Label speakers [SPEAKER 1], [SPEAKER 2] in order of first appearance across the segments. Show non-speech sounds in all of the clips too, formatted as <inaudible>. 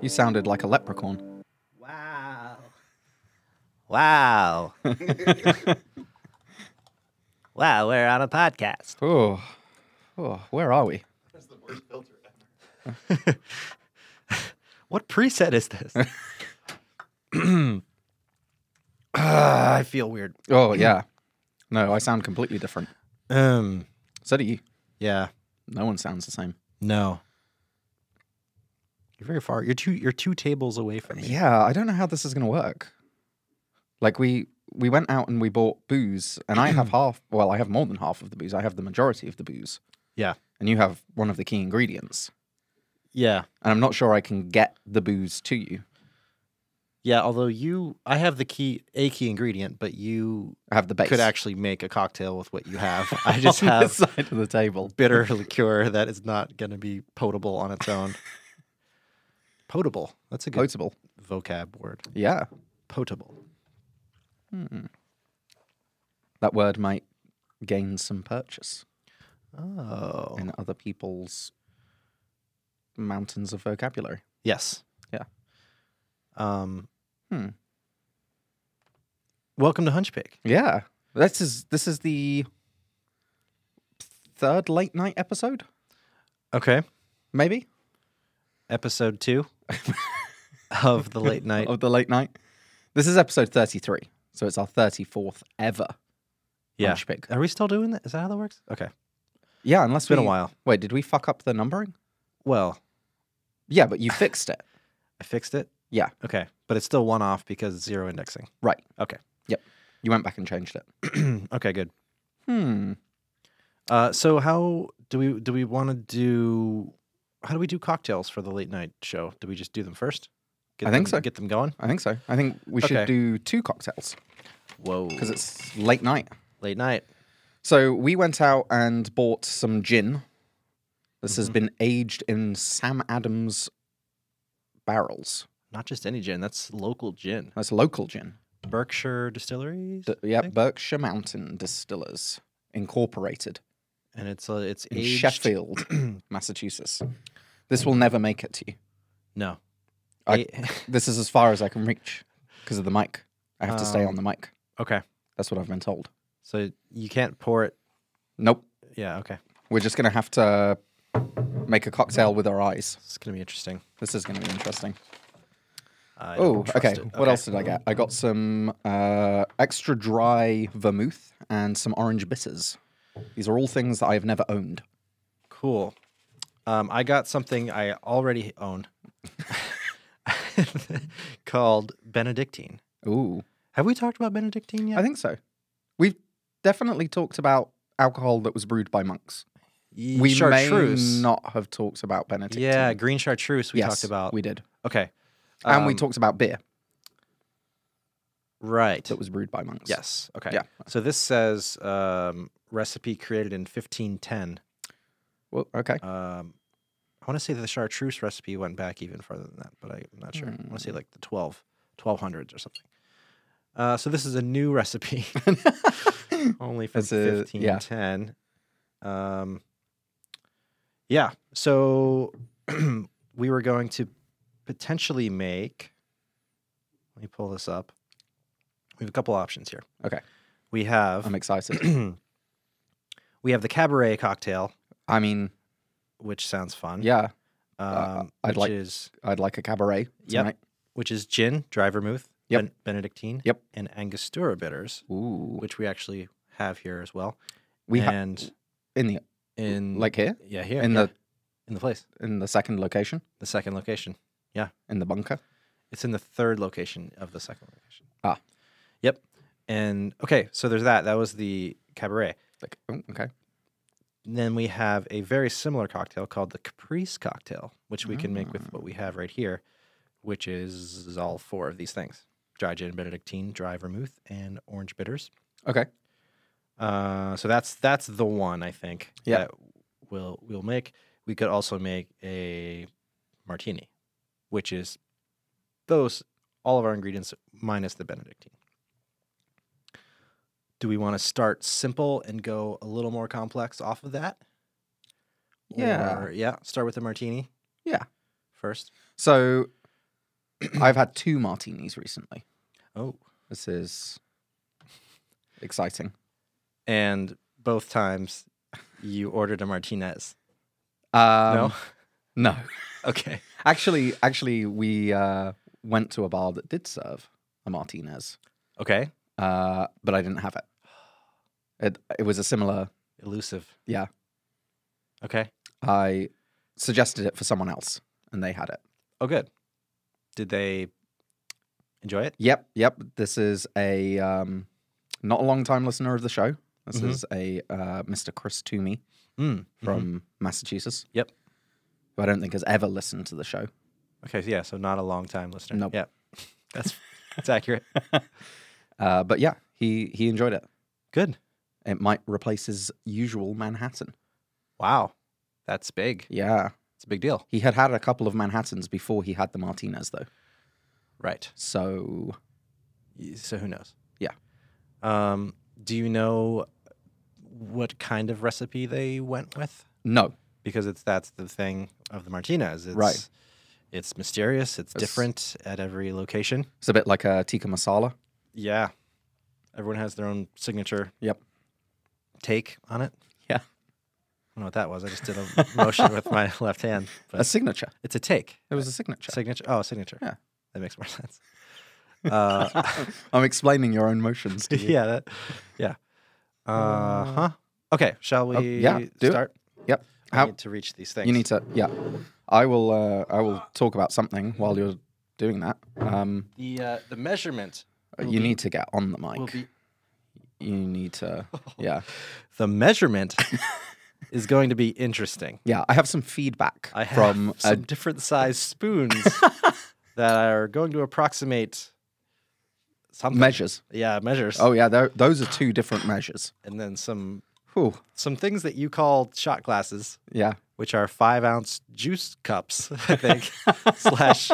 [SPEAKER 1] You sounded like a leprechaun.
[SPEAKER 2] Wow. Wow. <laughs> wow, we're on a podcast.
[SPEAKER 1] Oh, oh where are we?
[SPEAKER 2] What preset is <laughs> this? Ah, I feel weird.
[SPEAKER 1] <clears throat> Oh, yeah. No, I sound completely different.
[SPEAKER 2] Um,
[SPEAKER 1] So do you.
[SPEAKER 2] yeah.
[SPEAKER 1] No one sounds the same.
[SPEAKER 2] No. You're very far. You're two you're two tables away from me.
[SPEAKER 1] Yeah, I don't know how this is going to work. Like we we went out and we bought booze, and I <clears throat> have half. Well, I have more than half of the booze. I have the majority of the booze.
[SPEAKER 2] Yeah.
[SPEAKER 1] and you have one of the key ingredients,
[SPEAKER 2] Yeah.
[SPEAKER 1] and I'm not sure I can get the booze to you.
[SPEAKER 2] Yeah, although you I have the key a key ingredient, but you
[SPEAKER 1] I have the base.
[SPEAKER 2] could actually make a cocktail with what you <laughs> have. I just
[SPEAKER 1] <laughs> on
[SPEAKER 2] have
[SPEAKER 1] the side of the table.
[SPEAKER 2] bitter liqueur that is not going to be potable on its own. potable. That's a good
[SPEAKER 1] Potable.
[SPEAKER 2] vocab word.
[SPEAKER 1] Yeah,
[SPEAKER 2] Potable.
[SPEAKER 1] Mm-hmm. that word might gain some purchase
[SPEAKER 2] Oh.
[SPEAKER 1] in other people's mountains of vocabulary.
[SPEAKER 2] Yes.
[SPEAKER 1] Yeah.
[SPEAKER 2] Um,
[SPEAKER 1] Hmm.
[SPEAKER 2] Welcome to Hunchpick.
[SPEAKER 1] Yeah, this is this is the third late night episode,
[SPEAKER 2] Okay.
[SPEAKER 1] maybe.
[SPEAKER 2] Episode two
[SPEAKER 1] <laughs>
[SPEAKER 2] of the late night.
[SPEAKER 1] of the late night. This is episode 33. So it's our 34th ever
[SPEAKER 2] yeah.
[SPEAKER 1] lunch pick.
[SPEAKER 2] Are we still doing that? Is that how that works? Okay.
[SPEAKER 1] Yeah, unless
[SPEAKER 2] It's been a
[SPEAKER 1] we-
[SPEAKER 2] while.
[SPEAKER 1] Wait, did we fuck up the numbering?
[SPEAKER 2] Well,
[SPEAKER 1] Yeah, but you fixed it.
[SPEAKER 2] I fixed it.
[SPEAKER 1] Yeah.
[SPEAKER 2] Okay. But it's still one off because it's zero indexing. <clears throat>
[SPEAKER 1] Right.
[SPEAKER 2] Okay.
[SPEAKER 1] You went back and changed it.
[SPEAKER 2] okay, good.
[SPEAKER 1] Hmm.
[SPEAKER 2] Uh, so how do we do we want to do how do we do cocktails for the late night show? Do we just do them first? Get
[SPEAKER 1] I think
[SPEAKER 2] them-
[SPEAKER 1] so.
[SPEAKER 2] Get them going.
[SPEAKER 1] I think so. I think we
[SPEAKER 2] Okay.
[SPEAKER 1] should do two cocktails
[SPEAKER 2] Whoa!
[SPEAKER 1] because it's late night.
[SPEAKER 2] late night.
[SPEAKER 1] So we went out and bought some gin. This has been aged in Sam Adams barrels.
[SPEAKER 2] Not just any gin. That's local gin.
[SPEAKER 1] That's local gin.
[SPEAKER 2] Berkshire Distilleries.
[SPEAKER 1] D- yeah,
[SPEAKER 2] think?
[SPEAKER 1] Berkshire Mountain Distillers Incorporated.
[SPEAKER 2] and it's uh, it's
[SPEAKER 1] in
[SPEAKER 2] aged.
[SPEAKER 1] Sheffield, Massachusetts. This will never make it to you.
[SPEAKER 2] No.
[SPEAKER 1] I-
[SPEAKER 2] A- <laughs>
[SPEAKER 1] This is as far as I can reach because of the mic. I have to stay on
[SPEAKER 2] Um,
[SPEAKER 1] the mic.
[SPEAKER 2] okay.
[SPEAKER 1] That's what I've been told.
[SPEAKER 2] So you can't pour it.
[SPEAKER 1] Nope.
[SPEAKER 2] Yeah. Okay.
[SPEAKER 1] We're just going to have to make a cocktail with our eyes.
[SPEAKER 2] It's gonna be interesting.
[SPEAKER 1] This is going to be interesting.
[SPEAKER 2] I don't
[SPEAKER 1] Oh,
[SPEAKER 2] trust
[SPEAKER 1] okay.
[SPEAKER 2] it.
[SPEAKER 1] What else did I get? I got some uh, extra dry vermouth and some orange bitters. These are all things that I have never owned.
[SPEAKER 2] Cool. Um, I got something I already
[SPEAKER 1] <laughs>
[SPEAKER 2] own <laughs> called Benedictine.
[SPEAKER 1] Ooh.
[SPEAKER 2] Have we talked about Benedictine yet?
[SPEAKER 1] I think so. We've definitely talked about alcohol that was brewed by monks.
[SPEAKER 2] Y-
[SPEAKER 1] we
[SPEAKER 2] chartreuse.
[SPEAKER 1] may not have talked about Benedict.
[SPEAKER 2] yeah, green chartreuse we
[SPEAKER 1] yes,
[SPEAKER 2] talked about.
[SPEAKER 1] We did,
[SPEAKER 2] okay.
[SPEAKER 1] and we
[SPEAKER 2] Um,
[SPEAKER 1] talked about beer
[SPEAKER 2] right.
[SPEAKER 1] that was brewed by monks.
[SPEAKER 2] yes. Okay.
[SPEAKER 1] Yeah.
[SPEAKER 2] So this says um, recipe created in 1510.
[SPEAKER 1] Well,
[SPEAKER 2] <laughs>
[SPEAKER 1] okay. <laughs>
[SPEAKER 2] Um, I want to say that the chartreuse recipe went back even further than that, but I'm not sure. I
[SPEAKER 1] Hmm.
[SPEAKER 2] want to say like the 12, 1200s or something. Uh, so this is a new recipe, only from
[SPEAKER 1] It's a- yeah.
[SPEAKER 2] 1510. Um, yeah. So <clears throat> we were going to potentially make. Let me pull this up. We have a couple options here.
[SPEAKER 1] Okay.
[SPEAKER 2] We have
[SPEAKER 1] I'm excited.
[SPEAKER 2] <clears throat> we have the cabaret cocktail,
[SPEAKER 1] I mean,
[SPEAKER 2] which sounds fun.
[SPEAKER 1] yeah, uh,
[SPEAKER 2] um,
[SPEAKER 1] I'd
[SPEAKER 2] which
[SPEAKER 1] like-
[SPEAKER 2] is
[SPEAKER 1] I'd like a cabaret
[SPEAKER 2] Yep.
[SPEAKER 1] tonight.
[SPEAKER 2] which is gin, dry vermouth,
[SPEAKER 1] Yep.
[SPEAKER 2] ben- Benedictine,
[SPEAKER 1] Yep.
[SPEAKER 2] and Angostura bitters,
[SPEAKER 1] Ooh,
[SPEAKER 2] which we actually have here as well.
[SPEAKER 1] we have
[SPEAKER 2] and
[SPEAKER 1] in the
[SPEAKER 2] in
[SPEAKER 1] like here
[SPEAKER 2] yeah here
[SPEAKER 1] in
[SPEAKER 2] yeah,
[SPEAKER 1] the
[SPEAKER 2] in the place
[SPEAKER 1] in the second location
[SPEAKER 2] the second location.
[SPEAKER 1] in the bunker.
[SPEAKER 2] It's in the third location of the second location.
[SPEAKER 1] Ah.
[SPEAKER 2] yep. And okay, so there's that. That was the cabaret.
[SPEAKER 1] Like, oh, okay,
[SPEAKER 2] Then we have a very similar cocktail called the Caprice cocktail, which we can make with what we have right here, which is all four of these things: dry gin, Benedictine, dry vermouth, and orange bitters.
[SPEAKER 1] okay,
[SPEAKER 2] Uh, so that's that's the one I think.
[SPEAKER 1] Yeah.
[SPEAKER 2] that we'll we'll make. We could also make a martini, which is those all of our ingredients minus the Benedictine. Do we want to start simple and go a little more complex off of that?
[SPEAKER 1] Yeah.
[SPEAKER 2] Or- yeah. Start with the martini.
[SPEAKER 1] Yeah.
[SPEAKER 2] First.
[SPEAKER 1] so. <clears throat> I've had two martinis recently.
[SPEAKER 2] Oh.
[SPEAKER 1] This is exciting.
[SPEAKER 2] And both times you ordered a Martinez.
[SPEAKER 1] Um,
[SPEAKER 2] no?
[SPEAKER 1] <laughs> No.
[SPEAKER 2] Okay.
[SPEAKER 1] Actually, actually, we uh, went to a bar that did serve a Martinez,
[SPEAKER 2] Okay.
[SPEAKER 1] uh, but I didn't have it. It it was a similar.
[SPEAKER 2] Elusive.
[SPEAKER 1] Yeah.
[SPEAKER 2] Okay.
[SPEAKER 1] I suggested it for someone else, and they had it.
[SPEAKER 2] Oh, good. Did they enjoy it?
[SPEAKER 1] Yep, yep. This is a um, not a long time listener of the show. This
[SPEAKER 2] Mhm.
[SPEAKER 1] is a uh, Mr. Chris Toomey
[SPEAKER 2] Mm.
[SPEAKER 1] from Massachusetts.
[SPEAKER 2] Yep.
[SPEAKER 1] Who I don't think has ever listened to the show.
[SPEAKER 2] Okay. So yeah. So not a long time listener.
[SPEAKER 1] Nope. <laughs>
[SPEAKER 2] Yeah. That's that's accurate.
[SPEAKER 1] Uh, but yeah, he he enjoyed it.
[SPEAKER 2] Good.
[SPEAKER 1] It might replace his usual Manhattan.
[SPEAKER 2] Wow. That's big.
[SPEAKER 1] Yeah.
[SPEAKER 2] It's a big deal.
[SPEAKER 1] He had had a couple of Manhattans before he had the Martinez, though.
[SPEAKER 2] Right.
[SPEAKER 1] So
[SPEAKER 2] Y- So who knows?
[SPEAKER 1] Yeah.
[SPEAKER 2] Um, do you know what kind of recipe they went with?
[SPEAKER 1] no,
[SPEAKER 2] Because it's that's the thing of the Martinez. It's,
[SPEAKER 1] Right.
[SPEAKER 2] It's mysterious. It's,
[SPEAKER 1] It's-
[SPEAKER 2] different at every location.
[SPEAKER 1] it's a bit like a tikka masala.
[SPEAKER 2] Yeah. Everyone has their own signature.
[SPEAKER 1] Yep.
[SPEAKER 2] Take on it.
[SPEAKER 1] Yeah.
[SPEAKER 2] I don't know what that was. I just did a motion with my <laughs> left hand.
[SPEAKER 1] A
[SPEAKER 2] But
[SPEAKER 1] signature.
[SPEAKER 2] it's a take.
[SPEAKER 1] It was a signature.
[SPEAKER 2] Signature. Oh, signature.
[SPEAKER 1] Yeah.
[SPEAKER 2] That makes more <laughs> sense. Uh, <laughs>
[SPEAKER 1] <laughs> I'm explaining your own motions to you.
[SPEAKER 2] yeah, that, yeah. Uh huh. Okay, shall we?
[SPEAKER 1] oh, yeah, do it.
[SPEAKER 2] start.
[SPEAKER 1] Yep.
[SPEAKER 2] I
[SPEAKER 1] How-
[SPEAKER 2] need to reach these things.
[SPEAKER 1] You need to, yeah. I will. Uh, I will talk about something while you're doing that. Um,
[SPEAKER 2] the uh, the measurement. Will
[SPEAKER 1] you
[SPEAKER 2] be-
[SPEAKER 1] need to get on the
[SPEAKER 2] Will
[SPEAKER 1] mic.
[SPEAKER 2] be
[SPEAKER 1] You need
[SPEAKER 2] <laughs>
[SPEAKER 1] to, yeah, <laughs>
[SPEAKER 2] the measurement is going to be interesting.
[SPEAKER 1] yeah. I have some feedback
[SPEAKER 2] I have
[SPEAKER 1] from uh, a-
[SPEAKER 2] some different
[SPEAKER 1] <laughs>
[SPEAKER 2] size spoons that are going to approximate something.
[SPEAKER 1] measures.
[SPEAKER 2] yeah, measures.
[SPEAKER 1] Oh yeah, tho- those are two different measures.
[SPEAKER 2] and then some
[SPEAKER 1] Whew.
[SPEAKER 2] some things that you call shot glasses.
[SPEAKER 1] Yeah,
[SPEAKER 2] which are five ounce juice cups, <laughs> I
[SPEAKER 1] <laughs>
[SPEAKER 2] think, slash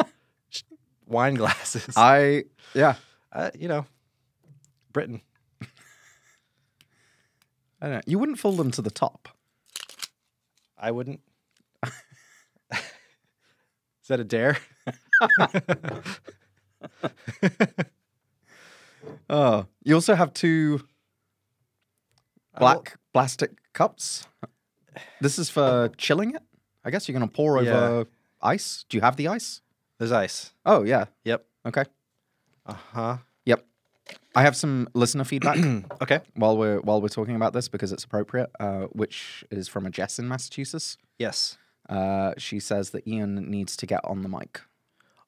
[SPEAKER 2] sh- wine glasses.
[SPEAKER 1] I yeah.
[SPEAKER 2] Uh, you know, Britain.
[SPEAKER 1] I don't know. You wouldn't fill them to the top.
[SPEAKER 2] I
[SPEAKER 1] <laughs>
[SPEAKER 2] wouldn't. Is that a dare?
[SPEAKER 1] Oh, you also have two
[SPEAKER 2] I will-
[SPEAKER 1] black plastic cups. This is for chilling it. I guess you're gonna pour over
[SPEAKER 2] Yeah.
[SPEAKER 1] ice. Do you have the ice?
[SPEAKER 2] There's ice.
[SPEAKER 1] Oh yeah.
[SPEAKER 2] Yep.
[SPEAKER 1] Okay. <clears throat>
[SPEAKER 2] Uh huh.
[SPEAKER 1] Yep. I have some listener feedback
[SPEAKER 2] <clears throat> okay.
[SPEAKER 1] while we're while we're talking about this because it's appropriate, uh, which is from a Jess in Massachusetts.
[SPEAKER 2] Yes.
[SPEAKER 1] Uh, she says that Ian needs to get on the mic.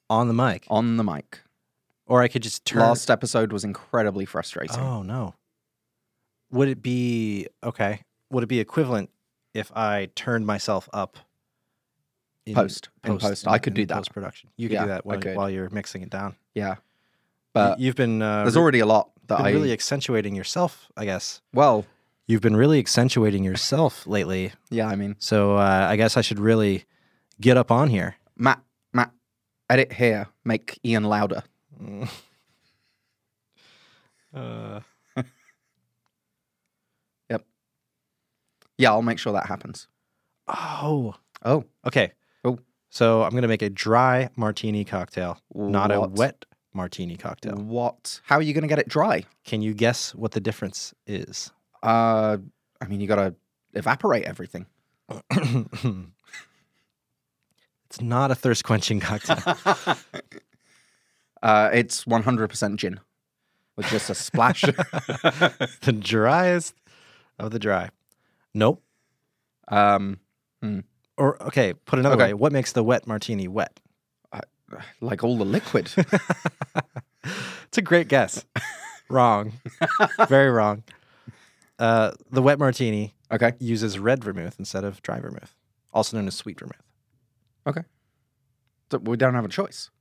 [SPEAKER 2] On the mic.
[SPEAKER 1] On the mic.
[SPEAKER 2] Or I could just turn.
[SPEAKER 1] Last episode was incredibly frustrating.
[SPEAKER 2] Oh no. Would it be okay? Would it be equivalent if I turned myself up? In
[SPEAKER 1] Post. In post. I could do that.
[SPEAKER 2] Post production. You could
[SPEAKER 1] Yeah,
[SPEAKER 2] do that
[SPEAKER 1] I
[SPEAKER 2] while,
[SPEAKER 1] could.
[SPEAKER 2] while you're mixing it down.
[SPEAKER 1] Yeah,
[SPEAKER 2] You-
[SPEAKER 1] but
[SPEAKER 2] you've been uh,
[SPEAKER 1] there's
[SPEAKER 2] re-
[SPEAKER 1] already a lot that
[SPEAKER 2] been
[SPEAKER 1] I
[SPEAKER 2] really accentuating yourself, I guess.
[SPEAKER 1] well.
[SPEAKER 2] You've been really accentuating yourself lately,
[SPEAKER 1] Yeah, I mean
[SPEAKER 2] so uh, I guess I should really get up on here.
[SPEAKER 1] Matt, Matt, edit here, make Ian louder.
[SPEAKER 2] uh,
[SPEAKER 1] Yeah, I'll make sure that happens.
[SPEAKER 2] oh,
[SPEAKER 1] Oh,
[SPEAKER 2] okay.
[SPEAKER 1] Oh.
[SPEAKER 2] so I'm gonna make a dry martini cocktail, not a
[SPEAKER 1] What?
[SPEAKER 2] wet martini cocktail.
[SPEAKER 1] what? How are you gonna get it dry?
[SPEAKER 2] Can you guess what the difference is? <coughs>
[SPEAKER 1] Uh, I mean, you gotta evaporate everything. <laughs>
[SPEAKER 2] it's not a thirst quenching <laughs> cocktail.
[SPEAKER 1] Uh, it's 100% gin with just a
[SPEAKER 2] <laughs>
[SPEAKER 1] splash.
[SPEAKER 2] the driest of the dry. Nope.
[SPEAKER 1] um,
[SPEAKER 2] Or okay, put another
[SPEAKER 1] Okay.
[SPEAKER 2] way. What makes the wet martini wet?
[SPEAKER 1] like all the liquid.
[SPEAKER 2] <laughs> It's a great guess. <laughs> wrong. Very wrong. Uh, the wet martini
[SPEAKER 1] Okay.
[SPEAKER 2] uses red vermouth instead of dry vermouth, also known as sweet vermouth.
[SPEAKER 1] So we don't have a choice.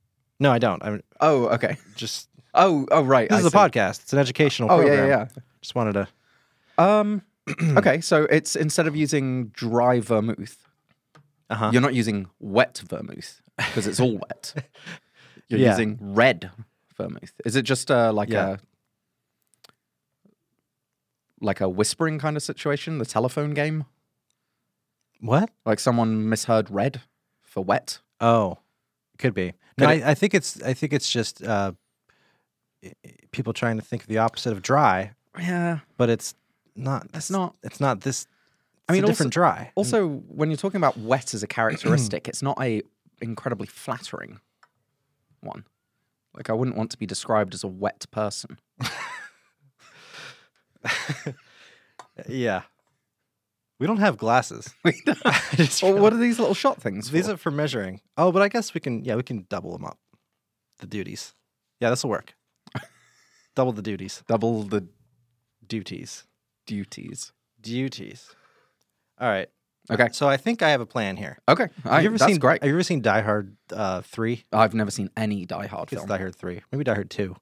[SPEAKER 2] No, I don't. I'm
[SPEAKER 1] Oh, okay.
[SPEAKER 2] just
[SPEAKER 1] Oh, oh, right.
[SPEAKER 2] this
[SPEAKER 1] I
[SPEAKER 2] is a
[SPEAKER 1] see.
[SPEAKER 2] podcast. It's an educational
[SPEAKER 1] Oh, yeah,
[SPEAKER 2] program.
[SPEAKER 1] yeah, yeah.
[SPEAKER 2] Just wanted to
[SPEAKER 1] Um, <clears throat> okay, so it's instead of using dry vermouth,
[SPEAKER 2] uh-huh.
[SPEAKER 1] you're not using wet vermouth because it's all <laughs> wet. You're
[SPEAKER 2] Yeah.
[SPEAKER 1] using red vermouth. Is it just uh, like
[SPEAKER 2] Yeah.
[SPEAKER 1] a like a whispering kind of situation? The telephone game,
[SPEAKER 2] What?
[SPEAKER 1] like someone misheard red for wet.
[SPEAKER 2] Oh. Could be. No,
[SPEAKER 1] Could
[SPEAKER 2] I, I think it's I think it's just uh, i- i- people trying to think of the opposite of dry,
[SPEAKER 1] Yeah.
[SPEAKER 2] but it's not.
[SPEAKER 1] That's
[SPEAKER 2] it's-
[SPEAKER 1] not-
[SPEAKER 2] It's not this.
[SPEAKER 1] I
[SPEAKER 2] I mean,
[SPEAKER 1] mean,
[SPEAKER 2] a different dry.
[SPEAKER 1] Also, when you're talking about wet as a characteristic, it's not a incredibly flattering one. Like I wouldn't want to be described as a wet person.
[SPEAKER 2] yeah. We don't have glasses.
[SPEAKER 1] <laughs> We don't.
[SPEAKER 2] <laughs> I just
[SPEAKER 1] Well, what
[SPEAKER 2] realized.
[SPEAKER 1] are these little shot things?
[SPEAKER 2] these
[SPEAKER 1] for?
[SPEAKER 2] are for measuring. Oh, but I guess we can. Yeah, we can double them up. The duties. Yeah, this
[SPEAKER 1] <laughs>
[SPEAKER 2] will work. double the duties.
[SPEAKER 1] double the
[SPEAKER 2] Duties.
[SPEAKER 1] duties.
[SPEAKER 2] Duties. All right.
[SPEAKER 1] Okay.
[SPEAKER 2] So I think I have a plan here.
[SPEAKER 1] Okay. I,
[SPEAKER 2] Have you ever
[SPEAKER 1] that's
[SPEAKER 2] seen?
[SPEAKER 1] great.
[SPEAKER 2] Have you ever seen Die Hard uh, three?
[SPEAKER 1] I've never seen any Die Hard
[SPEAKER 2] It's
[SPEAKER 1] film.
[SPEAKER 2] Die Hard three, maybe Die Hard two.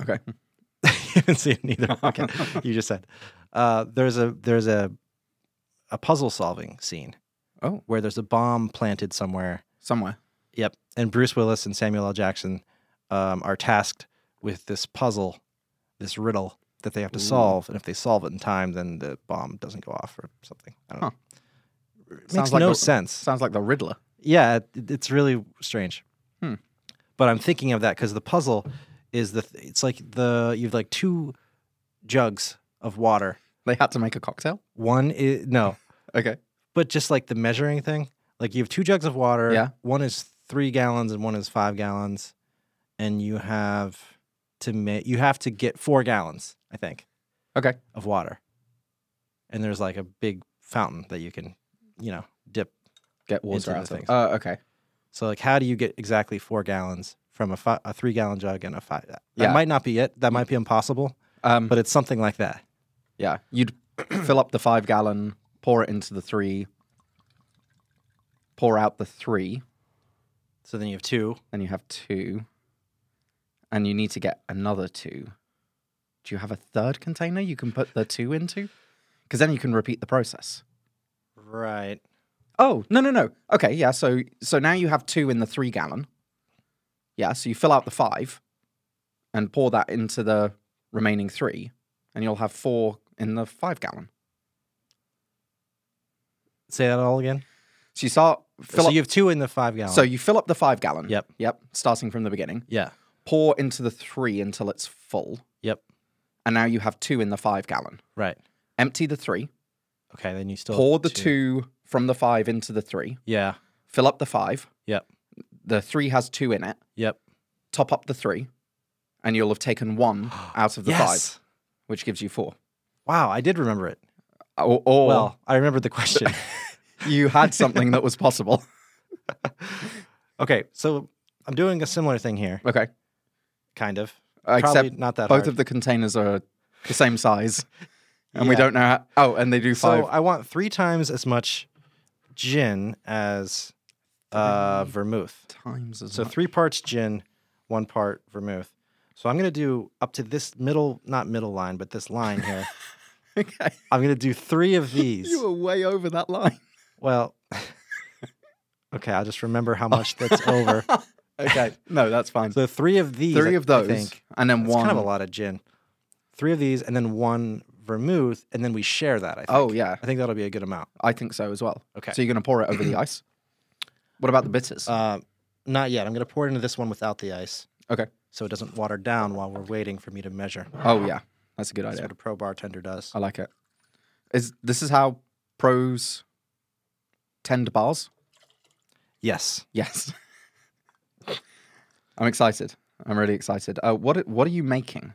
[SPEAKER 1] Okay.
[SPEAKER 2] <laughs> you haven't seen
[SPEAKER 1] <laughs>
[SPEAKER 2] it either. Okay, you just said uh, there's a there's a a puzzle solving scene
[SPEAKER 1] Oh,
[SPEAKER 2] where there's a bomb planted somewhere.
[SPEAKER 1] somewhere.
[SPEAKER 2] Yep, and Bruce Willis and Samuel L. Jackson um, are tasked with this puzzle, this riddle that they have to
[SPEAKER 1] Ooh.
[SPEAKER 2] solve, and if they solve it in time, then the bomb doesn't go off or something. I don't
[SPEAKER 1] Huh.
[SPEAKER 2] know. It
[SPEAKER 1] Sounds
[SPEAKER 2] makes
[SPEAKER 1] like
[SPEAKER 2] no
[SPEAKER 1] the-
[SPEAKER 2] sense.
[SPEAKER 1] Sounds like the Riddler.
[SPEAKER 2] Yeah, it, it's really strange.
[SPEAKER 1] Hmm.
[SPEAKER 2] But I'm thinking of that because the puzzle is the th- it's like the you've like two jugs of water.
[SPEAKER 1] They had to make a cocktail.
[SPEAKER 2] One is no,
[SPEAKER 1] Okay.
[SPEAKER 2] but just like the measuring thing, like you have two jugs of water.
[SPEAKER 1] Yeah.
[SPEAKER 2] one is three gallons and one is five gallons, and you have to make you have to get four gallons, I think,
[SPEAKER 1] Okay.
[SPEAKER 2] of water. And there's like a big fountain that you can, you know, dip
[SPEAKER 1] Get
[SPEAKER 2] Into
[SPEAKER 1] water
[SPEAKER 2] the
[SPEAKER 1] out of.
[SPEAKER 2] things.
[SPEAKER 1] Uh, okay.
[SPEAKER 2] So like, how do you get exactly four gallons from a, fi- a three gallon jug and a five? That
[SPEAKER 1] Yeah. Mm-hmm.
[SPEAKER 2] might not be it. That might be impossible.
[SPEAKER 1] Um,
[SPEAKER 2] But it's something like that.
[SPEAKER 1] yeah, you'd <clears throat> fill up the five gallon, pour it into the three, pour out the three,
[SPEAKER 2] So then you have two.
[SPEAKER 1] then you have two, and you need to get another two. Do you have a third container you can put the two into? Because then you can repeat the process.
[SPEAKER 2] Right.
[SPEAKER 1] Oh no no no. Okay, yeah. So so now you have two in the three gallon. Yeah. So you fill out the five, and pour that into the remaining three, and you'll have four in the five gallon.
[SPEAKER 2] Say that all again.
[SPEAKER 1] So you start fill
[SPEAKER 2] so
[SPEAKER 1] up.
[SPEAKER 2] you have two in the five gallon.
[SPEAKER 1] so you fill up the five gallon.
[SPEAKER 2] Yep.
[SPEAKER 1] Yep. Starting from the beginning.
[SPEAKER 2] yeah.
[SPEAKER 1] Pour into the three until it's full,
[SPEAKER 2] Yep.
[SPEAKER 1] and now you have two in the five gallon.
[SPEAKER 2] Right.
[SPEAKER 1] Empty the three.
[SPEAKER 2] Okay. Then you still
[SPEAKER 1] pour
[SPEAKER 2] have
[SPEAKER 1] the two from the five into the three.
[SPEAKER 2] Yeah.
[SPEAKER 1] Fill up the five.
[SPEAKER 2] Yep.
[SPEAKER 1] The three has two in it.
[SPEAKER 2] Yep.
[SPEAKER 1] top up the three, and you'll have taken
[SPEAKER 2] <gasps>
[SPEAKER 1] one out of the five,
[SPEAKER 2] yes.
[SPEAKER 1] which gives you four.
[SPEAKER 2] Wow. I did remember it.
[SPEAKER 1] Or, or
[SPEAKER 2] Well, I remembered
[SPEAKER 1] <laughs>
[SPEAKER 2] the question.
[SPEAKER 1] you had
[SPEAKER 2] <laughs>
[SPEAKER 1] something that was possible. <laughs>
[SPEAKER 2] okay. So I'm doing a similar thing here,
[SPEAKER 1] Okay.
[SPEAKER 2] kind of. Probably
[SPEAKER 1] Except
[SPEAKER 2] not that
[SPEAKER 1] both
[SPEAKER 2] hard.
[SPEAKER 1] of the containers are the same size, and we
[SPEAKER 2] Yeah.
[SPEAKER 1] don't know how. Oh, and they do
[SPEAKER 2] So
[SPEAKER 1] five.
[SPEAKER 2] I want three times as much gin as uh, vermouth.
[SPEAKER 1] times as
[SPEAKER 2] So
[SPEAKER 1] much.
[SPEAKER 2] three parts gin, one part vermouth. So I'm gonna do up to this middle, not middle line, but this
[SPEAKER 1] <laughs>
[SPEAKER 2] line here.
[SPEAKER 1] Okay.
[SPEAKER 2] I'm gonna do three of these.
[SPEAKER 1] You were way over that
[SPEAKER 2] <laughs>
[SPEAKER 1] line.
[SPEAKER 2] Well, okay, I'll just remember how
[SPEAKER 1] <laughs>
[SPEAKER 2] much that's over.
[SPEAKER 1] okay. No, that's fine.
[SPEAKER 2] So three of these.
[SPEAKER 1] three
[SPEAKER 2] I-
[SPEAKER 1] of those,
[SPEAKER 2] I think.
[SPEAKER 1] and then
[SPEAKER 2] That's
[SPEAKER 1] one.
[SPEAKER 2] kind of a lot of gin. Three of these, and then one vermouth, and then we share that. I think.
[SPEAKER 1] Oh yeah,
[SPEAKER 2] I think that'll be a good amount.
[SPEAKER 1] I think so as well.
[SPEAKER 2] Okay.
[SPEAKER 1] So you're gonna pour it over
[SPEAKER 2] <clears throat>
[SPEAKER 1] the ice. What about the bitters?
[SPEAKER 2] Uh, not yet. I'm going to pour it into this one without the ice.
[SPEAKER 1] Okay.
[SPEAKER 2] So it doesn't water down while we're waiting for me to measure.
[SPEAKER 1] oh yeah, that's a good
[SPEAKER 2] That's
[SPEAKER 1] idea.
[SPEAKER 2] what a pro bartender does.
[SPEAKER 1] I like it. Is this is how pros tend bars?
[SPEAKER 2] Yes.
[SPEAKER 1] Yes. <laughs> I'm excited. I'm really excited. Uh, what what are you making?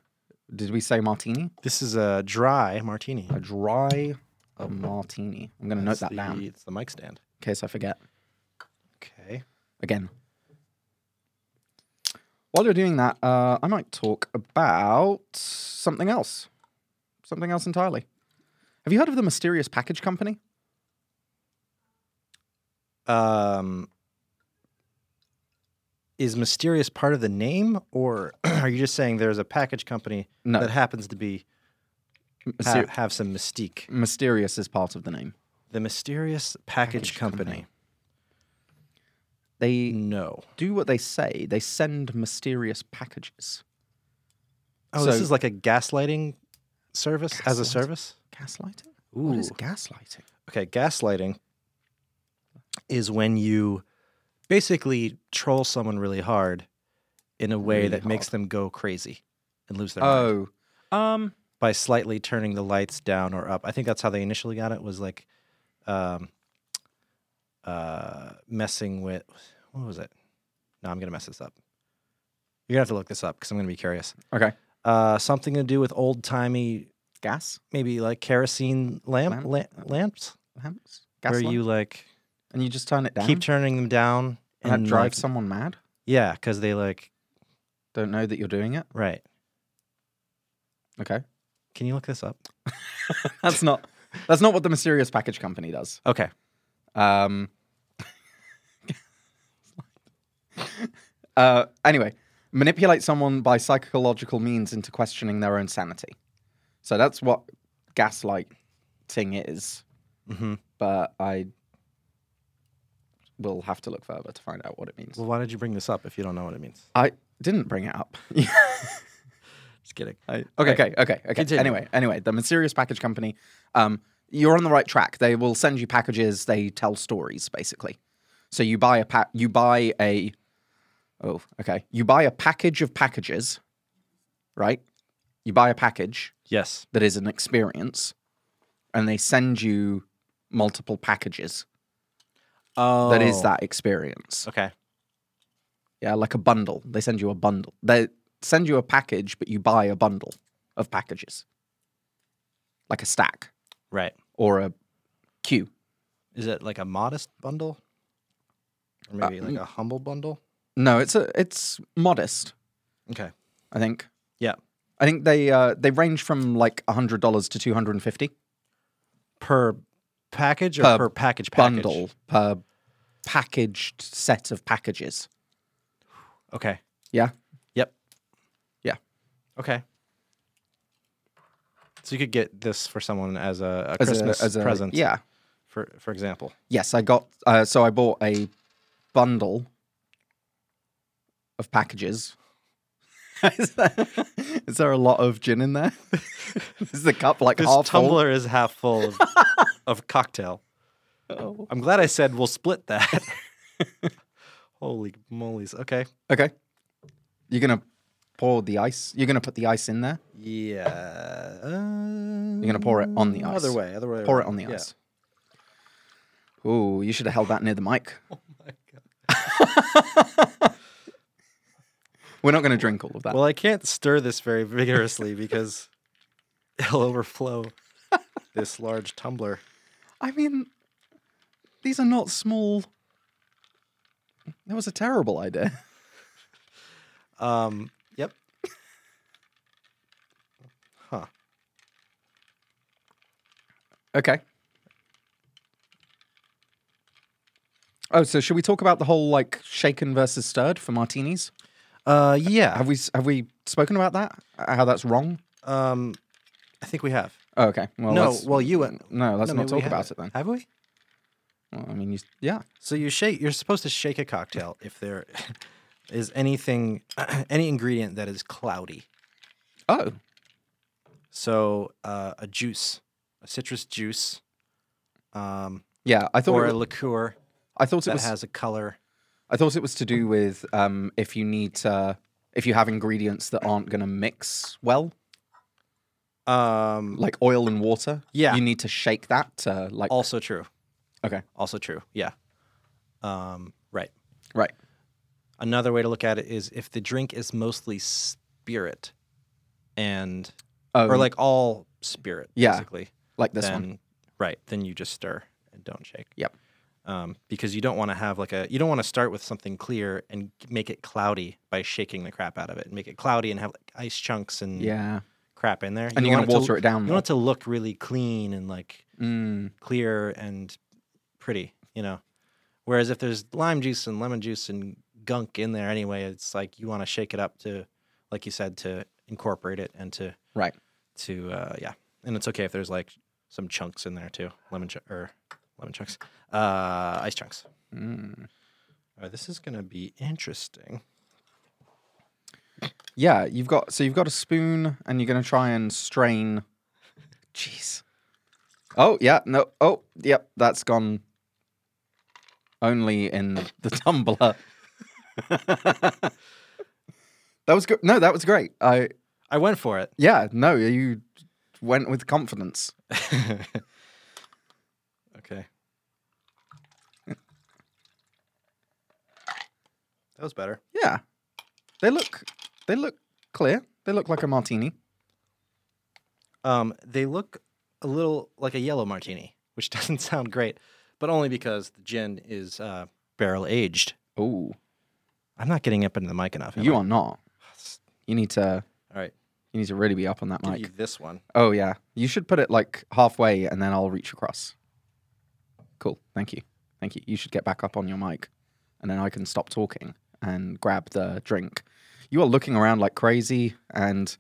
[SPEAKER 1] Did we say martini?
[SPEAKER 2] This is a dry martini.
[SPEAKER 1] A dry a
[SPEAKER 2] um,
[SPEAKER 1] martini. I'm going to note
[SPEAKER 2] That's
[SPEAKER 1] that
[SPEAKER 2] the,
[SPEAKER 1] down in
[SPEAKER 2] It's the mic stand.
[SPEAKER 1] case I forget
[SPEAKER 2] Okay.
[SPEAKER 1] again. While you're doing that, uh, I might talk about something else. Something else entirely. Have you heard of the Mysterious Package Company?
[SPEAKER 2] Um, is mysterious part of the name, or <clears throat> are you just saying there's a package company
[SPEAKER 1] No.
[SPEAKER 2] that happens to be ha-
[SPEAKER 1] Myster-
[SPEAKER 2] have some mystique?
[SPEAKER 1] Mysterious is part of the name.
[SPEAKER 2] The mysterious package,
[SPEAKER 1] Package
[SPEAKER 2] company.
[SPEAKER 1] company.
[SPEAKER 2] Mm.
[SPEAKER 1] They
[SPEAKER 2] No.
[SPEAKER 1] do what they say. They send mysterious packages.
[SPEAKER 2] Oh, this
[SPEAKER 1] So-
[SPEAKER 2] is like a gaslighting service as a
[SPEAKER 1] Gaslight?
[SPEAKER 2] service.
[SPEAKER 1] Gaslighting? What is gaslighting?
[SPEAKER 2] Okay, gaslighting is when you basically troll someone really hard in a way
[SPEAKER 1] Really
[SPEAKER 2] that makes
[SPEAKER 1] hard.
[SPEAKER 2] them go crazy and lose their mind
[SPEAKER 1] Oh, um,
[SPEAKER 2] by slightly turning the lights down or up. I think that's how they initially got it was like um, uh, messing with what was it? No, I'm gonna mess this up. You're gonna have to look this up because I'm gonna be curious.
[SPEAKER 1] okay.
[SPEAKER 2] Uh, something to do with old timey,
[SPEAKER 1] Gas
[SPEAKER 2] maybe like kerosene lamp,
[SPEAKER 1] Lamp?
[SPEAKER 2] lamp? lamps,
[SPEAKER 1] lamps, gas
[SPEAKER 2] where
[SPEAKER 1] lamp?
[SPEAKER 2] you like
[SPEAKER 1] and you just turn it down.
[SPEAKER 2] keep turning them down
[SPEAKER 1] and that drives
[SPEAKER 2] like,
[SPEAKER 1] someone mad.
[SPEAKER 2] yeah, because they like
[SPEAKER 1] Don't know that you're doing it.
[SPEAKER 2] right.
[SPEAKER 1] Okay,
[SPEAKER 2] Can you look this up?
[SPEAKER 1] <laughs> that's not <laughs> that's not what the mysterious package company does.
[SPEAKER 2] Okay,
[SPEAKER 1] Um, <laughs> uh, anyway, manipulate someone by psychological means into questioning their own sanity. So that's what gaslighting is.
[SPEAKER 2] hmm
[SPEAKER 1] But I will have to look further to find out what it means.
[SPEAKER 2] well, why did you bring this up if you don't know what it means?
[SPEAKER 1] I didn't bring it up. <laughs>
[SPEAKER 2] Just kidding.
[SPEAKER 1] I- okay, okay, okay, okay.
[SPEAKER 2] Continue.
[SPEAKER 1] Anyway, anyway, the mysterious package company. Um, you're on the right track. They will send you packages. They tell stories, basically. So you buy a pa- you buy a oh okay you buy a package of packages, right? You buy a package
[SPEAKER 2] Yes.
[SPEAKER 1] that is an experience, and they send you multiple packages
[SPEAKER 2] Oh,
[SPEAKER 1] that is that experience.
[SPEAKER 2] Okay.
[SPEAKER 1] Yeah, like a bundle. They send you a bundle. They send you a package, but you buy a bundle of packages, like a stack
[SPEAKER 2] Right.
[SPEAKER 1] or a queue.
[SPEAKER 2] Is it like a modest bundle? Or maybe like
[SPEAKER 1] n-
[SPEAKER 2] a humble bundle?
[SPEAKER 1] No, it's a it's modest.
[SPEAKER 2] Okay.
[SPEAKER 1] I think.
[SPEAKER 2] Yeah.
[SPEAKER 1] I think they uh, they range from like hundred dollars to two hundred and fifty
[SPEAKER 2] Per package or
[SPEAKER 1] Per
[SPEAKER 2] per, package package?
[SPEAKER 1] bundle per packaged set of packages.
[SPEAKER 2] Okay.
[SPEAKER 1] Yeah.
[SPEAKER 2] Yep.
[SPEAKER 1] Yeah.
[SPEAKER 2] Okay. So you could get this for someone as a, a
[SPEAKER 1] As a-
[SPEAKER 2] Christmas
[SPEAKER 1] as a-
[SPEAKER 2] present,
[SPEAKER 1] Yeah.
[SPEAKER 2] for for example.
[SPEAKER 1] Yes, I got. Uh, so I bought a bundle of
[SPEAKER 2] <laughs>
[SPEAKER 1] packages. is, there- <laughs> is there a lot of gin in there? <laughs> is the cup like
[SPEAKER 2] This
[SPEAKER 1] half
[SPEAKER 2] tumbler is half full
[SPEAKER 1] <laughs>
[SPEAKER 2] of, of cocktail.
[SPEAKER 1] full?
[SPEAKER 2] I'm glad I said we'll split that. <laughs> Holy moly's. Okay.
[SPEAKER 1] Okay. You're gonna pour the ice. You're gonna put the ice in there.
[SPEAKER 2] Yeah. You're
[SPEAKER 1] gonna pour it on the ice.
[SPEAKER 2] Other way. Other way.
[SPEAKER 1] Pour it
[SPEAKER 2] around.
[SPEAKER 1] on the
[SPEAKER 2] Yeah.
[SPEAKER 1] ice. Ooh, you should have held that near the mic.
[SPEAKER 2] <laughs> Oh my god.
[SPEAKER 1] <laughs> We're not gonna drink all of that.
[SPEAKER 2] Well, I can't stir this very vigorously because <laughs> it'll overflow this large tumbler.
[SPEAKER 1] I mean, these are not small. That was a terrible idea. <laughs>
[SPEAKER 2] Um, yep. Huh.
[SPEAKER 1] Okay. Oh, so should we talk about the whole like shaken versus stirred for martinis?
[SPEAKER 2] Uh, yeah.
[SPEAKER 1] Have we s- have we spoken about that? Uh, How that's wrong?
[SPEAKER 2] Um, I think we have.
[SPEAKER 1] Oh, okay. Well,
[SPEAKER 2] no,
[SPEAKER 1] let's-
[SPEAKER 2] well, you went.
[SPEAKER 1] no, let's
[SPEAKER 2] no,
[SPEAKER 1] not
[SPEAKER 2] maybe we
[SPEAKER 1] talk about it
[SPEAKER 2] haven't.
[SPEAKER 1] then.
[SPEAKER 2] Have we?
[SPEAKER 1] Well, I mean, you, s- yeah.
[SPEAKER 2] So you shake. You're supposed to shake a cocktail if there <laughs> is anything, <clears throat> any ingredient that is cloudy.
[SPEAKER 1] Oh,
[SPEAKER 2] So uh, a juice, a citrus juice, um,
[SPEAKER 1] yeah. I thought
[SPEAKER 2] or
[SPEAKER 1] it,
[SPEAKER 2] a
[SPEAKER 1] w-
[SPEAKER 2] liqueur
[SPEAKER 1] I thought it
[SPEAKER 2] that
[SPEAKER 1] was
[SPEAKER 2] has a color.
[SPEAKER 1] I thought it was to do with um, if you need to if you have ingredients that aren't going to mix well,
[SPEAKER 2] Um,
[SPEAKER 1] like oil and water.
[SPEAKER 2] Yeah.
[SPEAKER 1] you need to shake that to like
[SPEAKER 2] also true.
[SPEAKER 1] okay,
[SPEAKER 2] Also true. Yeah. Um, right.
[SPEAKER 1] right.
[SPEAKER 2] Another way to look at it is if the drink is mostly spirit, and
[SPEAKER 1] Oh,
[SPEAKER 2] or like all spirit,
[SPEAKER 1] Yeah,
[SPEAKER 2] basically.
[SPEAKER 1] like this
[SPEAKER 2] then
[SPEAKER 1] one.
[SPEAKER 2] right, then you just stir and don't shake.
[SPEAKER 1] Yep.
[SPEAKER 2] Um, because you don't want to have like a you don't want to start with something clear and make it cloudy by shaking the crap out of it and make it cloudy and have like ice chunks and
[SPEAKER 1] Yeah,
[SPEAKER 2] crap in there.
[SPEAKER 1] and
[SPEAKER 2] You
[SPEAKER 1] you're going
[SPEAKER 2] want
[SPEAKER 1] to
[SPEAKER 2] to-
[SPEAKER 1] water it down.
[SPEAKER 2] You
[SPEAKER 1] more.
[SPEAKER 2] want it to look really clean and like
[SPEAKER 1] Mm,
[SPEAKER 2] clear and pretty, you know. Whereas if there's lime juice and lemon juice and gunk in there anyway, it's like you want to shake it up to, like you said, to incorporate it and to
[SPEAKER 1] right.
[SPEAKER 2] to uh, yeah. And it's okay if there's like some chunks in there too, lemon ch- or lemon chunks, uh, ice chunks.
[SPEAKER 1] Mm.
[SPEAKER 2] Oh, this is gonna be interesting.
[SPEAKER 1] Yeah, you've got so you've got a spoon, and you're going to try and
[SPEAKER 2] <laughs>
[SPEAKER 1] strain. Jeez. Oh yeah, no. Oh yep, that's gone. only in the
[SPEAKER 2] <laughs>
[SPEAKER 1] tumbler. that was good. No, that was great. I
[SPEAKER 2] I went for it. <laughs>
[SPEAKER 1] yeah, no, you went with confidence.
[SPEAKER 2] okay. <laughs> That was better.
[SPEAKER 1] Yeah. They look they look clear. They look like a martini.
[SPEAKER 2] Um, they look a little like a yellow martini, which <laughs> doesn't sound great, but only because the gin is uh, barrel aged.
[SPEAKER 1] Oh,
[SPEAKER 2] I'm not getting up into the mic enough. am
[SPEAKER 1] you
[SPEAKER 2] I?
[SPEAKER 1] are not. You need to
[SPEAKER 2] All right,
[SPEAKER 1] you need to really be up on that
[SPEAKER 2] give
[SPEAKER 1] mic.
[SPEAKER 2] you this one.
[SPEAKER 1] Oh yeah. You should put it like halfway and then I'll reach across. Cool. Thank you. Thank you. You should get back up on your mic and then I can stop talking and grab the drink. You are looking around like crazy and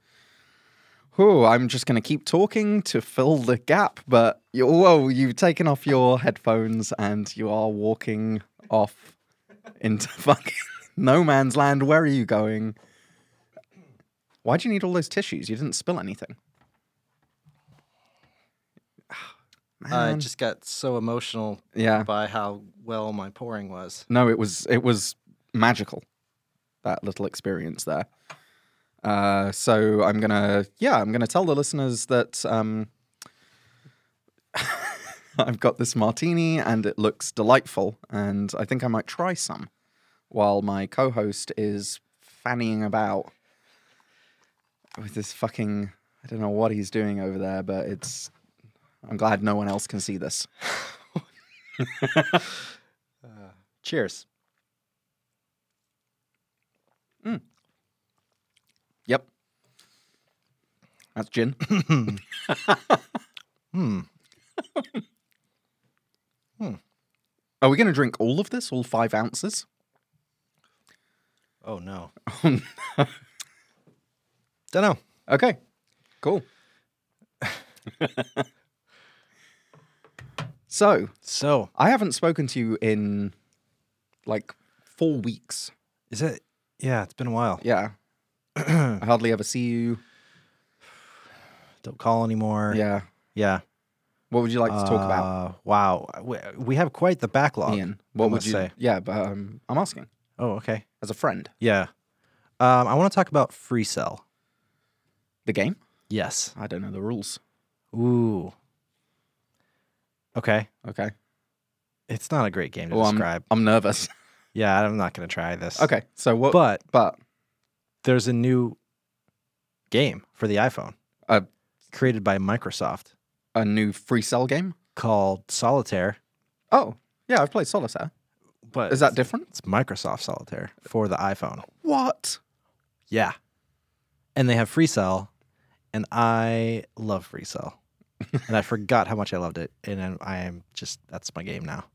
[SPEAKER 1] oh, I'm just going to keep talking to fill the gap, but you whoa, you've taken off your headphones and you are walking off into <laughs> fucking no man's land. Where are you going? Why do you need all those tissues? You didn't spill anything.
[SPEAKER 2] I
[SPEAKER 1] Man.
[SPEAKER 2] Uh, just got so emotional
[SPEAKER 1] yeah.
[SPEAKER 2] by how well my pouring was.
[SPEAKER 1] No, it was it was magical. That little experience there. Uh, so I'm gonna yeah I'm gonna tell the listeners that um, <laughs> I've got this martini and it looks delightful and I think I might try some while my co-host is fannying about with this fucking I don't know what he's doing over there but it's I'm glad no one else can see this.
[SPEAKER 2] Cheers.
[SPEAKER 1] Mm. Yep, that's gin.
[SPEAKER 2] Hmm.
[SPEAKER 1] <coughs> Are we going to drink all of this, all five ounces?
[SPEAKER 2] Oh no.
[SPEAKER 1] no.
[SPEAKER 2] Don't know.
[SPEAKER 1] Okay, <laughs> cool. so,
[SPEAKER 2] So
[SPEAKER 1] I haven't spoken to you in like four weeks.
[SPEAKER 2] is it? Yeah, it's been a while.
[SPEAKER 1] Yeah. I hardly ever see you.
[SPEAKER 2] <clears throat> Don't call anymore.
[SPEAKER 1] Yeah.
[SPEAKER 2] Yeah.
[SPEAKER 1] What would you like to talk about,
[SPEAKER 2] Uh, Wow, we, we have quite the backlog.
[SPEAKER 1] Ian? What would
[SPEAKER 2] must
[SPEAKER 1] you
[SPEAKER 2] say.
[SPEAKER 1] Yeah, but um, I'm asking
[SPEAKER 2] Oh, okay.
[SPEAKER 1] as a friend.
[SPEAKER 2] Yeah. Um, I want to talk about free cell.
[SPEAKER 1] The game?
[SPEAKER 2] Yes.
[SPEAKER 1] I don't know the rules.
[SPEAKER 2] Ooh. Okay.
[SPEAKER 1] Okay.
[SPEAKER 2] It's not a great game to
[SPEAKER 1] Well, I'm,
[SPEAKER 2] describe.
[SPEAKER 1] I'm nervous.
[SPEAKER 2] <laughs> Yeah, I'm not going to try this.
[SPEAKER 1] Okay. So what? But,
[SPEAKER 2] But there's a new game for the iPhone
[SPEAKER 1] Uh,
[SPEAKER 2] created by Microsoft
[SPEAKER 1] a new free cell game?
[SPEAKER 2] called Solitaire.
[SPEAKER 1] Oh, yeah. I've played Solitaire.
[SPEAKER 2] But
[SPEAKER 1] Is that different?
[SPEAKER 2] it's Microsoft Solitaire for the iPhone.
[SPEAKER 1] What?
[SPEAKER 2] Yeah. And they have free cell, and I love
[SPEAKER 1] <laughs>
[SPEAKER 2] free cell. and I forgot how much I loved it, and I'm- I am just that's my game now.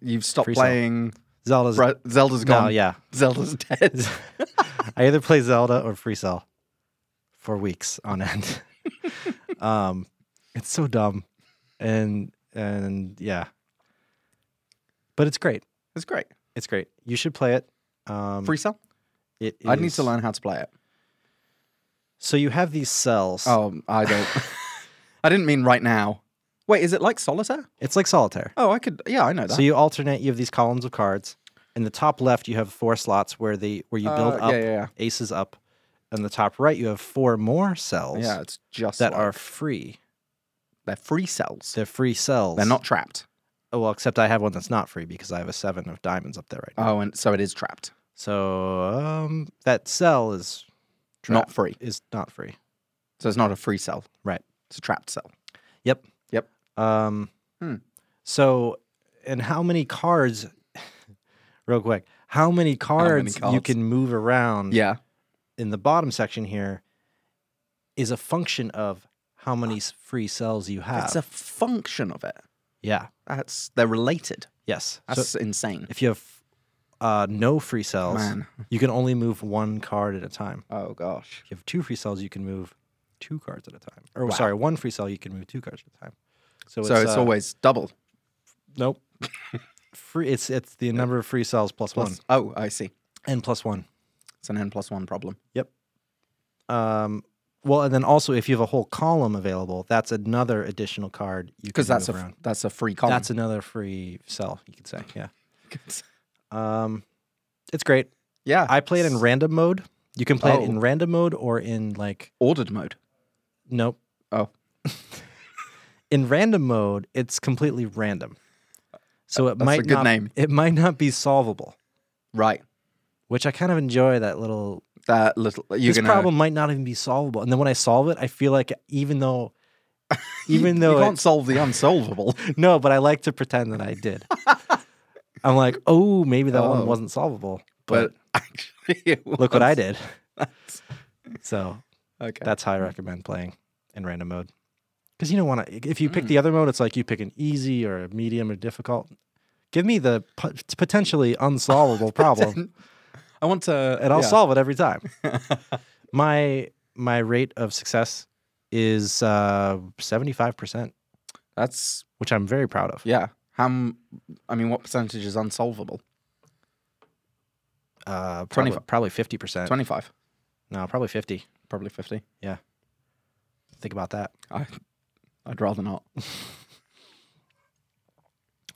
[SPEAKER 1] You've stopped
[SPEAKER 2] Free Cell.
[SPEAKER 1] playing.
[SPEAKER 2] Zelda's
[SPEAKER 1] Bro, Zelda's
[SPEAKER 2] no,
[SPEAKER 1] gone.
[SPEAKER 2] yeah. <laughs>
[SPEAKER 1] Zelda's dead.
[SPEAKER 2] I either play Zelda or free cell for weeks on end. <laughs> um, it's so dumb, and and yeah, but it's great.
[SPEAKER 1] it's great.
[SPEAKER 2] It's great. You should play it. Um,
[SPEAKER 1] Free cell.
[SPEAKER 2] it
[SPEAKER 1] I'd need to
[SPEAKER 2] is-
[SPEAKER 1] learn how to play it.
[SPEAKER 2] So you have these cells.
[SPEAKER 1] Oh, I
[SPEAKER 2] <laughs>
[SPEAKER 1] don't. I didn't mean right now. Wait, is it like solitaire?
[SPEAKER 2] It's like solitaire.
[SPEAKER 1] Oh, I could. Yeah, I know that.
[SPEAKER 2] So you alternate. You have these columns of cards. In the top left, you have four slots where the where you build
[SPEAKER 1] Uh,
[SPEAKER 2] up
[SPEAKER 1] Yeah, yeah,
[SPEAKER 2] aces up. In the top right, you have four more
[SPEAKER 1] yeah.
[SPEAKER 2] cells
[SPEAKER 1] Yeah, it's just
[SPEAKER 2] that
[SPEAKER 1] like-
[SPEAKER 2] are free.
[SPEAKER 1] they're free cells.
[SPEAKER 2] They're free cells.
[SPEAKER 1] They're not trapped.
[SPEAKER 2] Oh, well, except I have one that's not free because I have a seven of diamonds up there right now.
[SPEAKER 1] Oh, and so it is trapped,
[SPEAKER 2] So um, that cell is
[SPEAKER 1] not
[SPEAKER 2] trapped-
[SPEAKER 1] free.
[SPEAKER 2] Is not free.
[SPEAKER 1] So it's not a free cell.
[SPEAKER 2] Right.
[SPEAKER 1] It's a trapped cell.
[SPEAKER 2] Yep.
[SPEAKER 1] Yep.
[SPEAKER 2] Um,
[SPEAKER 1] Hmm.
[SPEAKER 2] So, and how many cards? <laughs> real quick, how many
[SPEAKER 1] many
[SPEAKER 2] cards, you
[SPEAKER 1] cards?
[SPEAKER 2] can move around?
[SPEAKER 1] Yeah.
[SPEAKER 2] in the bottom section here is a function of how many s- free cells you have.
[SPEAKER 1] It's a function of it.
[SPEAKER 2] yeah.
[SPEAKER 1] That's they're related.
[SPEAKER 2] Yes. So
[SPEAKER 1] That's insane.
[SPEAKER 2] if you have uh, no free cells,
[SPEAKER 1] Man.
[SPEAKER 2] you can only move one card at a time.
[SPEAKER 1] Oh gosh.
[SPEAKER 2] If you have two free cells, you can move two cards at a time. Or
[SPEAKER 1] Wow.
[SPEAKER 2] sorry, one free cell, you can move two cards at a time. So it's,
[SPEAKER 1] So it's
[SPEAKER 2] uh,
[SPEAKER 1] always double. <laughs>
[SPEAKER 2] nope. free. It's it's the number of free cells plus, plus one
[SPEAKER 1] Plus, oh, I see.
[SPEAKER 2] and plus one.
[SPEAKER 1] It's an n plus one problem.
[SPEAKER 2] Um, well, and then also if you have a whole column available, that's another additional card you can
[SPEAKER 1] Because that's a
[SPEAKER 2] move
[SPEAKER 1] f-
[SPEAKER 2] around.
[SPEAKER 1] <laughs> that's a free column.
[SPEAKER 2] That's another free cell, you could say. Yeah. Um, it's great.
[SPEAKER 1] yeah.
[SPEAKER 2] I play it in random mode. You can play
[SPEAKER 1] Oh.
[SPEAKER 2] it in random mode or in like
[SPEAKER 1] ordered mode.
[SPEAKER 2] nope.
[SPEAKER 1] Oh.
[SPEAKER 2] <laughs> in random mode, it's completely random. So it
[SPEAKER 1] That's a
[SPEAKER 2] might
[SPEAKER 1] good
[SPEAKER 2] not,
[SPEAKER 1] name.
[SPEAKER 2] It might not be solvable,
[SPEAKER 1] Right.
[SPEAKER 2] which I kind of enjoy that little
[SPEAKER 1] That little you're
[SPEAKER 2] this
[SPEAKER 1] gonna <laughs>
[SPEAKER 2] problem might not even be solvable. And then when I solve it, I feel like even though,
[SPEAKER 1] <laughs> you-
[SPEAKER 2] even
[SPEAKER 1] you
[SPEAKER 2] though
[SPEAKER 1] can't
[SPEAKER 2] it,
[SPEAKER 1] solve the
[SPEAKER 2] <laughs>
[SPEAKER 1] unsolvable.
[SPEAKER 2] no, but I like to pretend that
[SPEAKER 1] <laughs>
[SPEAKER 2] I did. I'm like, oh, maybe that
[SPEAKER 1] Oh.
[SPEAKER 2] one wasn't solvable,
[SPEAKER 1] but
[SPEAKER 2] but,
[SPEAKER 1] <laughs> actually it
[SPEAKER 2] look what I
[SPEAKER 1] was. <laughs>
[SPEAKER 2] did. so
[SPEAKER 1] Okay.
[SPEAKER 2] that's how I recommend playing in random mode. Because you don't want to. If you pick the other mode, it's like you pick an easy or a medium or difficult. Give me the po- potentially <laughs> unsolvable problem,
[SPEAKER 1] <laughs> I want to
[SPEAKER 2] and I'll
[SPEAKER 1] yeah.
[SPEAKER 2] solve it every <laughs> time. my my rate of success is seventy five percent,
[SPEAKER 1] That's
[SPEAKER 2] which I'm very proud of.
[SPEAKER 1] yeah. How m- I mean what percentage is unsolvable?
[SPEAKER 2] Uh, probably
[SPEAKER 1] 25
[SPEAKER 2] probably fifty percent.
[SPEAKER 1] 25,
[SPEAKER 2] No, probably fifty.
[SPEAKER 1] probably 50.
[SPEAKER 2] Think about that.
[SPEAKER 1] I I'd rather not.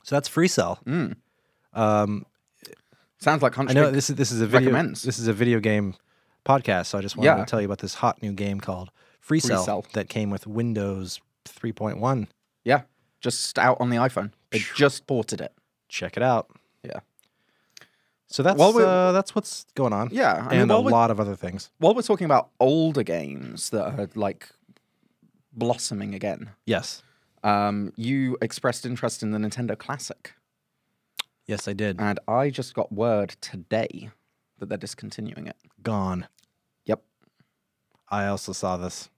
[SPEAKER 2] So that's free cell.
[SPEAKER 1] Mm.
[SPEAKER 2] Um,
[SPEAKER 1] Sounds like
[SPEAKER 2] I
[SPEAKER 1] country.
[SPEAKER 2] know this is this is a video
[SPEAKER 1] recommends.
[SPEAKER 2] this is a video game podcast, so I just wanted
[SPEAKER 1] Yeah.
[SPEAKER 2] to tell you about this hot new game called Free Cell,
[SPEAKER 1] Cell.
[SPEAKER 2] that came with Windows three point one.
[SPEAKER 1] Yeah. Just out on the iPhone. They
[SPEAKER 2] Phew.
[SPEAKER 1] just ported it.
[SPEAKER 2] Check it out.
[SPEAKER 1] Yeah.
[SPEAKER 2] So that's
[SPEAKER 1] Well, we-
[SPEAKER 2] uh, that's what's going on.
[SPEAKER 1] Yeah. I mean,
[SPEAKER 2] and a
[SPEAKER 1] while we're,
[SPEAKER 2] lot of other things.
[SPEAKER 1] while we're talking about older games that are like blossoming again,
[SPEAKER 2] Yes.
[SPEAKER 1] um, you expressed interest in the Nintendo Classic.
[SPEAKER 2] Yes, I did.
[SPEAKER 1] And I just got word today that they're discontinuing it.
[SPEAKER 2] Gone.
[SPEAKER 1] Yep.
[SPEAKER 2] I also saw this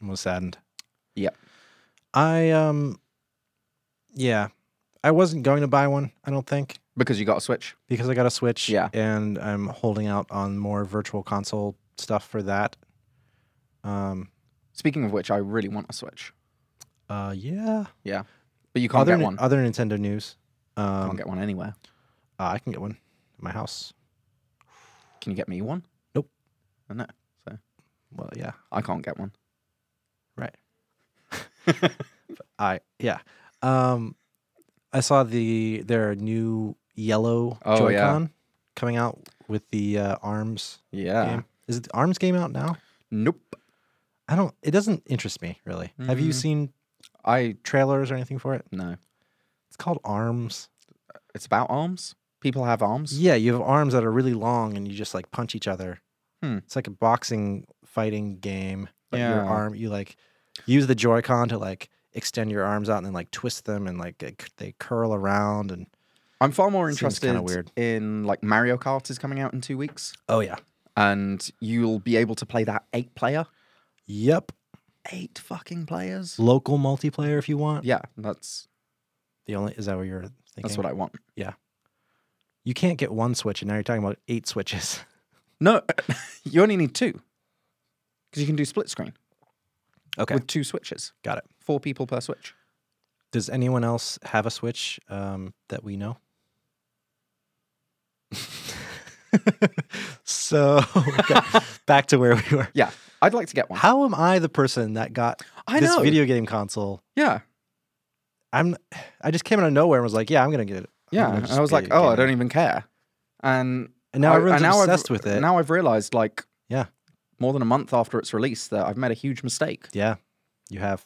[SPEAKER 2] and was saddened.
[SPEAKER 1] Yep.
[SPEAKER 2] I um yeah. I wasn't going to buy one, I don't think,
[SPEAKER 1] Because you got a Switch.
[SPEAKER 2] because I got a Switch
[SPEAKER 1] Yeah.
[SPEAKER 2] and I'm holding out on more virtual console stuff for that. Um
[SPEAKER 1] Speaking of which, I really want a Switch.
[SPEAKER 2] uh yeah.
[SPEAKER 1] But you can't
[SPEAKER 2] other
[SPEAKER 1] get
[SPEAKER 2] Ni-
[SPEAKER 1] one.
[SPEAKER 2] other Nintendo news. Um
[SPEAKER 1] can't get one anywhere.
[SPEAKER 2] uh, I can get one at my house.
[SPEAKER 1] Can you get me one?
[SPEAKER 2] Nope.
[SPEAKER 1] Oh, No.
[SPEAKER 2] Well, yeah.
[SPEAKER 1] I can't get one.
[SPEAKER 2] I yeah. Um I saw the their new yellow
[SPEAKER 1] Oh, yeah.
[SPEAKER 2] Joy-Con coming out with the uh, arms
[SPEAKER 1] <laughs> Yeah.
[SPEAKER 2] game. Is it the arms game out now?
[SPEAKER 1] Nope.
[SPEAKER 2] I don't. It doesn't interest me really. Have you
[SPEAKER 1] Mm.
[SPEAKER 2] seen
[SPEAKER 1] I
[SPEAKER 2] trailers or anything for it?
[SPEAKER 1] no.
[SPEAKER 2] It's called Arms.
[SPEAKER 1] It's about arms. People have arms.
[SPEAKER 2] Yeah, you have arms that are really long, and you just like punch each other.
[SPEAKER 1] Hmm.
[SPEAKER 2] It's like a boxing fighting game. But
[SPEAKER 1] Yeah.
[SPEAKER 2] your arm, you like use the Joy-Con to like extend your arms out and then like twist them and like it, they curl around and
[SPEAKER 1] I'm far more
[SPEAKER 2] Seems
[SPEAKER 1] interested
[SPEAKER 2] kinda weird.
[SPEAKER 1] in like Mario Kart is coming out in two weeks,
[SPEAKER 2] oh yeah,
[SPEAKER 1] and you'll be able to play that eight player.
[SPEAKER 2] yep,
[SPEAKER 1] Eight fucking players.
[SPEAKER 2] local multiplayer if you want.
[SPEAKER 1] Yeah, that's
[SPEAKER 2] The only is that what you're thinking?
[SPEAKER 1] that's what I want.
[SPEAKER 2] you can't get one switch, and now you're talking about eight switches. <laughs>
[SPEAKER 1] No, <laughs> you only need two because you can do split screen
[SPEAKER 2] Okay,
[SPEAKER 1] with two switches.
[SPEAKER 2] got it.
[SPEAKER 1] Four people per switch.
[SPEAKER 2] Does anyone else have a Switch um, that we know? <laughs> so <laughs> okay, back to where we were.
[SPEAKER 1] Yeah, I'd like to get one.
[SPEAKER 2] How am I the person that got
[SPEAKER 1] I
[SPEAKER 2] this
[SPEAKER 1] know.
[SPEAKER 2] video game console?
[SPEAKER 1] yeah,
[SPEAKER 2] I'm. I just came out of nowhere and was like, "Yeah, I'm gonna get it." I'm
[SPEAKER 1] yeah.
[SPEAKER 2] gonna
[SPEAKER 1] And
[SPEAKER 2] just
[SPEAKER 1] I was
[SPEAKER 2] be
[SPEAKER 1] like,
[SPEAKER 2] a
[SPEAKER 1] oh, I
[SPEAKER 2] gamer."
[SPEAKER 1] don't even care. And
[SPEAKER 2] And now
[SPEAKER 1] I-
[SPEAKER 2] everyone's
[SPEAKER 1] and now I've-
[SPEAKER 2] obsessed with it.
[SPEAKER 1] Now I've realized, like,
[SPEAKER 2] Yeah.
[SPEAKER 1] more than a month after its release, that I've made a huge mistake.
[SPEAKER 2] yeah, you have.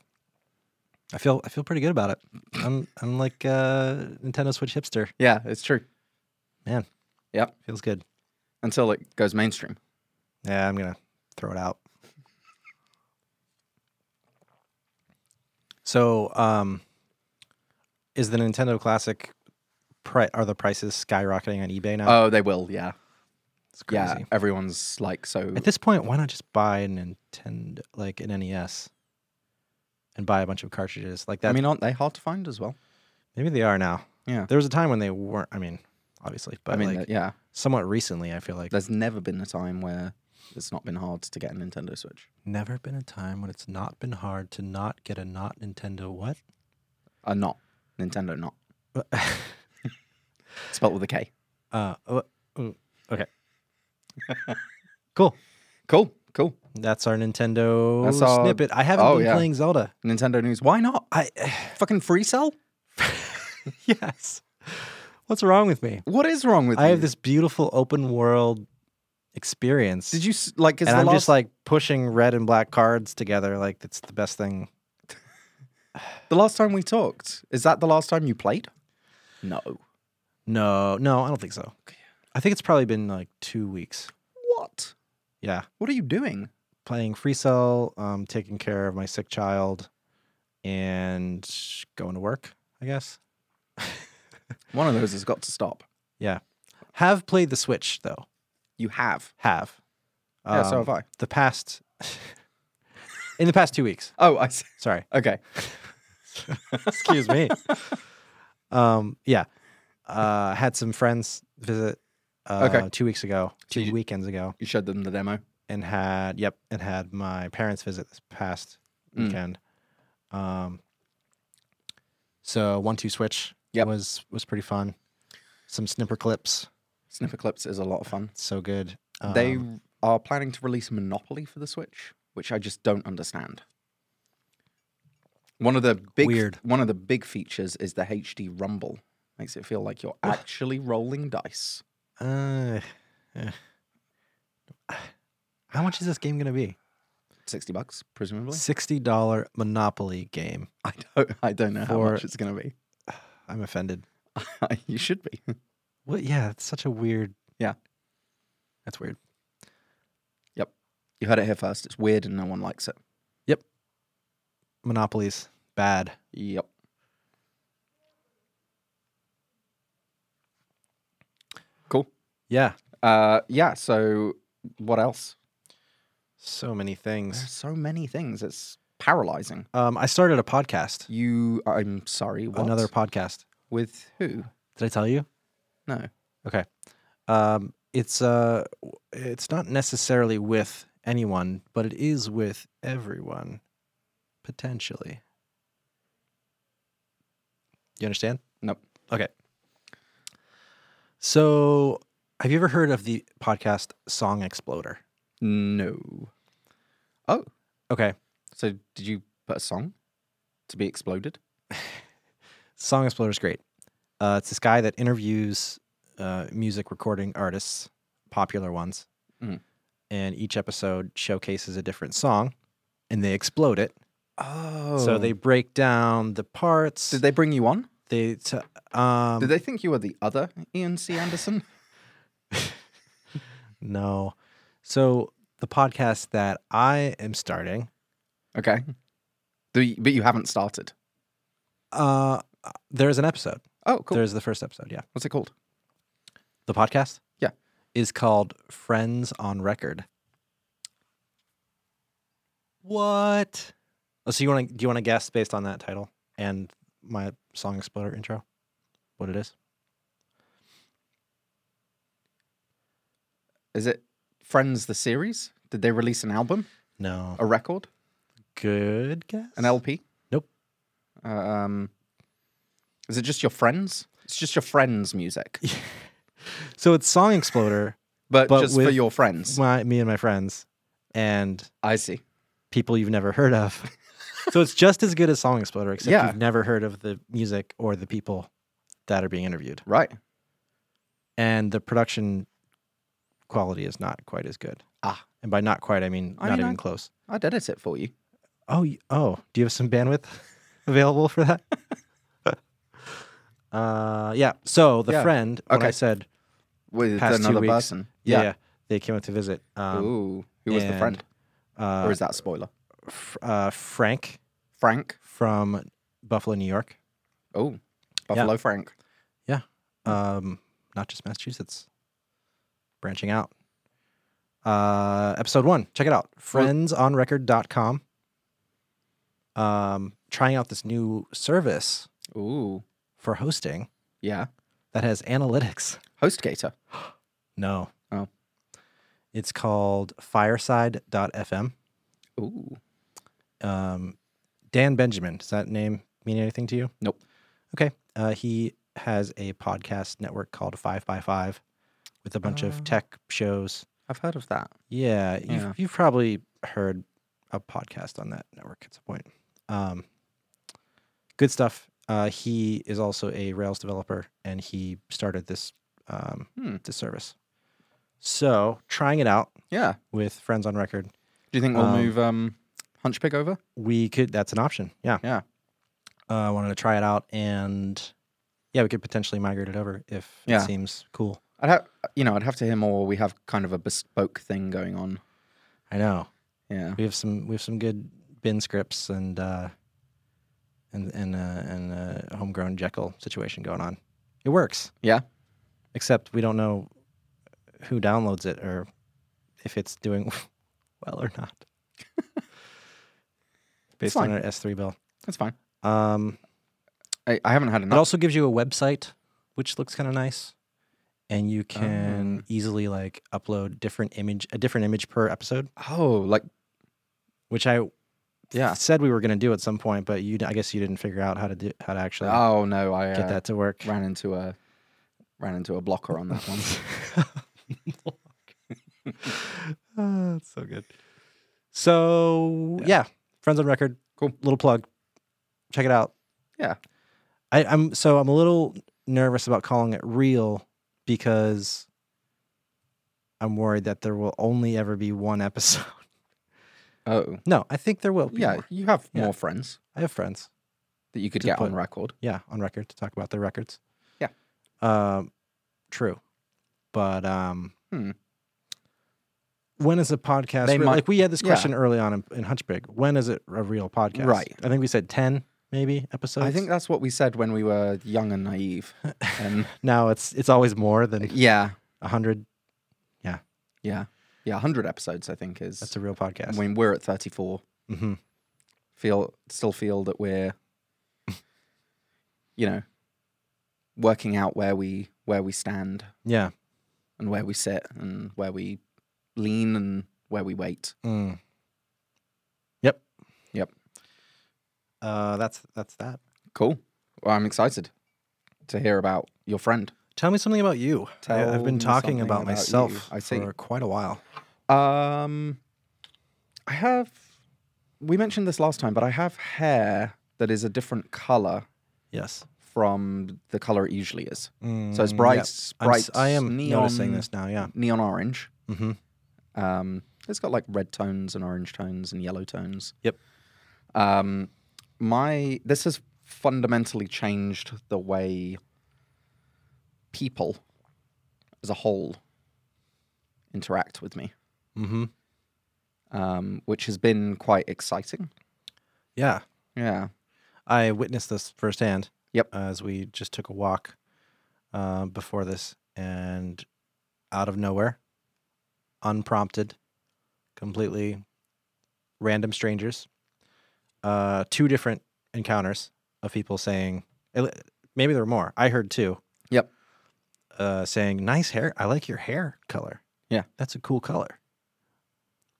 [SPEAKER 2] I feel. I feel pretty good about it. I'm. I'm like a Nintendo Switch hipster.
[SPEAKER 1] Yeah, it's true.
[SPEAKER 2] Feels good.
[SPEAKER 1] Until it goes mainstream.
[SPEAKER 2] Yeah, I'm gonna throw it out. So, um, is the Nintendo Classic? Pri- are the prices skyrocketing on eBay now?
[SPEAKER 1] Oh, they will. Yeah,
[SPEAKER 2] it's crazy.
[SPEAKER 1] yeah. Everyone's like, so
[SPEAKER 2] At this point, why not just buy a Nintendo, like an NES, and buy a bunch of cartridges like that?
[SPEAKER 1] I mean, aren't they hard to find as well?
[SPEAKER 2] maybe they are now.
[SPEAKER 1] Yeah.
[SPEAKER 2] there was a time when they weren't. I mean, obviously, but
[SPEAKER 1] I mean,
[SPEAKER 2] like
[SPEAKER 1] uh, yeah.
[SPEAKER 2] somewhat recently, I feel like
[SPEAKER 1] There's never been a time where it's not been hard to get a Nintendo Switch.
[SPEAKER 2] never been a time when it's not been hard to not get a not Nintendo what. <laughs>
[SPEAKER 1] Uh, not Nintendo, not spelt with a K.
[SPEAKER 2] Uh, uh, mm, okay. cool.
[SPEAKER 1] Cool, cool.
[SPEAKER 2] That's our Nintendo
[SPEAKER 1] That's our-
[SPEAKER 2] snippet. I haven't
[SPEAKER 1] Oh,
[SPEAKER 2] been
[SPEAKER 1] yeah.
[SPEAKER 2] playing Zelda.
[SPEAKER 1] Nintendo news. Why not?
[SPEAKER 2] I
[SPEAKER 1] Fucking free cell.
[SPEAKER 2] <laughs> yes. What's wrong with me?
[SPEAKER 1] What is wrong with
[SPEAKER 2] I
[SPEAKER 1] you?
[SPEAKER 2] have this beautiful open world experience.
[SPEAKER 1] Did you s- like? Is
[SPEAKER 2] and
[SPEAKER 1] the
[SPEAKER 2] I'm
[SPEAKER 1] last...
[SPEAKER 2] just like pushing red and black cards together. Like it's the best thing.
[SPEAKER 1] The last time we talked, is that the last time you played? No.
[SPEAKER 2] No, no, I don't think so.
[SPEAKER 1] Okay.
[SPEAKER 2] I think it's probably been like two weeks.
[SPEAKER 1] What?
[SPEAKER 2] Yeah,
[SPEAKER 1] What are you doing?
[SPEAKER 2] playing free cell, um, taking care of my sick child, and going to work. I guess.
[SPEAKER 1] One of those has got to stop.
[SPEAKER 2] Have played the Switch though.
[SPEAKER 1] You have.
[SPEAKER 2] Have.
[SPEAKER 1] Yeah, so
[SPEAKER 2] Um,
[SPEAKER 1] have I.
[SPEAKER 2] The past. <laughs> in the past two weeks.
[SPEAKER 1] Oh, I see.
[SPEAKER 2] Sorry.
[SPEAKER 1] <laughs> Okay.
[SPEAKER 2] Excuse me. <laughs> um. Yeah. Uh. Had some friends visit. Uh,
[SPEAKER 1] Okay.
[SPEAKER 2] Two weeks ago. Two
[SPEAKER 1] you-
[SPEAKER 2] weekends ago.
[SPEAKER 1] You showed them the demo.
[SPEAKER 2] and had yep and had my parents visit this past
[SPEAKER 1] Mm.
[SPEAKER 2] weekend um so one two switch
[SPEAKER 1] Yep.
[SPEAKER 2] was was pretty fun some snipper clips
[SPEAKER 1] Snipper clips is a lot of fun.
[SPEAKER 2] so good
[SPEAKER 1] they
[SPEAKER 2] Um,
[SPEAKER 1] are planning to release Monopoly for the Switch, which I just don't understand. One of the big
[SPEAKER 2] Weird.
[SPEAKER 1] one of the big features is the HD rumble. Makes it feel like you're actually rolling dice.
[SPEAKER 2] uh, <sighs> eh. how much is this game gonna be
[SPEAKER 1] 60 bucks, presumably.
[SPEAKER 2] sixty dollar monopoly game
[SPEAKER 1] <laughs> I don't I don't know how
[SPEAKER 2] For-
[SPEAKER 1] much it's going to be. <laughs>
[SPEAKER 2] i'm offended
[SPEAKER 1] you should be.
[SPEAKER 2] what yeah it's such a weird
[SPEAKER 1] Yeah.
[SPEAKER 2] that's weird
[SPEAKER 1] You heard it here first. It's weird and no one likes it.
[SPEAKER 2] monopolies bad
[SPEAKER 1] Yep. Cool.
[SPEAKER 2] yeah
[SPEAKER 1] Uh, yeah. So what else?
[SPEAKER 2] so many
[SPEAKER 1] There's
[SPEAKER 2] things
[SPEAKER 1] so many things. It's paralyzing.
[SPEAKER 2] um i started a podcast
[SPEAKER 1] You. I'm sorry. What?
[SPEAKER 2] another podcast
[SPEAKER 1] with who?
[SPEAKER 2] Did I tell you?
[SPEAKER 1] No.
[SPEAKER 2] Okay. Um, it's uh, w- it's not necessarily with anyone, but it is with everyone, potentially. You understand?
[SPEAKER 1] Nope.
[SPEAKER 2] Okay. So, have you ever heard of the podcast Song Exploder?
[SPEAKER 1] No.
[SPEAKER 2] Okay.
[SPEAKER 1] So did you put a song to be exploded?
[SPEAKER 2] Song Exploder is great. Uh, it's this guy that interviews uh, music recording artists, popular ones,
[SPEAKER 1] Mhm.
[SPEAKER 2] and each episode showcases a different song, and they explode it.
[SPEAKER 1] Oh.
[SPEAKER 2] So they break down the parts.
[SPEAKER 1] did they bring you on?
[SPEAKER 2] they t- um,
[SPEAKER 1] Did they think you were the other Ian C. Anderson?
[SPEAKER 2] no. So the podcast that I am starting,
[SPEAKER 1] <laughs> okay. Do you- but you haven't started.
[SPEAKER 2] uh, there's an episode.
[SPEAKER 1] Oh, cool.
[SPEAKER 2] There's the first episode. Yeah,
[SPEAKER 1] What's it called?
[SPEAKER 2] the podcast.
[SPEAKER 1] Yeah.
[SPEAKER 2] is called Friends on Record. What? Oh, so you want to? Do you want to guess based on that title and my song exploder intro? What it is?
[SPEAKER 1] Is it Friends the series? Did they release an album,
[SPEAKER 2] No.
[SPEAKER 1] a record,
[SPEAKER 2] Good guess.
[SPEAKER 1] an LP?
[SPEAKER 2] Nope.
[SPEAKER 1] Um, is it just your friends? It's just your friends' music,
[SPEAKER 2] So it's Song Exploder,
[SPEAKER 1] but,
[SPEAKER 2] But
[SPEAKER 1] just for
[SPEAKER 2] with-
[SPEAKER 1] your friends.
[SPEAKER 2] my, me and my friends, and
[SPEAKER 1] I see.
[SPEAKER 2] people you've never heard of. so it's just as good as Song Exploder, except
[SPEAKER 1] Yeah.
[SPEAKER 2] you've never heard of the music or the people that are being interviewed.
[SPEAKER 1] Right.
[SPEAKER 2] And the production quality is not quite as good.
[SPEAKER 1] Ah.
[SPEAKER 2] And by not quite, I mean
[SPEAKER 1] I
[SPEAKER 2] not
[SPEAKER 1] mean, I-
[SPEAKER 2] even close.
[SPEAKER 1] I'd edit it for you.
[SPEAKER 2] Oh, y- oh, do you have some bandwidth <laughs> available for that? <laughs> uh, yeah. So the
[SPEAKER 1] Yeah.
[SPEAKER 2] friend, when I
[SPEAKER 1] Okay.
[SPEAKER 2] said,
[SPEAKER 1] With
[SPEAKER 2] Past two
[SPEAKER 1] another
[SPEAKER 2] weeks.
[SPEAKER 1] person.
[SPEAKER 2] yeah, yeah, they came up to visit. Um,
[SPEAKER 1] Ooh. Who was the friend?
[SPEAKER 2] Uh,
[SPEAKER 1] or is that a spoiler?
[SPEAKER 2] F- uh, Frank
[SPEAKER 1] Frank.
[SPEAKER 2] from Buffalo, New York.
[SPEAKER 1] Oh, Buffalo Frank. Hmm.
[SPEAKER 2] Um, not just Massachusetts. Branching out. Uh, episode one. Check it out. Friendsonrecord.com. Um, trying out this new service
[SPEAKER 1] Ooh.
[SPEAKER 2] for hosting
[SPEAKER 1] Yeah.
[SPEAKER 2] that has analytics. <laughs>
[SPEAKER 1] Hostgator.
[SPEAKER 2] No.
[SPEAKER 1] Oh.
[SPEAKER 2] It's called fireside.fm.
[SPEAKER 1] Ooh.
[SPEAKER 2] um, Dan Benjamin. Does that name mean anything to you?
[SPEAKER 1] Nope.
[SPEAKER 2] Okay. Uh, he has a podcast network called Five by Five with a bunch
[SPEAKER 1] Oh.
[SPEAKER 2] of tech shows.
[SPEAKER 1] I've heard of that.
[SPEAKER 2] Yeah, you've,
[SPEAKER 1] Yeah.
[SPEAKER 2] you've probably heard a podcast on that network at some point. Um, good stuff. Uh, he is also a Rails developer, and he started this um,
[SPEAKER 1] Hmm.
[SPEAKER 2] this service. So trying it out
[SPEAKER 1] Yeah.
[SPEAKER 2] with friends on record,
[SPEAKER 1] Do you think we'll
[SPEAKER 2] Um,
[SPEAKER 1] move um, Hunchpig over?
[SPEAKER 2] we could. That's an option. Yeah,
[SPEAKER 1] Yeah.
[SPEAKER 2] Uh, I wanted to try it out, and yeah, we could potentially migrate it over if
[SPEAKER 1] Yeah.
[SPEAKER 2] it seems cool.
[SPEAKER 1] I'd have, you know, I'd have to hear more. We have kind of a bespoke thing going on.
[SPEAKER 2] I know
[SPEAKER 1] Yeah.
[SPEAKER 2] we have some we have some good bin scripts and uh, and and uh, and uh, homegrown Jekyll situation going on. It works,
[SPEAKER 1] Yeah.
[SPEAKER 2] except we don't know who downloads it or if it's doing <laughs> well or
[SPEAKER 1] <laughs>
[SPEAKER 2] not. Based on
[SPEAKER 1] fine.
[SPEAKER 2] our S3 bill.
[SPEAKER 1] That's fine.
[SPEAKER 2] Um,
[SPEAKER 1] I, I haven't had
[SPEAKER 2] It
[SPEAKER 1] enough.
[SPEAKER 2] also gives you a website, which looks kind of nice, and you can
[SPEAKER 1] Um.
[SPEAKER 2] easily like upload different image, a different image per episode,
[SPEAKER 1] Oh, like
[SPEAKER 2] which I
[SPEAKER 1] yeah.
[SPEAKER 2] said we were going to do at some point, but you, I guess you didn't figure out how to do how to actually
[SPEAKER 1] Oh no, I uh,
[SPEAKER 2] get that to work.
[SPEAKER 1] <laughs> ran into a ran into a blocker on that one.
[SPEAKER 2] <laughs> Ah, that's so good. So yeah. friends on record.
[SPEAKER 1] Cool.
[SPEAKER 2] Little plug. Check it out.
[SPEAKER 1] Yeah.
[SPEAKER 2] I, I'm so I'm a little nervous about calling it real because I'm worried that there will only ever be one episode. <laughs>
[SPEAKER 1] oh,
[SPEAKER 2] No, I think there will. Be
[SPEAKER 1] yeah.
[SPEAKER 2] more.
[SPEAKER 1] You have
[SPEAKER 2] Yeah.
[SPEAKER 1] more friends
[SPEAKER 2] I have friends.
[SPEAKER 1] that you could
[SPEAKER 2] To
[SPEAKER 1] get
[SPEAKER 2] put-
[SPEAKER 1] on record.
[SPEAKER 2] yeah, on record to talk about their records.
[SPEAKER 1] Yeah.
[SPEAKER 2] Um, true. But um,
[SPEAKER 1] Hmm.
[SPEAKER 2] when is a podcast?
[SPEAKER 1] They
[SPEAKER 2] real-
[SPEAKER 1] might-
[SPEAKER 2] like we had this
[SPEAKER 1] yeah.
[SPEAKER 2] question early on in, in Hunchback. When is it a real podcast?
[SPEAKER 1] Right.
[SPEAKER 2] I think we said ten maybe episodes.
[SPEAKER 1] I think that's what we said when we were young and
[SPEAKER 2] <laughs>
[SPEAKER 1] naive. And
[SPEAKER 2] now it's it's always more than
[SPEAKER 1] yeah,
[SPEAKER 2] hundred.
[SPEAKER 1] yeah, yeah. Hundred episodes, I think, is.
[SPEAKER 2] That's a real podcast.
[SPEAKER 1] I mean, we're at thirty-four.
[SPEAKER 2] hmm
[SPEAKER 1] Feel still feel that
[SPEAKER 2] <laughs>
[SPEAKER 1] we're, you know, working out where we where we stand
[SPEAKER 2] Yeah.
[SPEAKER 1] and where we sit and where we lean and where we wait.
[SPEAKER 2] Mm. Yep.
[SPEAKER 1] Yep.
[SPEAKER 2] Uh, that's that's that.
[SPEAKER 1] Cool. Well, I'm excited to hear about your friend.
[SPEAKER 2] Tell me something about you. I,
[SPEAKER 1] Tell
[SPEAKER 2] have been
[SPEAKER 1] me
[SPEAKER 2] talking
[SPEAKER 1] something
[SPEAKER 2] about,
[SPEAKER 1] about you.
[SPEAKER 2] myself
[SPEAKER 1] I see.
[SPEAKER 2] for quite a while.
[SPEAKER 1] Um, I have. We mentioned this last time, but I have hair that is a different color
[SPEAKER 2] Yes.
[SPEAKER 1] from the color it usually is. So it's
[SPEAKER 2] Mm,
[SPEAKER 1] bright,
[SPEAKER 2] yep. I'm
[SPEAKER 1] bright.
[SPEAKER 2] s- I am
[SPEAKER 1] neon,
[SPEAKER 2] noticing this now. Yeah.
[SPEAKER 1] Neon orange.
[SPEAKER 2] Mhm.
[SPEAKER 1] Um, it's got like red tones and orange tones and yellow tones.
[SPEAKER 2] Yep.
[SPEAKER 1] Um, my this has fundamentally changed the way people, as a whole, interact with me,
[SPEAKER 2] Mhm.
[SPEAKER 1] um, which has been quite exciting.
[SPEAKER 2] Yeah.
[SPEAKER 1] Yeah.
[SPEAKER 2] I witnessed this firsthand.
[SPEAKER 1] Yep.
[SPEAKER 2] As we just took a walk uh, before this, and out of nowhere, unprompted, completely random strangers, uh, two different encounters of people saying, it- maybe there were more. I heard two.
[SPEAKER 1] Yep.
[SPEAKER 2] Uh, saying, "Nice hair. I like your hair color.
[SPEAKER 1] Yeah.
[SPEAKER 2] that's a cool color."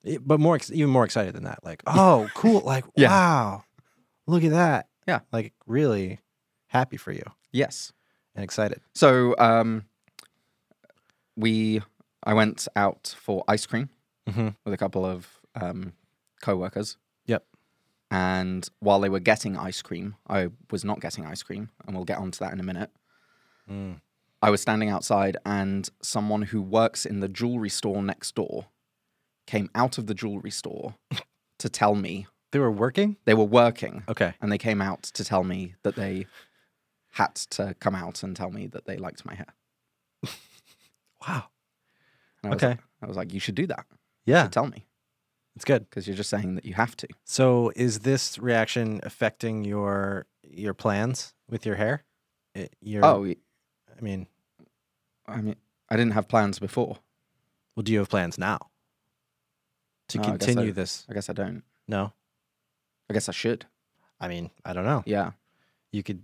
[SPEAKER 2] It- but more, ex- even more excited than that. Like, oh,
[SPEAKER 1] <laughs>
[SPEAKER 2] cool! Like,
[SPEAKER 1] Yeah.
[SPEAKER 2] wow, look at that.
[SPEAKER 1] Yeah.
[SPEAKER 2] like really happy for you
[SPEAKER 1] Yes.
[SPEAKER 2] and excited.
[SPEAKER 1] So um, we I went out for ice cream
[SPEAKER 2] Mhm.
[SPEAKER 1] with a couple of um, co-workers.
[SPEAKER 2] Yep.
[SPEAKER 1] And while they were getting ice cream, I was not getting ice cream, and we'll get onto that in a minute.
[SPEAKER 2] Mm.
[SPEAKER 1] I was standing outside, and someone who works in the jewelry store next door came out of the jewelry store to tell me
[SPEAKER 2] They were working.
[SPEAKER 1] they were working,
[SPEAKER 2] Okay.
[SPEAKER 1] and they came out to tell me that they had to come out and tell me that they liked my hair.
[SPEAKER 2] Wow.
[SPEAKER 1] And I was
[SPEAKER 2] Okay. Ah.
[SPEAKER 1] like- I was like, you should do that.
[SPEAKER 2] Yeah,
[SPEAKER 1] Tell me,
[SPEAKER 2] it's good.
[SPEAKER 1] because you're just saying that you have to.
[SPEAKER 2] So, is this reaction affecting your your plans with your hair? It, your,
[SPEAKER 1] Oh, y-
[SPEAKER 2] I mean,
[SPEAKER 1] I mean, I didn't have plans before.
[SPEAKER 2] well, do you have plans now to
[SPEAKER 1] No, Oh, I guess I-
[SPEAKER 2] continue this?
[SPEAKER 1] I guess I don't.
[SPEAKER 2] No.
[SPEAKER 1] I guess I should.
[SPEAKER 2] I mean, I don't know.
[SPEAKER 1] Yeah.
[SPEAKER 2] You could,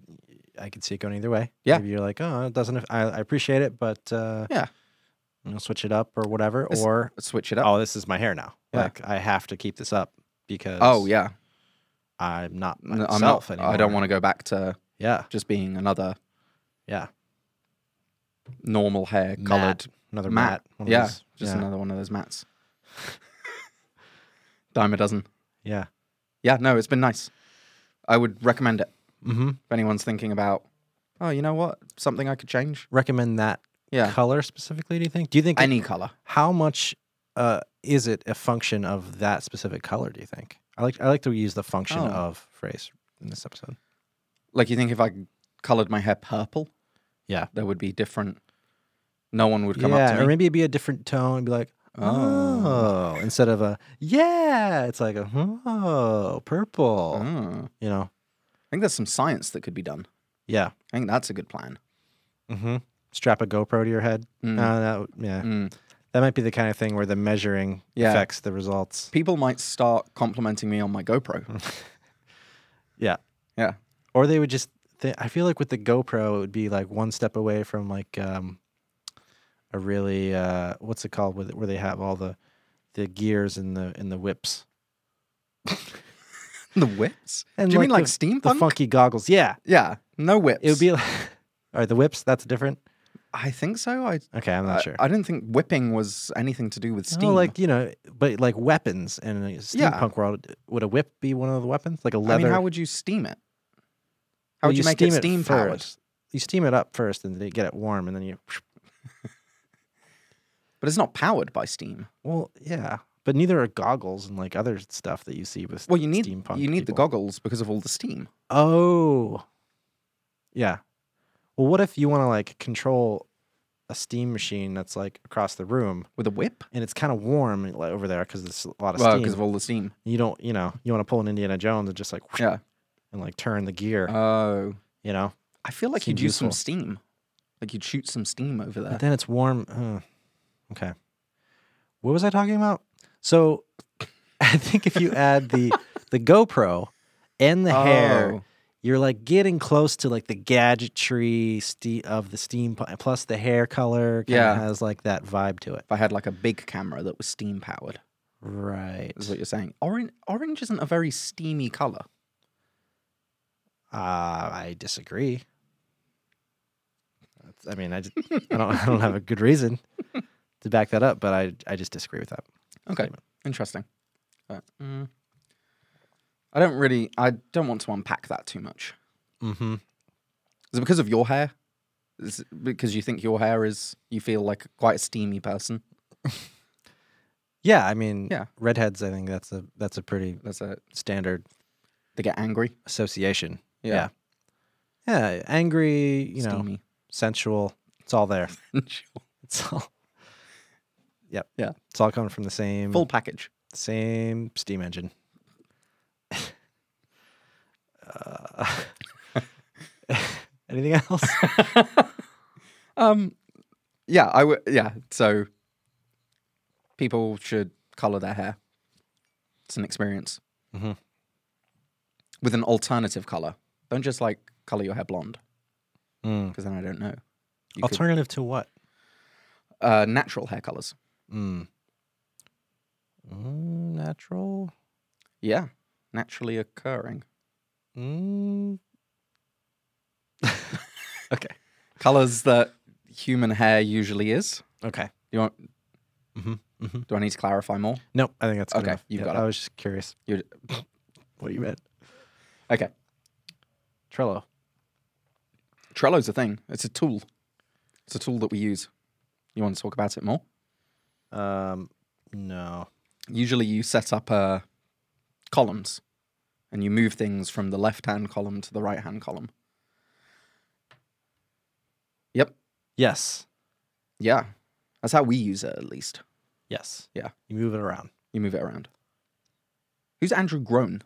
[SPEAKER 2] I could see it going either way.
[SPEAKER 1] Yeah.
[SPEAKER 2] Maybe you're like, oh, it doesn't. I, I appreciate it, but uh,
[SPEAKER 1] Yeah.
[SPEAKER 2] you know, switch it up or whatever.
[SPEAKER 1] It's-
[SPEAKER 2] or
[SPEAKER 1] Let's switch it up.
[SPEAKER 2] oh, this is my hair now.
[SPEAKER 1] Yeah.
[SPEAKER 2] Like I have to keep this up because
[SPEAKER 1] Oh, yeah.
[SPEAKER 2] I'm not
[SPEAKER 1] No,
[SPEAKER 2] myself
[SPEAKER 1] I'm not,
[SPEAKER 2] anymore.
[SPEAKER 1] I don't want to go back to
[SPEAKER 2] Yeah,
[SPEAKER 1] just being another
[SPEAKER 2] yeah.
[SPEAKER 1] normal hair
[SPEAKER 2] Matt.
[SPEAKER 1] colored.
[SPEAKER 2] Another
[SPEAKER 1] Matt.
[SPEAKER 2] mat. one of
[SPEAKER 1] Yeah.
[SPEAKER 2] those-
[SPEAKER 1] Just
[SPEAKER 2] yeah.
[SPEAKER 1] another one of those <laughs> mats. Dime a dozen.
[SPEAKER 2] yeah.
[SPEAKER 1] Yeah. No, it's been nice. I would recommend it.
[SPEAKER 2] Mm-hmm.
[SPEAKER 1] If anyone's thinking about, oh, you know what, something I could change.
[SPEAKER 2] Recommend that
[SPEAKER 1] Yeah,
[SPEAKER 2] color specifically. Do you think? Do you think?
[SPEAKER 1] any color.
[SPEAKER 2] how much uh, is it a function of that specific color? Do you think? I like I like to use the function
[SPEAKER 1] Oh.
[SPEAKER 2] of phrase in this episode.
[SPEAKER 1] Like you think if I colored my hair purple,
[SPEAKER 2] Yeah.
[SPEAKER 1] there would be different. No one would come
[SPEAKER 2] yeah,
[SPEAKER 1] up to me.
[SPEAKER 2] or maybe it'd be a different tone. Be like,
[SPEAKER 1] Oh.
[SPEAKER 2] oh, instead of a yeah, it's like a oh, purple.
[SPEAKER 1] Oh. I
[SPEAKER 2] You know,
[SPEAKER 1] think there's some science that could be done.
[SPEAKER 2] yeah.
[SPEAKER 1] I think that's a good plan.
[SPEAKER 2] Mm-hmm. Strap a GoPro to your head.
[SPEAKER 1] Mm.
[SPEAKER 2] Uh, that w- yeah,
[SPEAKER 1] Mm.
[SPEAKER 2] that might be the kind of thing where the measuring
[SPEAKER 1] Yeah.
[SPEAKER 2] affects the results.
[SPEAKER 1] People might start complimenting me on my
[SPEAKER 2] <laughs>
[SPEAKER 1] GoPro.
[SPEAKER 2] Yeah.
[SPEAKER 1] Yeah.
[SPEAKER 2] Or they would just. Th- I feel like with the GoPro, it would be like one step away from like um, a really uh, what's it called with where they have all the the gears and the and the whips.
[SPEAKER 1] the whips?
[SPEAKER 2] And
[SPEAKER 1] Do you mean like
[SPEAKER 2] the,
[SPEAKER 1] steampunk?
[SPEAKER 2] the funky goggles? Yeah,
[SPEAKER 1] Yeah, no whips.
[SPEAKER 2] it would be. Like, <laughs> all right, the whips. That's different.
[SPEAKER 1] I think so. I,
[SPEAKER 2] Okay, I'm not
[SPEAKER 1] I,
[SPEAKER 2] sure.
[SPEAKER 1] I didn't think whipping was anything to do with Uh, steam.
[SPEAKER 2] Oh, like you know, but like weapons in a steampunk
[SPEAKER 1] Yeah.
[SPEAKER 2] world, would a whip be one of the weapons? Like a
[SPEAKER 1] I
[SPEAKER 2] leather?
[SPEAKER 1] mean, how would you steam it? How
[SPEAKER 2] Well,
[SPEAKER 1] would you, make
[SPEAKER 2] steam
[SPEAKER 1] it steam powered?
[SPEAKER 2] first. You steam it up first, and then you get it warm, and then you.
[SPEAKER 1] But it's not powered by steam.
[SPEAKER 2] Well, yeah, but neither are goggles and like other stuff that you see with.
[SPEAKER 1] Well, you need
[SPEAKER 2] steampunk
[SPEAKER 1] you need the
[SPEAKER 2] people.
[SPEAKER 1] goggles because of all the steam.
[SPEAKER 2] Oh, yeah. Well, what if you want to like control a steam machine that's like across the room,
[SPEAKER 1] With a whip?
[SPEAKER 2] and it's kind of warm like, over there because there's a lot of
[SPEAKER 1] Well,
[SPEAKER 2] steam.
[SPEAKER 1] because of all the steam.
[SPEAKER 2] you don't, you know, you want to pull an Indiana Jones and just like
[SPEAKER 1] Yeah.
[SPEAKER 2] and like turn the gear,
[SPEAKER 1] Oh.
[SPEAKER 2] you know.
[SPEAKER 1] I feel like
[SPEAKER 2] Seems
[SPEAKER 1] you'd use some
[SPEAKER 2] useful.
[SPEAKER 1] steam. Like you'd shoot some steam over there.
[SPEAKER 2] But then it's warm. uh, okay. What was I talking about? So <laughs> I think if you add the the GoPro and the hair,
[SPEAKER 1] Oh,
[SPEAKER 2] you're like getting close to like the gadgetry ste- of the steam pu- plus the hair color kinda
[SPEAKER 1] Yeah.
[SPEAKER 2] has like that vibe to it.
[SPEAKER 1] If I had like a big camera that was steam powered,
[SPEAKER 2] Right.
[SPEAKER 1] is what you're saying. Orange orange isn't a very steamy color.
[SPEAKER 2] Uh, I disagree. That's- I
[SPEAKER 1] <laughs>
[SPEAKER 2] mean, I, just, I don't I don't have a good reason to back that up, but I I just disagree with that.
[SPEAKER 1] Okay, interesting. But, mm, I don't really. I don't want to unpack that too much.
[SPEAKER 2] Mhm.
[SPEAKER 1] Is it because of your hair? Is it because you think your hair is? You feel like quite a steamy person.
[SPEAKER 2] Yeah, I mean,
[SPEAKER 1] Yeah.
[SPEAKER 2] redheads. I think that's a that's a pretty
[SPEAKER 1] That's it.
[SPEAKER 2] standard
[SPEAKER 1] They get angry.
[SPEAKER 2] association. Yeah, angry, you know,
[SPEAKER 1] steamy. <laughs>
[SPEAKER 2] sensual. It's all there.
[SPEAKER 1] Sure.
[SPEAKER 2] It's all. Yep.
[SPEAKER 1] Yeah.
[SPEAKER 2] It's all coming from the same
[SPEAKER 1] Full package.
[SPEAKER 2] same steam engine. uh, <laughs> anything else?
[SPEAKER 1] Um, yeah, I would. Yeah, so people should color their hair. It's an experience
[SPEAKER 2] Mhm.
[SPEAKER 1] with an alternative color. Don't just like color your hair blonde
[SPEAKER 2] <laughs> Mm.
[SPEAKER 1] because then I don't know. You could-
[SPEAKER 2] Alternative to what?
[SPEAKER 1] uh, natural hair colors.
[SPEAKER 2] Mm. Mm, natural.
[SPEAKER 1] Yeah, naturally occurring
[SPEAKER 2] Mm. <laughs> okay.
[SPEAKER 1] colors that human hair usually is.
[SPEAKER 2] Okay.
[SPEAKER 1] You want?
[SPEAKER 2] Mhm, mhm.
[SPEAKER 1] Do I need to clarify more?
[SPEAKER 2] Nope, I think that's good
[SPEAKER 1] Okay,
[SPEAKER 2] enough.
[SPEAKER 1] you've
[SPEAKER 2] Yeah,
[SPEAKER 1] got
[SPEAKER 2] I
[SPEAKER 1] it.
[SPEAKER 2] was just curious
[SPEAKER 1] You
[SPEAKER 2] what you meant.
[SPEAKER 1] okay?
[SPEAKER 2] Trello.
[SPEAKER 1] Trello's a thing. It's a tool. It's a tool that we use. You want to talk about it more?
[SPEAKER 2] Um, no.
[SPEAKER 1] usually you set up uh, columns and you move things from the left hand column to the right hand column. Yep.
[SPEAKER 2] Yes.
[SPEAKER 1] Yeah. That's how we use it, at least.
[SPEAKER 2] Yes.
[SPEAKER 1] Yeah.
[SPEAKER 2] You move it around.
[SPEAKER 1] You move it around. Who's Andrew Groan?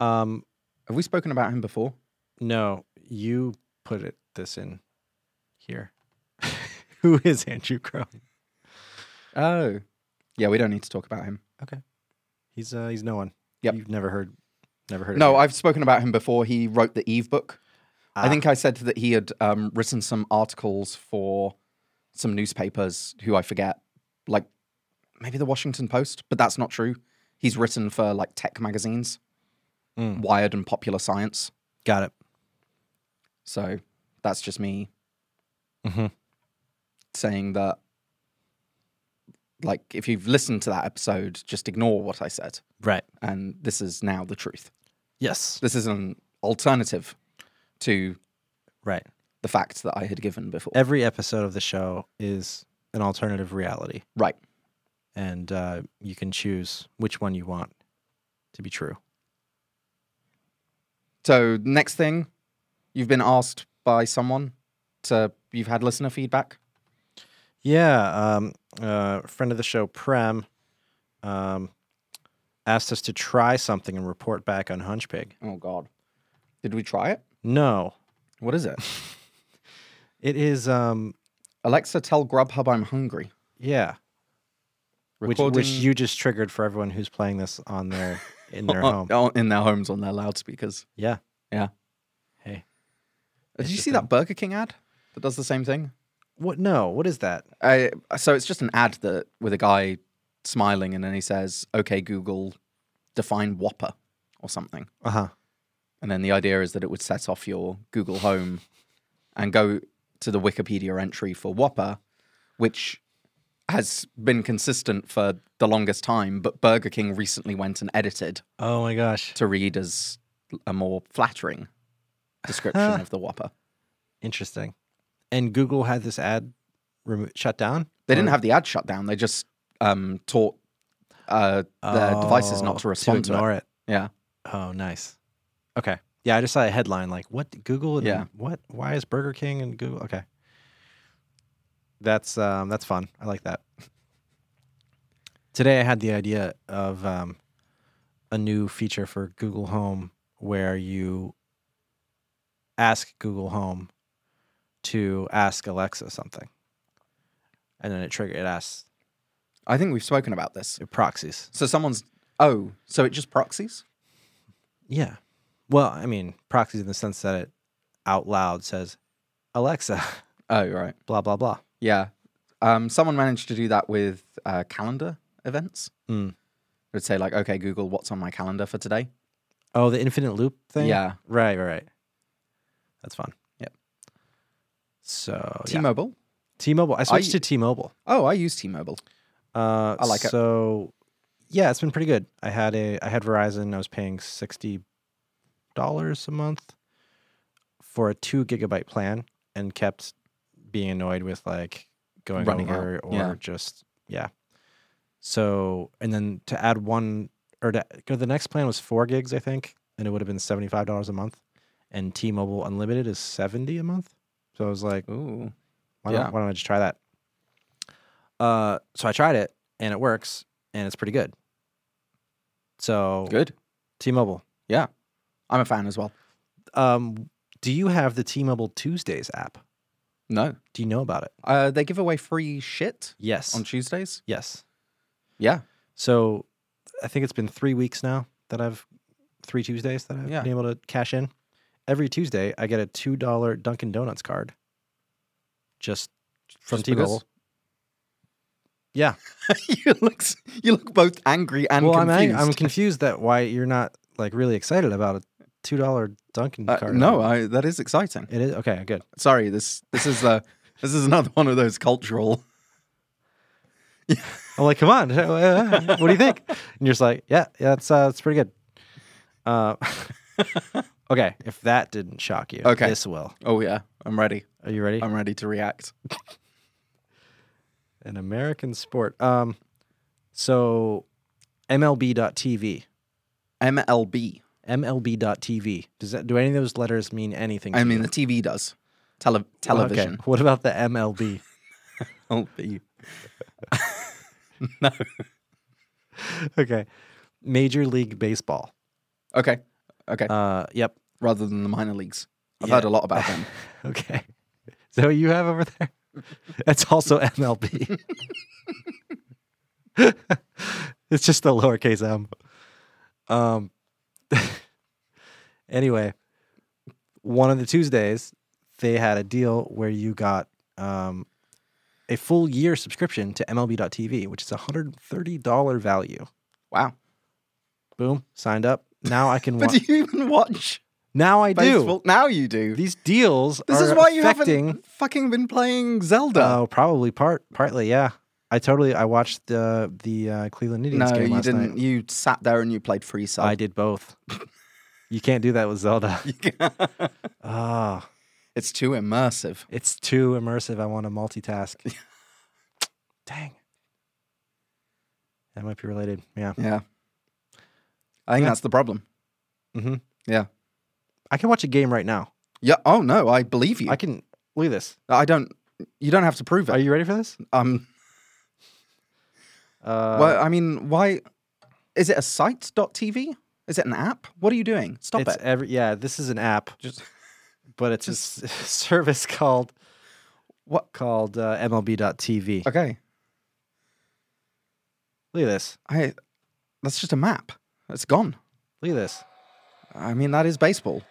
[SPEAKER 2] Um,
[SPEAKER 1] Have we spoken about him before?
[SPEAKER 2] no. You put it this in here. <laughs> Who is Andrew Crone?
[SPEAKER 1] Oh. Yeah, we don't need to talk about him.
[SPEAKER 2] He's uh, he's no one.
[SPEAKER 1] Yep.
[SPEAKER 2] You've never heard, never heard.
[SPEAKER 1] No,
[SPEAKER 2] of him.
[SPEAKER 1] I've spoken about him before. He wrote the Eve book. I
[SPEAKER 2] Ah.
[SPEAKER 1] think I said that he had um, written some articles for some newspapers who I forget, like maybe the Washington Post, but that's not true. He's written for like tech magazines,
[SPEAKER 2] Mm.
[SPEAKER 1] Wired and Popular Science.
[SPEAKER 2] got it.
[SPEAKER 1] So that's just me
[SPEAKER 2] Mhm.
[SPEAKER 1] saying that, like, if you've listened to that episode, just ignore what I said.
[SPEAKER 2] Right.
[SPEAKER 1] And this is now the truth.
[SPEAKER 2] Yes.
[SPEAKER 1] This isn't alternative to
[SPEAKER 2] Right.
[SPEAKER 1] the facts that I had given before.
[SPEAKER 2] Every episode of the show is an alternative reality,
[SPEAKER 1] right.
[SPEAKER 2] and uh, you can choose which one you want to be true.
[SPEAKER 1] So next thing, you've been asked by someone to you've had listener feedback.
[SPEAKER 2] Yeah, um, uh, friend of the show, Prem, um, asked us to try something and report back on Hunchpig.
[SPEAKER 1] Oh God, did we try it?
[SPEAKER 2] No,
[SPEAKER 1] What is it? <laughs>
[SPEAKER 2] it is um,
[SPEAKER 1] Alexa, tell Grubhub I'm hungry.
[SPEAKER 2] yeah, which,
[SPEAKER 1] Recording-
[SPEAKER 2] which you just triggered for everyone who's playing this on their in <laughs> their
[SPEAKER 1] Oh,
[SPEAKER 2] home.
[SPEAKER 1] oh, in their homes on their loudspeakers.
[SPEAKER 2] Yeah,
[SPEAKER 1] Yeah.
[SPEAKER 2] Hey,
[SPEAKER 1] Did
[SPEAKER 2] It's
[SPEAKER 1] you
[SPEAKER 2] a
[SPEAKER 1] see that Burger King ad that does the same thing?
[SPEAKER 2] what? No, what is that?
[SPEAKER 1] I, so it's just an ad that with a guy smiling and then he says, "Okay, Google, define Whopper or something."
[SPEAKER 2] Uh huh.
[SPEAKER 1] And then the idea is that it would set off your Google Home and go to the Wikipedia entry for Whopper, which has been consistent for the longest time, but Burger King recently went and edited
[SPEAKER 2] Oh my gosh,
[SPEAKER 1] to read as a more flattering description of the Whopper.
[SPEAKER 2] interesting. And Google had this ad remo- shut down.
[SPEAKER 1] They didn't
[SPEAKER 2] Or-
[SPEAKER 1] have the ad shut down. They just um, taught uh, their devices
[SPEAKER 2] Oh,
[SPEAKER 1] not to respond to,
[SPEAKER 2] ignore it.
[SPEAKER 1] it. Yeah.
[SPEAKER 2] Oh, nice. Okay. Yeah, I just saw a headline like, "What Google? And
[SPEAKER 1] Yeah.
[SPEAKER 2] What? Why is Burger King and Google? Okay. That's um, that's fun. I like that. Today I had the idea of um, a new feature for Google Home where you ask Google Home to ask Alexa something, and then it trigger it asks
[SPEAKER 1] I think we've spoken about this.
[SPEAKER 2] it proxies.
[SPEAKER 1] So someone's, oh, so it just proxies?
[SPEAKER 2] Yeah. Well, I mean, proxies in the sense that it out loud says, Alexa, <laughs>
[SPEAKER 1] Oh, right.
[SPEAKER 2] blah, blah, blah.
[SPEAKER 1] Yeah. Um, someone managed to do that with uh, calendar events.
[SPEAKER 2] Mm.
[SPEAKER 1] It would say, like, okay, Google, what's on my calendar for today?
[SPEAKER 2] Oh, the infinite loop thing? Oh,
[SPEAKER 1] Yeah.
[SPEAKER 2] Right, right, right. That's fun.
[SPEAKER 1] Yep.
[SPEAKER 2] So,
[SPEAKER 1] T Mobile.
[SPEAKER 2] T Mobile. I switched
[SPEAKER 1] I-
[SPEAKER 2] to T Mobile.
[SPEAKER 1] Oh, I use T Mobile.
[SPEAKER 2] Uh,
[SPEAKER 1] I like it.
[SPEAKER 2] So, yeah, it's been pretty good. I had a I had Verizon. I was paying sixty dollars a month for a two gigabyte plan, and kept being annoyed with like going
[SPEAKER 1] Running out,
[SPEAKER 2] over or
[SPEAKER 1] yeah.
[SPEAKER 2] just yeah. So, and then to add one or to go to the next plan was four gigs, I think, and it would have been seventy five dollars a month. And T-Mobile Unlimited is seventy a month. So I was like,
[SPEAKER 1] Ooh.
[SPEAKER 2] why,
[SPEAKER 1] Yeah.
[SPEAKER 2] don't, why don't I just try that? Uh, so I tried it and it works and it's pretty good. So
[SPEAKER 1] Good.
[SPEAKER 2] T-Mobile.
[SPEAKER 1] Yeah. I'm a fan as well.
[SPEAKER 2] Um, do you have the T-Mobile Tuesdays app?
[SPEAKER 1] No.
[SPEAKER 2] Do you know about it?
[SPEAKER 1] Uh, they give away free shit
[SPEAKER 2] Yes.
[SPEAKER 1] on Tuesdays.
[SPEAKER 2] yes.
[SPEAKER 1] Yeah.
[SPEAKER 2] So I think it's been three weeks now that I've three Tuesdays that I've
[SPEAKER 1] Yeah.
[SPEAKER 2] been able to cash in. Every Tuesday, I get a two dollar Dunkin' Donuts card. Just from
[SPEAKER 1] Just because?
[SPEAKER 2] T-Mobile. Yeah.
[SPEAKER 1] <laughs> you look s- you look both angry and
[SPEAKER 2] well, I'm
[SPEAKER 1] confused. <laughs>
[SPEAKER 2] ang- I'm confused that why you're not like really excited about a two dollar Dunkin'
[SPEAKER 1] Uh,
[SPEAKER 2] card.
[SPEAKER 1] no, I, that is exciting.
[SPEAKER 2] it is okay. Good.
[SPEAKER 1] Sorry, this this is uh, this is another <laughs> one of those cultural.
[SPEAKER 2] I'm like, come on, <laughs> what do you think? And you're just like, yeah, yeah, that's uh, that's pretty good. Uh, <laughs> okay, if that didn't shock you,
[SPEAKER 1] Okay. Um,
[SPEAKER 2] this will.
[SPEAKER 1] Oh yeah, I'm ready.
[SPEAKER 2] Are you ready?
[SPEAKER 1] I'm ready to react.
[SPEAKER 2] An American sport. Um, so MLB.TV,
[SPEAKER 1] MLB.
[SPEAKER 2] MLB.TV. Does that do any of those letters mean anything?
[SPEAKER 1] I
[SPEAKER 2] to
[SPEAKER 1] mean,
[SPEAKER 2] you?
[SPEAKER 1] the TV does. Tele-
[SPEAKER 2] Well, okay, Oh,
[SPEAKER 1] television.
[SPEAKER 2] <laughs> What about the MLB?
[SPEAKER 1] MLB.
[SPEAKER 2] okay, Major League Baseball.
[SPEAKER 1] Okay. Okay.
[SPEAKER 2] Uh, yep.
[SPEAKER 1] Rather than the minor leagues. I've
[SPEAKER 2] yeah.
[SPEAKER 1] heard a lot about
[SPEAKER 2] <laughs>
[SPEAKER 1] them.
[SPEAKER 2] Okay. Is that what you have over
[SPEAKER 1] <laughs>
[SPEAKER 2] there? That's also MLB. <laughs> it's just the lowercase m. Um. <laughs> anyway, one of the Tuesdays, they had a deal where you got um, a full year subscription to MLB.TV, which is a hundred thirty dollar value.
[SPEAKER 1] Wow.
[SPEAKER 2] Boom, signed up. Now
[SPEAKER 1] <laughs>
[SPEAKER 2] I can
[SPEAKER 1] But
[SPEAKER 2] watch.
[SPEAKER 1] do you even watch
[SPEAKER 2] Now I do.
[SPEAKER 1] baseball? Now you do.
[SPEAKER 2] These deals.
[SPEAKER 1] This is
[SPEAKER 2] are
[SPEAKER 1] why you
[SPEAKER 2] affecting
[SPEAKER 1] haven't fucking been playing <laughs> Zelda.
[SPEAKER 2] Oh, probably part partly, yeah. I totally I watched the the uh, Cleveland Indians
[SPEAKER 1] no,
[SPEAKER 2] game
[SPEAKER 1] you
[SPEAKER 2] last
[SPEAKER 1] didn't.
[SPEAKER 2] night.
[SPEAKER 1] <laughs> You sat there and you played free side.
[SPEAKER 2] I did both. You can't do that with Zelda. <laughs> Ah,
[SPEAKER 1] <laughs> it's too immersive.
[SPEAKER 2] it's too immersive. I want to multitask.
[SPEAKER 1] <laughs>
[SPEAKER 2] Dang. That might be related. Yeah.
[SPEAKER 1] Yeah. I think
[SPEAKER 2] Yeah.
[SPEAKER 1] that's the problem.
[SPEAKER 2] I can watch a game right now.
[SPEAKER 1] Yeah. Oh no, I believe you.
[SPEAKER 2] I
[SPEAKER 1] I,
[SPEAKER 2] can look at this.
[SPEAKER 1] don't. You don't have to prove
[SPEAKER 2] Are
[SPEAKER 1] it.
[SPEAKER 2] you ready for this?
[SPEAKER 1] Um.
[SPEAKER 2] Uh,
[SPEAKER 1] well, I mean, why? Is it a site.tv? Is it an app? What are you doing? Stop
[SPEAKER 2] it's
[SPEAKER 1] it.
[SPEAKER 2] every yeah, this is an app,
[SPEAKER 1] Just
[SPEAKER 2] but it's a s- <laughs> service called
[SPEAKER 1] What?
[SPEAKER 2] called uh, MLB.TV.
[SPEAKER 1] okay.
[SPEAKER 2] Look at this.
[SPEAKER 1] I. That's just a map. It's gone.
[SPEAKER 2] Look at this.
[SPEAKER 1] I mean, that is baseball.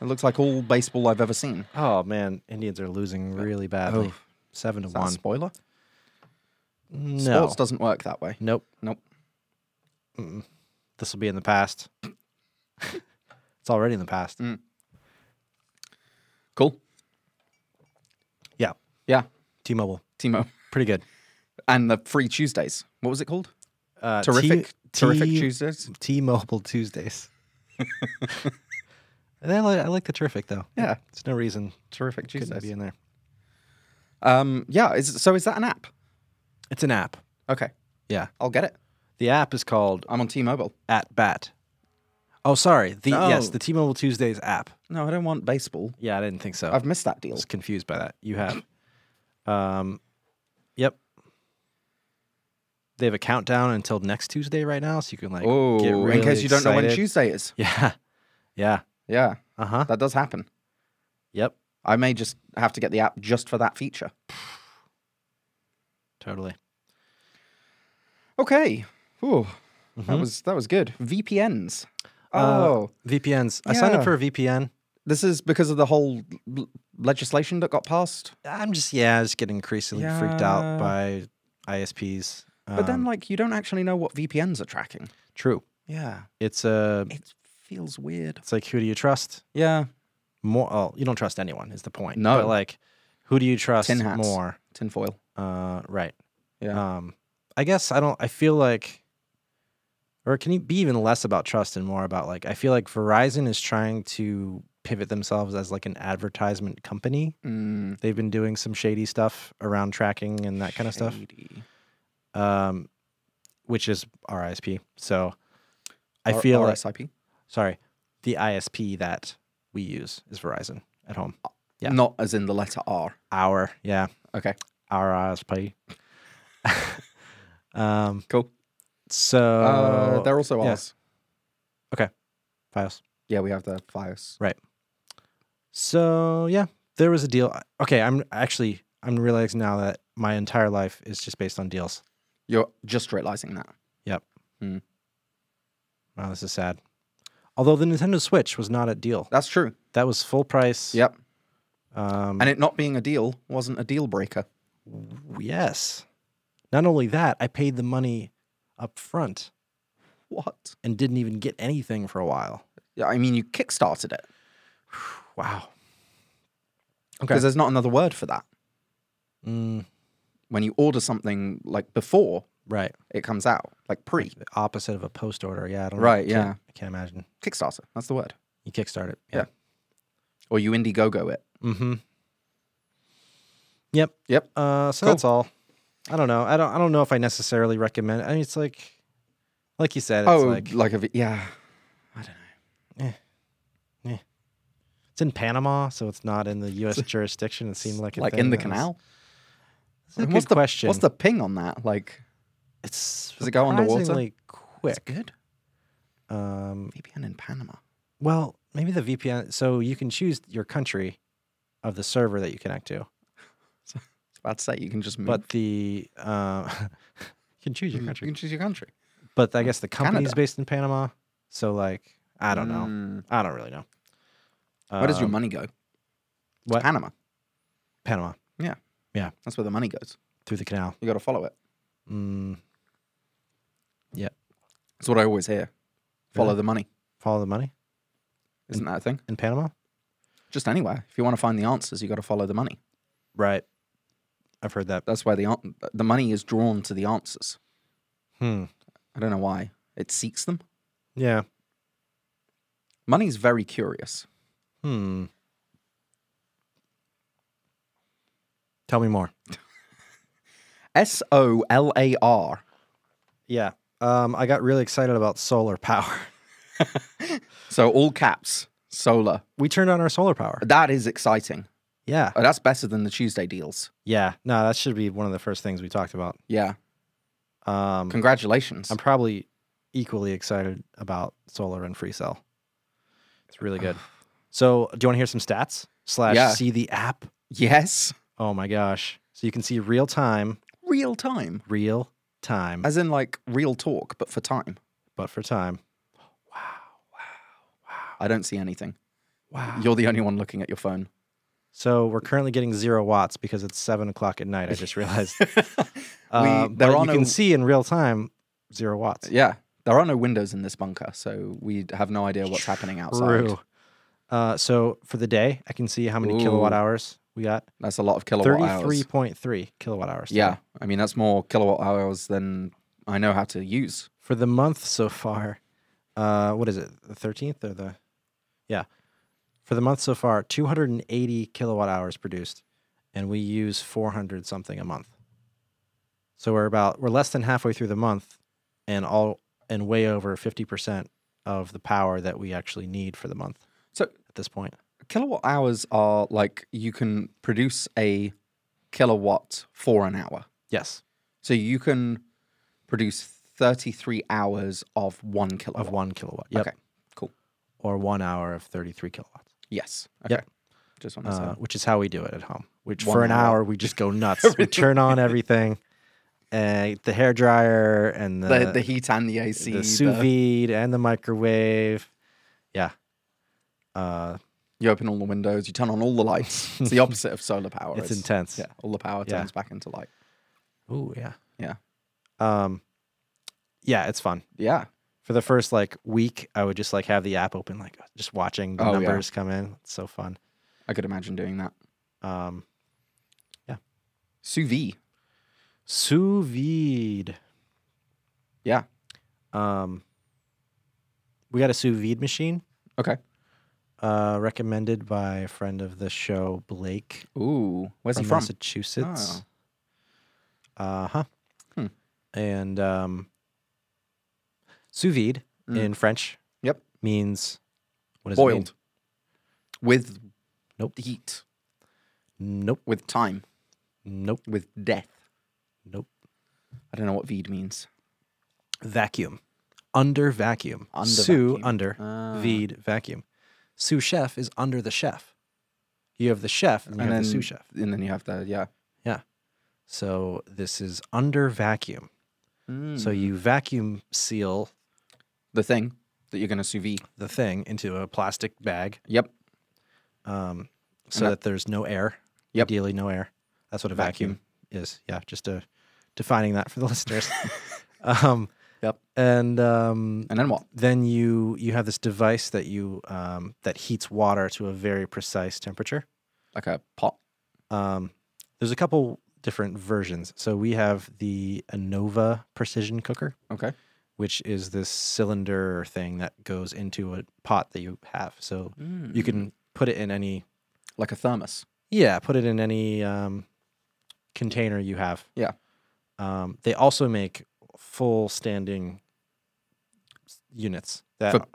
[SPEAKER 1] It looks like all baseball I've ever seen.
[SPEAKER 2] Oh man, Indians are losing really badly.
[SPEAKER 1] Oh.
[SPEAKER 2] Seven to
[SPEAKER 1] Is that a
[SPEAKER 2] one.
[SPEAKER 1] spoiler?
[SPEAKER 2] No.
[SPEAKER 1] Sports doesn't work that way.
[SPEAKER 2] Nope.
[SPEAKER 1] Nope.
[SPEAKER 2] Mm-mm. This will be in the past. <laughs> it's already in the past.
[SPEAKER 1] Mm. Cool.
[SPEAKER 2] Yeah.
[SPEAKER 1] Yeah.
[SPEAKER 2] T-Mobile,
[SPEAKER 1] Timo.
[SPEAKER 2] pretty good.
[SPEAKER 1] And the free Tuesdays. What was it called?
[SPEAKER 2] Uh, T-
[SPEAKER 1] Terrific. terrific
[SPEAKER 2] T-
[SPEAKER 1] Tuesdays. <laughs>
[SPEAKER 2] T-Mobile Tuesdays. and I, like, I like the terrific though.
[SPEAKER 1] Yeah.
[SPEAKER 2] There's no reason
[SPEAKER 1] Terrific
[SPEAKER 2] it couldn't
[SPEAKER 1] Tuesdays.
[SPEAKER 2] be in there.
[SPEAKER 1] Um, yeah. Is, so is that an app?
[SPEAKER 2] It's an app.
[SPEAKER 1] Okay.
[SPEAKER 2] Yeah.
[SPEAKER 1] I'll get it.
[SPEAKER 2] The app is called
[SPEAKER 1] I'm on T-Mobile.
[SPEAKER 2] At Bat. Oh, sorry. The yes,
[SPEAKER 1] No.
[SPEAKER 2] the T-Mobile Tuesdays app.
[SPEAKER 1] No, I don't want baseball.
[SPEAKER 2] Yeah, I didn't think so.
[SPEAKER 1] I've missed that deal.
[SPEAKER 2] was confused by that.
[SPEAKER 1] <coughs>
[SPEAKER 2] You have. Um, yep. They have a countdown until next Tuesday right now, so you can like
[SPEAKER 1] oh,
[SPEAKER 2] get really
[SPEAKER 1] in case you don't know when
[SPEAKER 2] excited.
[SPEAKER 1] Tuesday is.
[SPEAKER 2] <laughs> Yeah. Yeah.
[SPEAKER 1] Yeah,
[SPEAKER 2] Uh huh.
[SPEAKER 1] that does happen.
[SPEAKER 2] Yep.
[SPEAKER 1] I may just have to get the app just for that feature.
[SPEAKER 2] Totally.
[SPEAKER 1] Okay. Ooh, that
[SPEAKER 2] Mhm.
[SPEAKER 1] was that was good. VPNs.
[SPEAKER 2] Uh,
[SPEAKER 1] Oh,
[SPEAKER 2] VPNs. I signed up
[SPEAKER 1] Yeah.
[SPEAKER 2] for a VPN.
[SPEAKER 1] this is because of the whole l- legislation that got passed.
[SPEAKER 2] I'm just yeah, I just getting increasingly freaked out
[SPEAKER 1] Yeah.
[SPEAKER 2] by ISPs.
[SPEAKER 1] But then,
[SPEAKER 2] Um,
[SPEAKER 1] like, you don't actually know what VPNs are tracking.
[SPEAKER 2] true.
[SPEAKER 1] Yeah,
[SPEAKER 2] It's a.
[SPEAKER 1] it feels weird.
[SPEAKER 2] It's like who do you trust?
[SPEAKER 1] Yeah,
[SPEAKER 2] More. Oh, you don't trust anyone is the point.
[SPEAKER 1] No.
[SPEAKER 2] But like, who do you trust
[SPEAKER 1] Tin hats.
[SPEAKER 2] more?
[SPEAKER 1] tinfoil.
[SPEAKER 2] Uh, right.
[SPEAKER 1] Yeah.
[SPEAKER 2] Um, I guess I don't. I feel like, or can it be even less about trust and more about like? I feel like Verizon is trying to pivot themselves as like an advertisement company.
[SPEAKER 1] Mm,
[SPEAKER 2] They've been doing some shady stuff around tracking and that kind of stuff,
[SPEAKER 1] shady.
[SPEAKER 2] um, which is RISP. So I
[SPEAKER 1] R-
[SPEAKER 2] feel like
[SPEAKER 1] RSIP.
[SPEAKER 2] sorry, the ISP that we use is Verizon at home. yeah.
[SPEAKER 1] Not as in the letter R.
[SPEAKER 2] Our yeah,
[SPEAKER 1] Okay,
[SPEAKER 2] our ISP. <laughs> um,
[SPEAKER 1] cool.
[SPEAKER 2] so
[SPEAKER 1] Uh, they're also
[SPEAKER 2] yeah.
[SPEAKER 1] ours.
[SPEAKER 2] files.
[SPEAKER 1] Yeah, we have the FiOS.
[SPEAKER 2] So yeah, there was a deal. I- Okay, I'm actually I'm realizing now that my entire life is just based on deals.
[SPEAKER 1] You're just realizing that.
[SPEAKER 2] Wow, this is sad. Although the Nintendo Switch was not a deal.
[SPEAKER 1] That's true.
[SPEAKER 2] That was full price.
[SPEAKER 1] Yep.
[SPEAKER 2] Um,
[SPEAKER 1] And it not being a deal wasn't a deal breaker.
[SPEAKER 2] yes. Not only that, I paid the money up front
[SPEAKER 1] What?
[SPEAKER 2] and didn't even get anything for a while.
[SPEAKER 1] Yeah, I mean, you kickstarted it
[SPEAKER 2] Wow.
[SPEAKER 1] because
[SPEAKER 2] Okay.
[SPEAKER 1] there's not another word for that.
[SPEAKER 2] Mm,
[SPEAKER 1] When you order something like before
[SPEAKER 2] right.
[SPEAKER 1] it comes out, like pre
[SPEAKER 2] The opposite of a post order. Yeah. I don't
[SPEAKER 1] Right,
[SPEAKER 2] I can't-
[SPEAKER 1] yeah.
[SPEAKER 2] I can't imagine.
[SPEAKER 1] Kickstarter, that's the word.
[SPEAKER 2] You kickstart it.
[SPEAKER 1] Yeah. Or you Indiegogo it.
[SPEAKER 2] Mm-hmm. Yep.
[SPEAKER 1] Yep.
[SPEAKER 2] Uh, so
[SPEAKER 1] Cool.
[SPEAKER 2] that's all. I don't know. I don't. I don't know if I necessarily recommend. I mean, it's like, like you said, it's
[SPEAKER 1] oh,
[SPEAKER 2] like
[SPEAKER 1] like, a vi- yeah. I don't know.
[SPEAKER 2] it's in Panama, so it's not in the
[SPEAKER 1] <laughs>
[SPEAKER 2] U.S. jurisdiction. It seemed like a
[SPEAKER 1] Like
[SPEAKER 2] thing
[SPEAKER 1] in the
[SPEAKER 2] that was-
[SPEAKER 1] canal.
[SPEAKER 2] It's a
[SPEAKER 1] And
[SPEAKER 2] good
[SPEAKER 1] what's the
[SPEAKER 2] question.
[SPEAKER 1] What's the ping on that? Like
[SPEAKER 2] It's
[SPEAKER 1] Does it go underwater?
[SPEAKER 2] surprisingly
[SPEAKER 1] it's
[SPEAKER 2] Quick.
[SPEAKER 1] good
[SPEAKER 2] Um.
[SPEAKER 1] VPN in Panama.
[SPEAKER 2] Well, maybe the VPN. So you can choose your country of the server that you connect to,
[SPEAKER 1] It's about to say you can just move. Mm,
[SPEAKER 2] but the uh, <laughs> you can choose your
[SPEAKER 1] Hmm. you
[SPEAKER 2] country.
[SPEAKER 1] can choose your country.
[SPEAKER 2] But I guess the company's
[SPEAKER 1] Canada.
[SPEAKER 2] based in Panama, so like I don't know. I don't really know.
[SPEAKER 1] Mm. Where does your
[SPEAKER 2] Um,
[SPEAKER 1] money go? To
[SPEAKER 2] what-
[SPEAKER 1] Panama.
[SPEAKER 2] Panama
[SPEAKER 1] That's where the money goes.
[SPEAKER 2] through the canal?
[SPEAKER 1] You got to follow it.
[SPEAKER 2] Mm,
[SPEAKER 1] That's what I always hear. Follow
[SPEAKER 2] Really?
[SPEAKER 1] the money.
[SPEAKER 2] follow the money
[SPEAKER 1] Isn't that a thing?
[SPEAKER 2] in Panama,
[SPEAKER 1] Just anywhere. If you want to find the answers, you got to follow the money.
[SPEAKER 2] right? I've heard that.
[SPEAKER 1] That's where the an- the money is drawn to the answers.
[SPEAKER 2] Hmm.
[SPEAKER 1] I don't know why. It seeks them.
[SPEAKER 2] Yeah.
[SPEAKER 1] Money's very curious.
[SPEAKER 2] Hmm. Tell me more.
[SPEAKER 1] S O L A R.
[SPEAKER 2] Yeah. Um, I got really excited about solar <laughs> power.
[SPEAKER 1] So all caps, solar.
[SPEAKER 2] We turned on our solar power.
[SPEAKER 1] That is exciting.
[SPEAKER 2] Yeah.
[SPEAKER 1] Oh, that's better than the Tuesday deals.
[SPEAKER 2] Yeah. No, that should be one of the first things we talked about.
[SPEAKER 1] Yeah.
[SPEAKER 2] Um,
[SPEAKER 1] Congratulations.
[SPEAKER 2] I'm probably equally excited about solar and free cell. It's
[SPEAKER 1] <sighs>
[SPEAKER 2] really good. so, do you want to hear some stats? Slash,
[SPEAKER 1] Yeah.
[SPEAKER 2] see the app.
[SPEAKER 1] yes.
[SPEAKER 2] Oh my gosh! So you can see real time,
[SPEAKER 1] Real time.
[SPEAKER 2] real time,
[SPEAKER 1] As in like real talk, but for time.
[SPEAKER 2] but for time.
[SPEAKER 1] I don't see anything.
[SPEAKER 2] Wow.
[SPEAKER 1] You're the only one looking at your phone.
[SPEAKER 2] So we're currently getting zero watts because it's seven o'clock at night. I just realized. uh,
[SPEAKER 1] they're
[SPEAKER 2] but
[SPEAKER 1] on
[SPEAKER 2] you can
[SPEAKER 1] a-
[SPEAKER 2] see in real time zero
[SPEAKER 1] <laughs>
[SPEAKER 2] watts.
[SPEAKER 1] Yeah. There are no windows in this bunker, so we have no idea what's happening outside.
[SPEAKER 2] True. Uh, so for the day, I can see how many kilowatt
[SPEAKER 1] Ooh.
[SPEAKER 2] hours we got.
[SPEAKER 1] That's a lot of kilowatt
[SPEAKER 2] Thirty-three
[SPEAKER 1] hours.
[SPEAKER 2] point three kilowatt hours. today.
[SPEAKER 1] Yeah. I mean, that's more kilowatt hours than I know how to use.
[SPEAKER 2] for the month so far. Uh, what is it? The thirteenth or the? Yeah, for the month so far, two hundred and eighty kilowatt hours produced, and we use four hundred something a month. So we're about we're less than halfway through the month, and all and way over fifty percent of the power that we actually need for the month
[SPEAKER 1] So
[SPEAKER 2] at this point.
[SPEAKER 1] kilowatt hours are like you can produce a kilowatt for an hour.
[SPEAKER 2] Yes,
[SPEAKER 1] So you can produce 33 hours of one kilowatt.
[SPEAKER 2] of one kilowatt. Yep.
[SPEAKER 1] Okay, cool.
[SPEAKER 2] Or one hour of thirty-three kilowatts,
[SPEAKER 1] Yes. Okay.
[SPEAKER 2] Yep.
[SPEAKER 1] Just want to
[SPEAKER 2] uh,
[SPEAKER 1] say.
[SPEAKER 2] which is how we do it at home. Which
[SPEAKER 1] One
[SPEAKER 2] for an
[SPEAKER 1] hour.
[SPEAKER 2] hour we
[SPEAKER 1] <laughs>
[SPEAKER 2] just go nuts. we turn on everything, uh, the hair dryer and the,
[SPEAKER 1] the, the heat and the AC.
[SPEAKER 2] the sous vide and the microwave. Yeah. Uh, <laughs>
[SPEAKER 1] you open all the windows, you turn on all the <laughs> lights. It's the opposite of solar power.
[SPEAKER 2] it's intense.
[SPEAKER 1] Yeah, all the power
[SPEAKER 2] Yeah.
[SPEAKER 1] turns back into light.
[SPEAKER 2] Ooh, yeah.
[SPEAKER 1] Yeah.
[SPEAKER 2] Um, yeah, it's fun.
[SPEAKER 1] Yeah.
[SPEAKER 2] For the first like week, I would just like have the app open, like just watching the
[SPEAKER 1] Oh, yeah.
[SPEAKER 2] numbers come in. It's so fun.
[SPEAKER 1] I could imagine doing that.
[SPEAKER 2] Um,
[SPEAKER 1] Sous vide.
[SPEAKER 2] sous vide.
[SPEAKER 1] Yeah.
[SPEAKER 2] Um, we got a sous vide machine.
[SPEAKER 1] Okay.
[SPEAKER 2] uh, recommended by a friend of the show, Blake
[SPEAKER 1] Ooh. Where's
[SPEAKER 2] from,
[SPEAKER 1] he from? Oh.
[SPEAKER 2] Massachusetts. Uh huh.
[SPEAKER 1] Hmm.
[SPEAKER 2] And um, sous vide
[SPEAKER 1] Mm.
[SPEAKER 2] in French.
[SPEAKER 1] Yep.
[SPEAKER 2] Means what does it mean?
[SPEAKER 1] Boiled. With
[SPEAKER 2] Nope.
[SPEAKER 1] heat,
[SPEAKER 2] Nope.
[SPEAKER 1] with time,
[SPEAKER 2] Nope.
[SPEAKER 1] with death.
[SPEAKER 2] Nope.
[SPEAKER 1] I don't know what vide means.
[SPEAKER 2] Vacuum. Under vacuum.
[SPEAKER 1] Under
[SPEAKER 2] sous
[SPEAKER 1] vacuum.
[SPEAKER 2] under
[SPEAKER 1] Ah.
[SPEAKER 2] vide vacuum. Sous chef is under the chef. You have the chef and, you
[SPEAKER 1] And
[SPEAKER 2] have
[SPEAKER 1] then,
[SPEAKER 2] the sous chef.
[SPEAKER 1] and then you have the, yeah.
[SPEAKER 2] So this is under vacuum. So
[SPEAKER 1] Mm.
[SPEAKER 2] you vacuum seal
[SPEAKER 1] the thing that you're going to sous vide.
[SPEAKER 2] the thing into a plastic bag
[SPEAKER 1] Yep.
[SPEAKER 2] um, so
[SPEAKER 1] And I-
[SPEAKER 2] that there's no air.
[SPEAKER 1] Yep.
[SPEAKER 2] Ideally, no air. That's what a vacuum,
[SPEAKER 1] Vacuum.
[SPEAKER 2] is. Yeah, just uh defining that for the <laughs>
[SPEAKER 1] <laughs>
[SPEAKER 2] listeners. um,
[SPEAKER 1] Yep.
[SPEAKER 2] And um,
[SPEAKER 1] And then what?
[SPEAKER 2] then you you have this device that you um, that heats water to a very precise temperature.
[SPEAKER 1] Like a pot.
[SPEAKER 2] Um, there's a couple different versions. So we have the Anova precision cooker,
[SPEAKER 1] Okay.
[SPEAKER 2] which is this cylinder thing that goes into a pot that you have. So
[SPEAKER 1] Mm.
[SPEAKER 2] you can put it in any
[SPEAKER 1] Like a thermos.
[SPEAKER 2] yeah put it in any um, container you have
[SPEAKER 1] Yeah.
[SPEAKER 2] um, they also make full standing s- units that
[SPEAKER 1] For-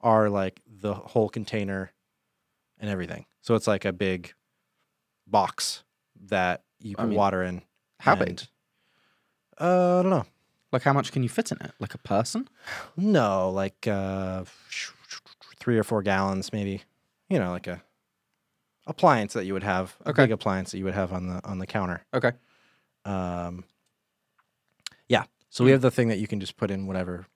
[SPEAKER 2] are like the whole container and everything so it's like a big box that you
[SPEAKER 1] I
[SPEAKER 2] put
[SPEAKER 1] mean,
[SPEAKER 2] water in
[SPEAKER 1] How big?
[SPEAKER 2] and- uh, i don't know
[SPEAKER 1] Like how much can you fit in it? Like a person?
[SPEAKER 2] no like uh, three or four gallons maybe you know like a appliance that you would have a
[SPEAKER 1] Okay.
[SPEAKER 2] big appliance that you would have on the on the counter
[SPEAKER 1] Okay.
[SPEAKER 2] um, yeah so
[SPEAKER 1] Mm.
[SPEAKER 2] we have the thing that you can just put in whatever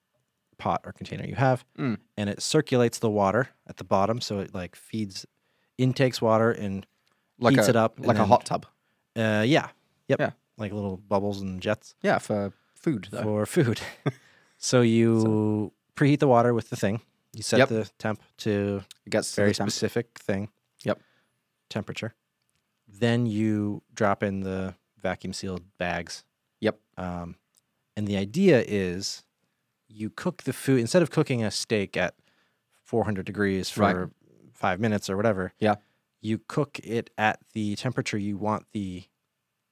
[SPEAKER 2] pot or container you have
[SPEAKER 1] Mm.
[SPEAKER 2] and it circulates the water at the bottom so it like feeds intakes water and
[SPEAKER 1] Like
[SPEAKER 2] heats
[SPEAKER 1] a,
[SPEAKER 2] it up and
[SPEAKER 1] Like a
[SPEAKER 2] then-
[SPEAKER 1] hot tub.
[SPEAKER 2] uh, yeah yep
[SPEAKER 1] Yeah.
[SPEAKER 2] like little bubbles and jets
[SPEAKER 1] Yeah, for food though. <laughs>
[SPEAKER 2] for food so you preheat the water with the thing you set
[SPEAKER 1] Yep.
[SPEAKER 2] the temp to
[SPEAKER 1] it gets to
[SPEAKER 2] very
[SPEAKER 1] the temp.
[SPEAKER 2] specific thing.
[SPEAKER 1] Yep.
[SPEAKER 2] Temperature. Then you drop in the vacuum sealed bags.
[SPEAKER 1] Yep.
[SPEAKER 2] Um, and the idea is you cook the food instead of cooking a steak at 400 degrees for
[SPEAKER 1] Right.
[SPEAKER 2] five minutes or whatever.
[SPEAKER 1] Yeah.
[SPEAKER 2] You cook it at the temperature you want the,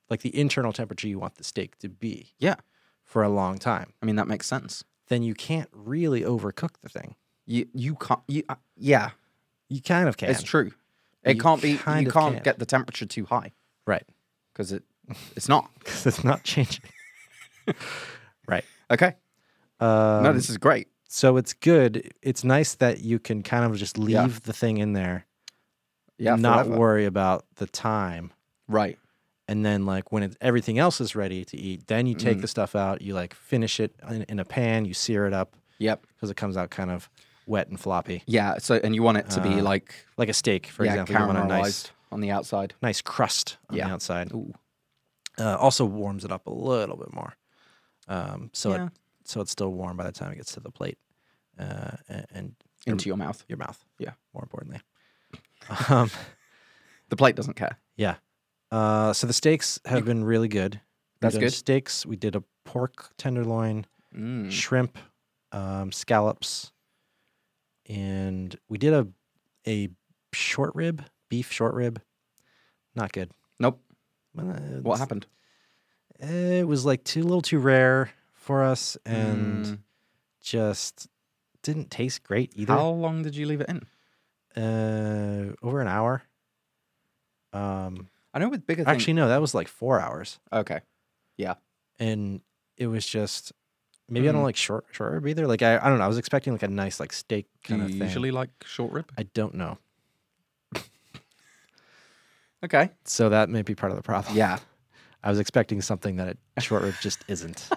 [SPEAKER 2] like the internal temperature you want the steak to be.
[SPEAKER 1] Yeah.
[SPEAKER 2] For a long time.
[SPEAKER 1] I mean, that makes sense.
[SPEAKER 2] Then you can't really overcook the thing.
[SPEAKER 1] You you can't. You, uh, yeah,
[SPEAKER 2] You kind of can.
[SPEAKER 1] it's true. It
[SPEAKER 2] You
[SPEAKER 1] can't be. You
[SPEAKER 2] kind
[SPEAKER 1] can't
[SPEAKER 2] of can.
[SPEAKER 1] get the temperature too high
[SPEAKER 2] Right. <laughs>
[SPEAKER 1] because it it's not
[SPEAKER 2] Because it's not changing. right.
[SPEAKER 1] okay.
[SPEAKER 2] Um,
[SPEAKER 1] no, this is great.
[SPEAKER 2] so it's good. It's nice that you can kind of just leave
[SPEAKER 1] Yeah.
[SPEAKER 2] the thing in there,
[SPEAKER 1] Yeah,
[SPEAKER 2] not
[SPEAKER 1] forever.
[SPEAKER 2] worry about the time,
[SPEAKER 1] right.
[SPEAKER 2] and then like when it, everything else is ready to eat, then you
[SPEAKER 1] Mm-hmm.
[SPEAKER 2] take the stuff out. You like finish it in, in a pan. You sear it up
[SPEAKER 1] Yep.
[SPEAKER 2] because it comes out kind of wet and floppy,
[SPEAKER 1] Yeah. So and you want it to be
[SPEAKER 2] Uh,
[SPEAKER 1] like
[SPEAKER 2] like a steak, for
[SPEAKER 1] yeah,
[SPEAKER 2] example. You want a
[SPEAKER 1] caramelized
[SPEAKER 2] nice,
[SPEAKER 1] on the outside.
[SPEAKER 2] nice crust on
[SPEAKER 1] Yeah.
[SPEAKER 2] the outside.
[SPEAKER 1] Ooh.
[SPEAKER 2] Uh, also warms it up a little bit more, um, so
[SPEAKER 1] Yeah.
[SPEAKER 2] it, so it's still warm by the time it gets to the plate, uh, a- and
[SPEAKER 1] Into your mouth.
[SPEAKER 2] your mouth.
[SPEAKER 1] Yeah.
[SPEAKER 2] More importantly. <laughs> Um,
[SPEAKER 1] The plate doesn't care.
[SPEAKER 2] yeah. Uh, so the steaks have been really good. We've
[SPEAKER 1] That's
[SPEAKER 2] done
[SPEAKER 1] good.
[SPEAKER 2] Steaks. We did a pork tenderloin,
[SPEAKER 1] Mm.
[SPEAKER 2] shrimp, um, scallops, and we did a a short rib, beef short rib. Not good.
[SPEAKER 1] Nope.
[SPEAKER 2] Well, uh,
[SPEAKER 1] What
[SPEAKER 2] it's-
[SPEAKER 1] happened?
[SPEAKER 2] It was like too a little too rare for us, and
[SPEAKER 1] Mm.
[SPEAKER 2] just didn't taste great either.
[SPEAKER 1] how long did you leave it in?
[SPEAKER 2] Uh, over an hour. Um,
[SPEAKER 1] I know with bigger things.
[SPEAKER 2] Actually, no, that was like four hours,
[SPEAKER 1] okay.
[SPEAKER 2] and it was just maybe I don't
[SPEAKER 1] Mm.
[SPEAKER 2] like short short rib either. Like I, I don't know. I was expecting like a nice like steak
[SPEAKER 1] Do
[SPEAKER 2] kind
[SPEAKER 1] you
[SPEAKER 2] of thing.
[SPEAKER 1] usually like short rib?
[SPEAKER 2] I don't know. <sighs>
[SPEAKER 1] Okay.
[SPEAKER 2] So that may be part of the problem.
[SPEAKER 1] Yeah.
[SPEAKER 2] I was expecting something that it, short rib
[SPEAKER 1] <laughs>
[SPEAKER 2] just isn't.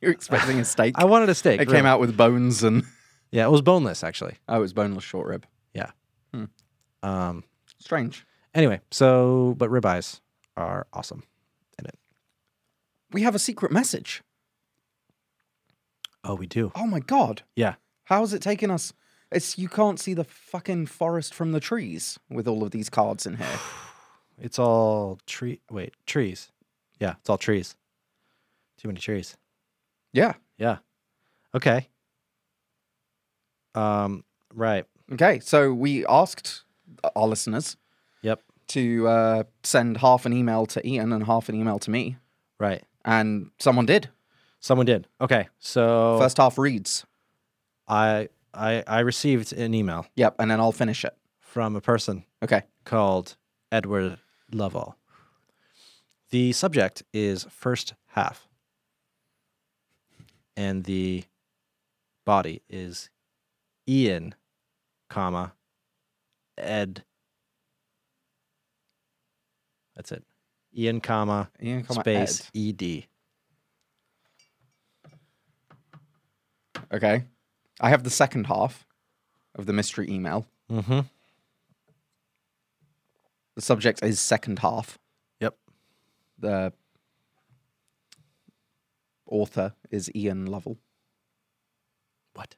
[SPEAKER 1] You're expecting a steak.
[SPEAKER 2] I wanted a steak.
[SPEAKER 1] it came out with bones and <laughs>
[SPEAKER 2] Yeah, it was boneless actually.
[SPEAKER 1] oh, it's boneless short rib.
[SPEAKER 2] Um.
[SPEAKER 1] Strange.
[SPEAKER 2] Anyway, so but ribeyes are awesome.
[SPEAKER 1] We have a secret message.
[SPEAKER 2] Oh, we do.
[SPEAKER 1] Oh my god.
[SPEAKER 2] Yeah.
[SPEAKER 1] How's it taking us? It's you can't see the fucking forest from the trees with all of these cards in here.
[SPEAKER 2] <sighs>
[SPEAKER 1] <sighs>
[SPEAKER 2] It's all tree. Wait, trees. Yeah, it's all trees. Too many trees.
[SPEAKER 1] yeah.
[SPEAKER 2] Yeah. Okay. Um. Right.
[SPEAKER 1] Okay. So we asked our listeners
[SPEAKER 2] Yep.
[SPEAKER 1] to uh, send half an email to Ian and half an email to me,
[SPEAKER 2] Right.
[SPEAKER 1] and someone did.
[SPEAKER 2] Someone did. Okay. So
[SPEAKER 1] First half reads.
[SPEAKER 2] I I I received an email
[SPEAKER 1] Yep, and then I'll finish it.
[SPEAKER 2] from a person
[SPEAKER 1] Okay.
[SPEAKER 2] called Edward Lovell. The subject is first half, and the body is Ian, comma Ed. That's it. Ian, comma
[SPEAKER 1] Ian, comma,
[SPEAKER 2] space E ed.
[SPEAKER 1] Ed. Okay. I have the second half of the mystery email.
[SPEAKER 2] Mm-hmm.
[SPEAKER 1] The subject is second half.
[SPEAKER 2] Yep.
[SPEAKER 1] The author is Ian
[SPEAKER 2] <laughs>
[SPEAKER 1] Lovell.
[SPEAKER 2] What?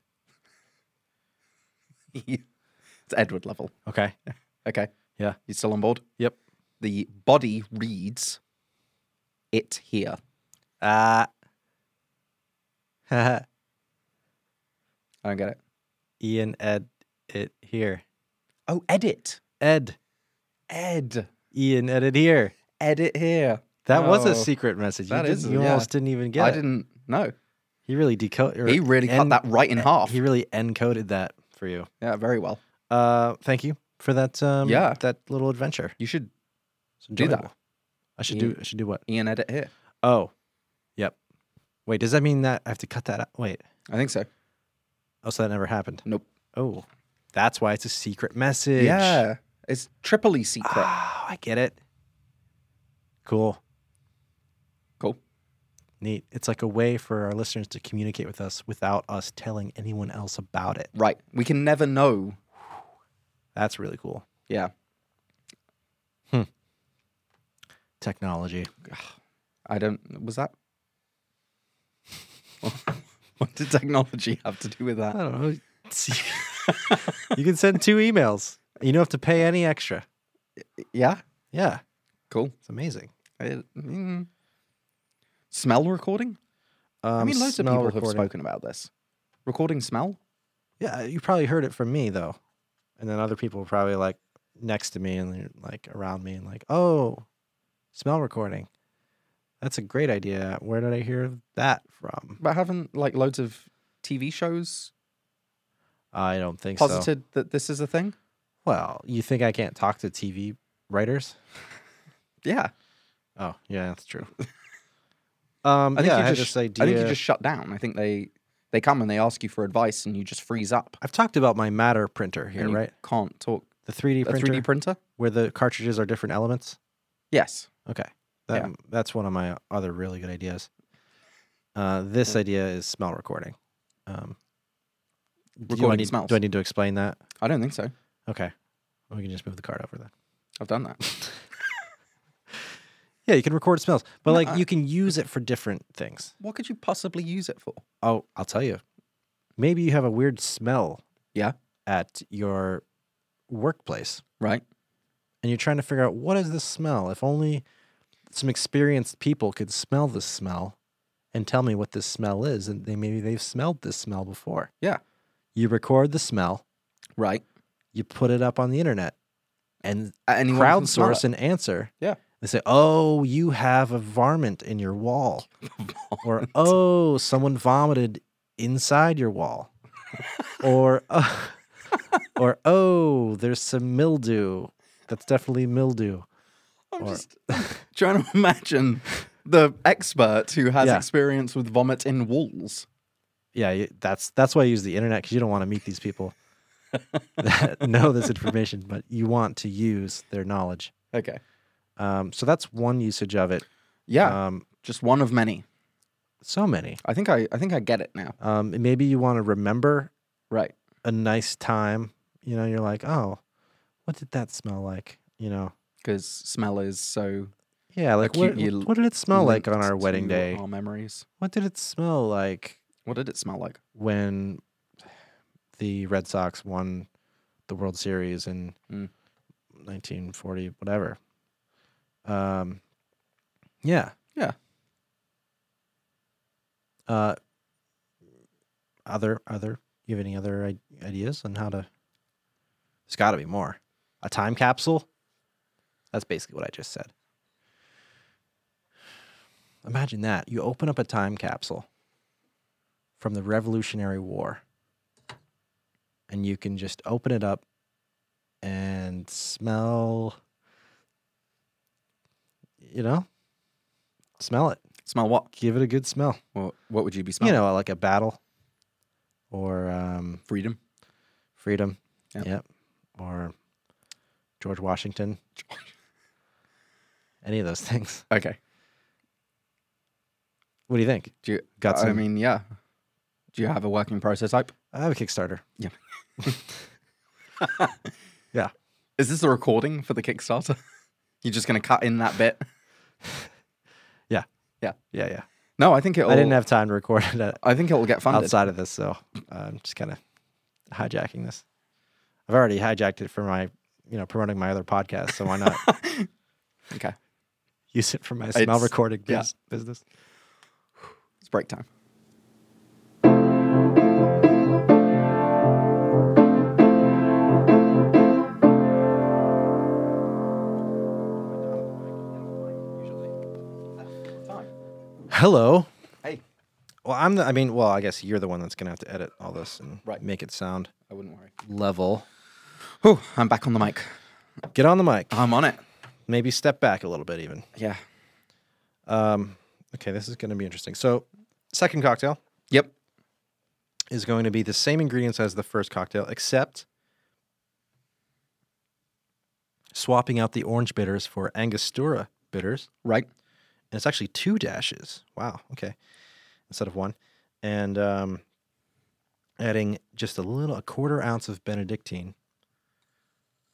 [SPEAKER 1] it's Edward Lovell.
[SPEAKER 2] Okay.
[SPEAKER 1] Okay.
[SPEAKER 2] Yeah.
[SPEAKER 1] You still on board?
[SPEAKER 2] Yep.
[SPEAKER 1] The body reads it here.
[SPEAKER 2] Uh,
[SPEAKER 1] I don't get it.
[SPEAKER 2] <laughs> Ian, Ed, it here.
[SPEAKER 1] Oh, edit.
[SPEAKER 2] Ed,
[SPEAKER 1] Ed.
[SPEAKER 2] Ian, Ed, it here.
[SPEAKER 1] Edit here.
[SPEAKER 2] That was
[SPEAKER 1] Oh,
[SPEAKER 2] a secret message. You,
[SPEAKER 1] that
[SPEAKER 2] didn't-
[SPEAKER 1] is-
[SPEAKER 2] you
[SPEAKER 1] yeah.
[SPEAKER 2] almost didn't even get
[SPEAKER 1] I
[SPEAKER 2] it.
[SPEAKER 1] didn't know.
[SPEAKER 2] He really decoded.
[SPEAKER 1] He really cut that right in half.
[SPEAKER 2] E eh, He really encoded that for you.
[SPEAKER 1] Yeah, very well.
[SPEAKER 2] Uh, thank you for that. Um,
[SPEAKER 1] Yeah.
[SPEAKER 2] that little adventure.
[SPEAKER 1] You should
[SPEAKER 2] It's
[SPEAKER 1] Do that.
[SPEAKER 2] enjoyable. I should
[SPEAKER 1] Ian-
[SPEAKER 2] do. I should do what?
[SPEAKER 1] Ian edit here.
[SPEAKER 2] Oh, yep. Wait, does that mean that I have to cut that out? Wait.
[SPEAKER 1] I think so.
[SPEAKER 2] Oh, so that never happened.
[SPEAKER 1] Nope.
[SPEAKER 2] Oh, that's why it's a secret message.
[SPEAKER 1] Yeah. It's triply secret.
[SPEAKER 2] Oh, I get it. Cool.
[SPEAKER 1] Cool.
[SPEAKER 2] Neat. It's like a way for our listeners to communicate with us without us telling anyone else about it.
[SPEAKER 1] Right. We can never know.
[SPEAKER 2] That's really cool.
[SPEAKER 1] Yeah.
[SPEAKER 2] Technology.
[SPEAKER 1] I don't. Was that? <laughs> what did technology have to do with
[SPEAKER 2] I
[SPEAKER 1] that?
[SPEAKER 2] don't know. you can send two emails. You don't have to pay any extra.
[SPEAKER 1] Yeah.
[SPEAKER 2] Yeah.
[SPEAKER 1] Cool.
[SPEAKER 2] It's amazing.
[SPEAKER 1] It- mm. Smell recording?
[SPEAKER 2] Um,
[SPEAKER 1] I mean, loads of
[SPEAKER 2] smell
[SPEAKER 1] people have
[SPEAKER 2] recording.
[SPEAKER 1] spoken about this. Recording smell?
[SPEAKER 2] Yeah, you probably heard it from me though, and then other people were probably like next to me and they're, like around me and like, oh, smell recording. That's a great idea. Where did I hear that from?
[SPEAKER 1] But haven't like loads of TV shows
[SPEAKER 2] I don't think so.
[SPEAKER 1] posited that this is a thing?
[SPEAKER 2] Well, you think I can't talk to TV writers?
[SPEAKER 1] Yeah,
[SPEAKER 2] Oh, yeah, that's true. <laughs> um,
[SPEAKER 1] I think
[SPEAKER 2] yeah,
[SPEAKER 1] you
[SPEAKER 2] I had
[SPEAKER 1] just-
[SPEAKER 2] this idea.
[SPEAKER 1] I think you just shut down. I think they they come and they ask you for advice, and you just freeze up.
[SPEAKER 2] I've talked about my matter printer here,
[SPEAKER 1] and you
[SPEAKER 2] right?
[SPEAKER 1] Can't talk.
[SPEAKER 2] The 3D
[SPEAKER 1] A
[SPEAKER 2] printer
[SPEAKER 1] three D printer?
[SPEAKER 2] where the cartridges are different elements.
[SPEAKER 1] Yes.
[SPEAKER 2] Okay. That,
[SPEAKER 1] Yeah.
[SPEAKER 2] That's one of my other really good ideas. Uh, this idea is smell recording. Um, do, you- I
[SPEAKER 1] Recording
[SPEAKER 2] need,
[SPEAKER 1] smells.
[SPEAKER 2] do I need to explain that?
[SPEAKER 1] I don't think so.
[SPEAKER 2] Okay. We can just move the card over then.
[SPEAKER 1] I've done that.
[SPEAKER 2] Yeah, you can record smells, but
[SPEAKER 1] No,
[SPEAKER 2] like
[SPEAKER 1] I-
[SPEAKER 2] you can use it for different things.
[SPEAKER 1] What could you possibly use it for?
[SPEAKER 2] Oh, I'll tell you. Maybe you have a weird smell.
[SPEAKER 1] Yeah.
[SPEAKER 2] At your workplace,
[SPEAKER 1] Right.
[SPEAKER 2] and you're trying to figure out what is this smell. If only some experienced people could smell this smell and tell me what this smell is, and they maybe they've smelled this smell before.
[SPEAKER 1] Yeah.
[SPEAKER 2] You record the smell,
[SPEAKER 1] Right.
[SPEAKER 2] you put it up on the internet, and
[SPEAKER 1] And
[SPEAKER 2] crowdsource an answer.
[SPEAKER 1] Yeah.
[SPEAKER 2] They say, "Oh, you have a varmint in
[SPEAKER 1] <laughs>
[SPEAKER 2] your wall," or "Oh, someone vomited inside
[SPEAKER 1] <laughs>
[SPEAKER 2] your wall," or <laughs> uh, or "Oh, there's some mildew. That's definitely mildew."
[SPEAKER 1] I'm
[SPEAKER 2] or-
[SPEAKER 1] just <laughs> trying to imagine the expert who has
[SPEAKER 2] Yeah.
[SPEAKER 1] experience with vomit in walls.
[SPEAKER 2] Yeah, you- that's that's why I use the internet because you don't want to meet
[SPEAKER 1] <laughs>
[SPEAKER 2] these people that know this information, but you want to use their knowledge.
[SPEAKER 1] Okay.
[SPEAKER 2] Um, so that's one usage of it.
[SPEAKER 1] Yeah.
[SPEAKER 2] Um,
[SPEAKER 1] Uh, just one of many.
[SPEAKER 2] so many.
[SPEAKER 1] I think I, I think I get it now.
[SPEAKER 2] Um, and maybe you want to remember
[SPEAKER 1] Right.
[SPEAKER 2] a nice time. You know, you're like, oh, what did that smell like? You know,
[SPEAKER 1] Because smell is so
[SPEAKER 2] yeah, like
[SPEAKER 1] Like you-
[SPEAKER 2] what,
[SPEAKER 1] you
[SPEAKER 2] what did it smell like on
[SPEAKER 1] linked
[SPEAKER 2] our wedding
[SPEAKER 1] to
[SPEAKER 2] day?
[SPEAKER 1] Our memories.
[SPEAKER 2] What did it smell like
[SPEAKER 1] What did it smell like?
[SPEAKER 2] when the Red Sox won the World Series in
[SPEAKER 1] Mm.
[SPEAKER 2] 1940, whatever? Um, yeah,
[SPEAKER 1] Yeah.
[SPEAKER 2] Uh, other, other, you have any other i- ideas on how to? There's got to be more. A time capsule. That's basically what I just said. Imagine that. You open up a time capsule from the Revolutionary War, and you can just open it up and smell, you know, smell it.
[SPEAKER 1] Smell what?
[SPEAKER 2] Give it a good smell.
[SPEAKER 1] What, what would you be smelling?
[SPEAKER 2] You know, like a battle or um,
[SPEAKER 1] Freedom.
[SPEAKER 2] freedom.
[SPEAKER 1] Yeah.
[SPEAKER 2] Yep. Or George Washington. <laughs> Any of those things.
[SPEAKER 1] Okay.
[SPEAKER 2] What do you think?
[SPEAKER 1] Do you,
[SPEAKER 2] Got
[SPEAKER 1] I
[SPEAKER 2] some-
[SPEAKER 1] mean, yeah. Do you have a working prototype?
[SPEAKER 2] I have a Kickstarter.
[SPEAKER 1] Is this a recording for the Kickstarter? <laughs> You're just going to cut in that bit?
[SPEAKER 2] Yeah, yeah. Oh.
[SPEAKER 1] No, I think it'll.
[SPEAKER 2] I didn't have time to record it at,
[SPEAKER 1] I think it'll get funded.
[SPEAKER 2] outside of this, so uh, I'm just kind of hijacking this. I've already hijacked it for my, you know, promoting my other podcast, so
[SPEAKER 1] <laughs>
[SPEAKER 2] why not
[SPEAKER 1] Okay,
[SPEAKER 2] use it for my smell
[SPEAKER 1] It's-
[SPEAKER 2] recording
[SPEAKER 1] yeah.
[SPEAKER 2] bus- business?
[SPEAKER 1] it's break time.
[SPEAKER 2] Hello.
[SPEAKER 1] Hey,
[SPEAKER 2] Well, I'm the. I mean, well, I guess you're the one that's gonna have to edit all this and
[SPEAKER 1] Right.
[SPEAKER 2] make it sound
[SPEAKER 1] I wouldn't worry.
[SPEAKER 2] level.
[SPEAKER 1] Oh, I'm back on the mic.
[SPEAKER 2] Get on the mic.
[SPEAKER 1] I'm on it.
[SPEAKER 2] Maybe step back a little bit, even.
[SPEAKER 1] Yeah.
[SPEAKER 2] Um, okay, this is gonna be interesting. So, second cocktail.
[SPEAKER 1] Yep.
[SPEAKER 2] is going to be the same ingredients as the first cocktail, except swapping out the orange bitters for Angostura bitters.
[SPEAKER 1] Right.
[SPEAKER 2] And it's actually two dashes. Wow. Okay. Instead of one. And um, adding just a little, a quarter ounce of Benedictine.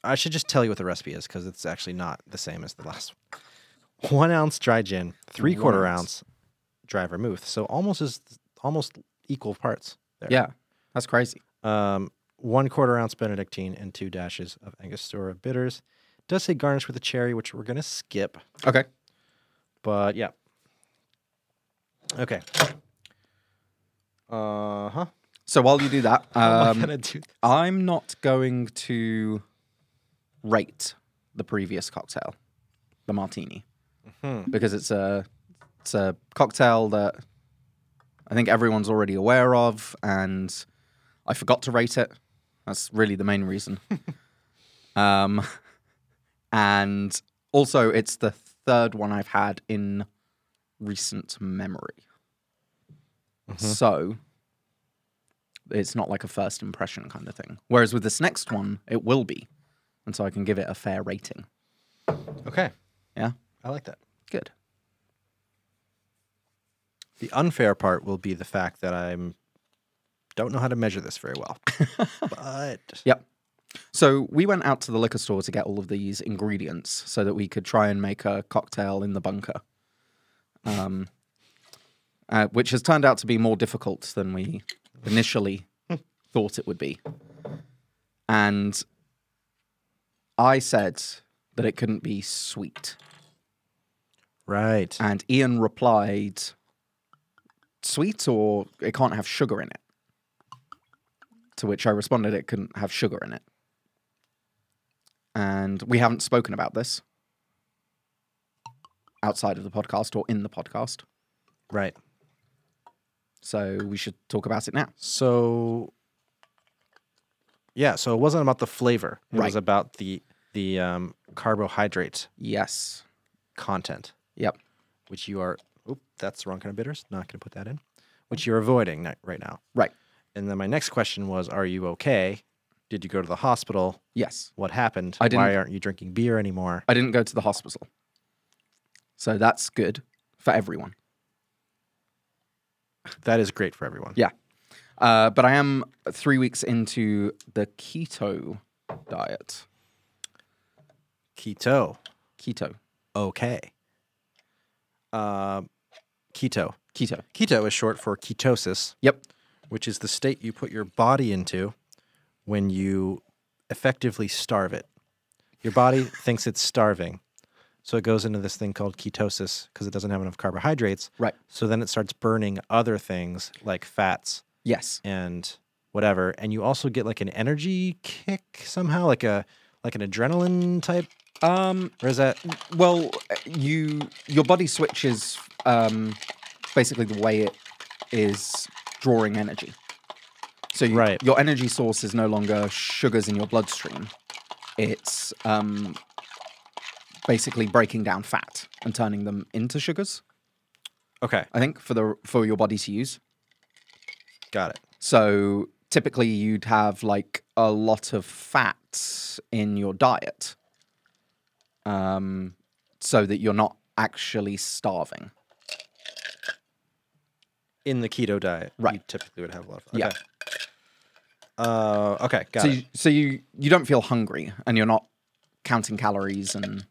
[SPEAKER 2] I should just tell you what the recipe is because it's actually not the same as the last one. <laughs> One ounce dry gin, three quarter
[SPEAKER 1] One
[SPEAKER 2] ounce
[SPEAKER 1] ounce.
[SPEAKER 2] dry vermouth. So almost is almost equal parts. There
[SPEAKER 1] Yeah. That's crazy.
[SPEAKER 2] um, one quarter ounce Benedictine and two dashes of Angostura bitters. does say garnish with a cherry, which we're gonna skip,
[SPEAKER 1] Okay.
[SPEAKER 2] but yeah. Okay. Uh huh.
[SPEAKER 1] So while you do <laughs> that,
[SPEAKER 2] How am <laughs> I
[SPEAKER 1] um,
[SPEAKER 2] gonna do that?
[SPEAKER 1] I'm not going to rate the previous cocktail, the martini,
[SPEAKER 2] Mhm.
[SPEAKER 1] because it's a it's a cocktail that I think everyone's already aware of, and I forgot to rate it. That's really the main reason. um, and also, it's the third one I've had in recent memory. So it's not like a first impression kind of thing. Whereas with this next one, it will be. And so I can give it a fair rating.
[SPEAKER 2] Okay,
[SPEAKER 1] Yeah.
[SPEAKER 2] I like that.
[SPEAKER 1] Good.
[SPEAKER 2] The unfair part will be the fact that I'm don't know how to measure this very <laughs> well. but
[SPEAKER 1] Yep. So we went out to the liquor store to get all of these ingredients so that we could try and make a cocktail in the bunker, um, uh, which has turned out to be more difficult than we initially thought it would be. And I said that it couldn't be sweet.
[SPEAKER 2] right.
[SPEAKER 1] And Ian replied, sweet or it can't have sugar in it. To which I responded, it couldn't have sugar in it. And we haven't spoken about this outside of the podcast or in the podcast.
[SPEAKER 2] Right.
[SPEAKER 1] So we should talk about it now.
[SPEAKER 2] So yeah, so it wasn't about the flavor. It was
[SPEAKER 1] Right.
[SPEAKER 2] about the the um, carbohydrate
[SPEAKER 1] Yes.
[SPEAKER 2] content,
[SPEAKER 1] Yep.
[SPEAKER 2] which you are. Oop, that's the wrong kind of bitters. Not going to put that in. Which you're avoiding ni- right now.
[SPEAKER 1] Right.
[SPEAKER 2] And then my next question was, are you okay? Did you go to the hospital?
[SPEAKER 1] Yes.
[SPEAKER 2] What happened?
[SPEAKER 1] I didn't-
[SPEAKER 2] Why aren't you drinking beer anymore?
[SPEAKER 1] I didn't go to the hospital. So that's good for everyone.
[SPEAKER 2] That is great for everyone.
[SPEAKER 1] Yeah. Uh, but I am three weeks into the keto diet.
[SPEAKER 2] Keto.
[SPEAKER 1] Keto.
[SPEAKER 2] Okay. Um keto.
[SPEAKER 1] Keto.
[SPEAKER 2] Keto is short for ketosis,
[SPEAKER 1] Yep.
[SPEAKER 2] which is the state you put your body into when you effectively starve it.
[SPEAKER 1] <laughs>
[SPEAKER 2] Your body thinks it's starving. So it goes into this thing called ketosis because it doesn't have enough carbohydrates.
[SPEAKER 1] Right.
[SPEAKER 2] So then it starts burning other things like fats
[SPEAKER 1] Yes.
[SPEAKER 2] and whatever. And you also get like an energy kick somehow, like a like an adrenaline type.
[SPEAKER 1] Um.
[SPEAKER 2] Or is that
[SPEAKER 1] Well, you your body switches um, basically the way it is drawing energy. So you,
[SPEAKER 2] Right.
[SPEAKER 1] your energy source is no longer sugars in your bloodstream. It's um, basically breaking down fat and turning them into sugars.
[SPEAKER 2] okay?
[SPEAKER 1] I think for the for your body to use.
[SPEAKER 2] Got it.
[SPEAKER 1] So typically you'd have like a lot of fats in your diet. Um so that you're not actually starving.
[SPEAKER 2] in the keto diet, you
[SPEAKER 1] Right.
[SPEAKER 2] typically would have a lot of. Okay.
[SPEAKER 1] Yeah.
[SPEAKER 2] Uh, okay, got
[SPEAKER 1] so
[SPEAKER 2] it.
[SPEAKER 1] you, so you you don't feel hungry and you're not counting calories and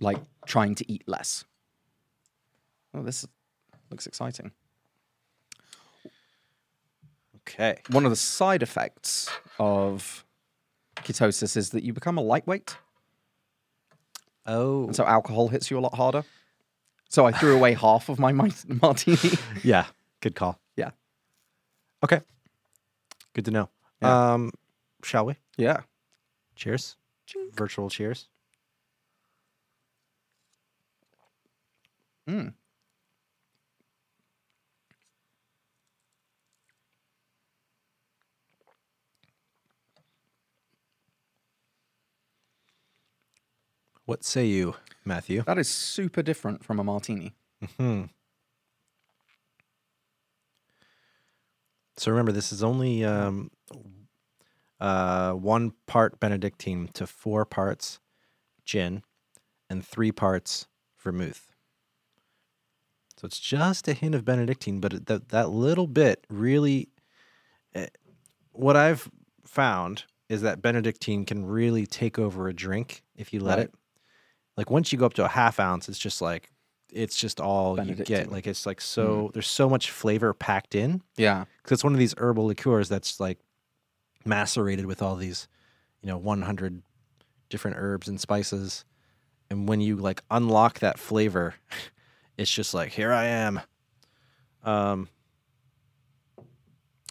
[SPEAKER 1] like trying to eat less. Oh, this looks exciting.
[SPEAKER 2] okay.
[SPEAKER 1] One of the side effects of ketosis is that you become a lightweight.
[SPEAKER 2] Oh.
[SPEAKER 1] and so alcohol hits you a lot harder. So I threw
[SPEAKER 2] <laughs>
[SPEAKER 1] away half of my mi- martini.
[SPEAKER 2] yeah. Good call.
[SPEAKER 1] yeah,
[SPEAKER 2] Okay. Good to know.
[SPEAKER 1] Yeah.
[SPEAKER 2] Um, shall we?
[SPEAKER 1] yeah.
[SPEAKER 2] Cheers. Virtual cheers. Hmm. What say you, Matthew?
[SPEAKER 1] That is super different from a martini.
[SPEAKER 2] So remember, this is only um, uh, one part Benedictine to four parts gin and three parts vermouth. So it's just a hint of Benedictine, but it, that that little bit really. eh, what I've found is that Benedictine can really take over a drink if you let
[SPEAKER 1] Right.
[SPEAKER 2] it. Like once you go up to a half ounce, it's just like it's just all you get.
[SPEAKER 1] Benedictine. Mm.
[SPEAKER 2] Like it's like so there's so much flavor packed in
[SPEAKER 1] Yeah,
[SPEAKER 2] because it's one of these herbal liqueurs that's like macerated with all these, you know, 100 different herbs and spices. And when you like unlock that flavor, <laughs> it's just like, here I am. Um,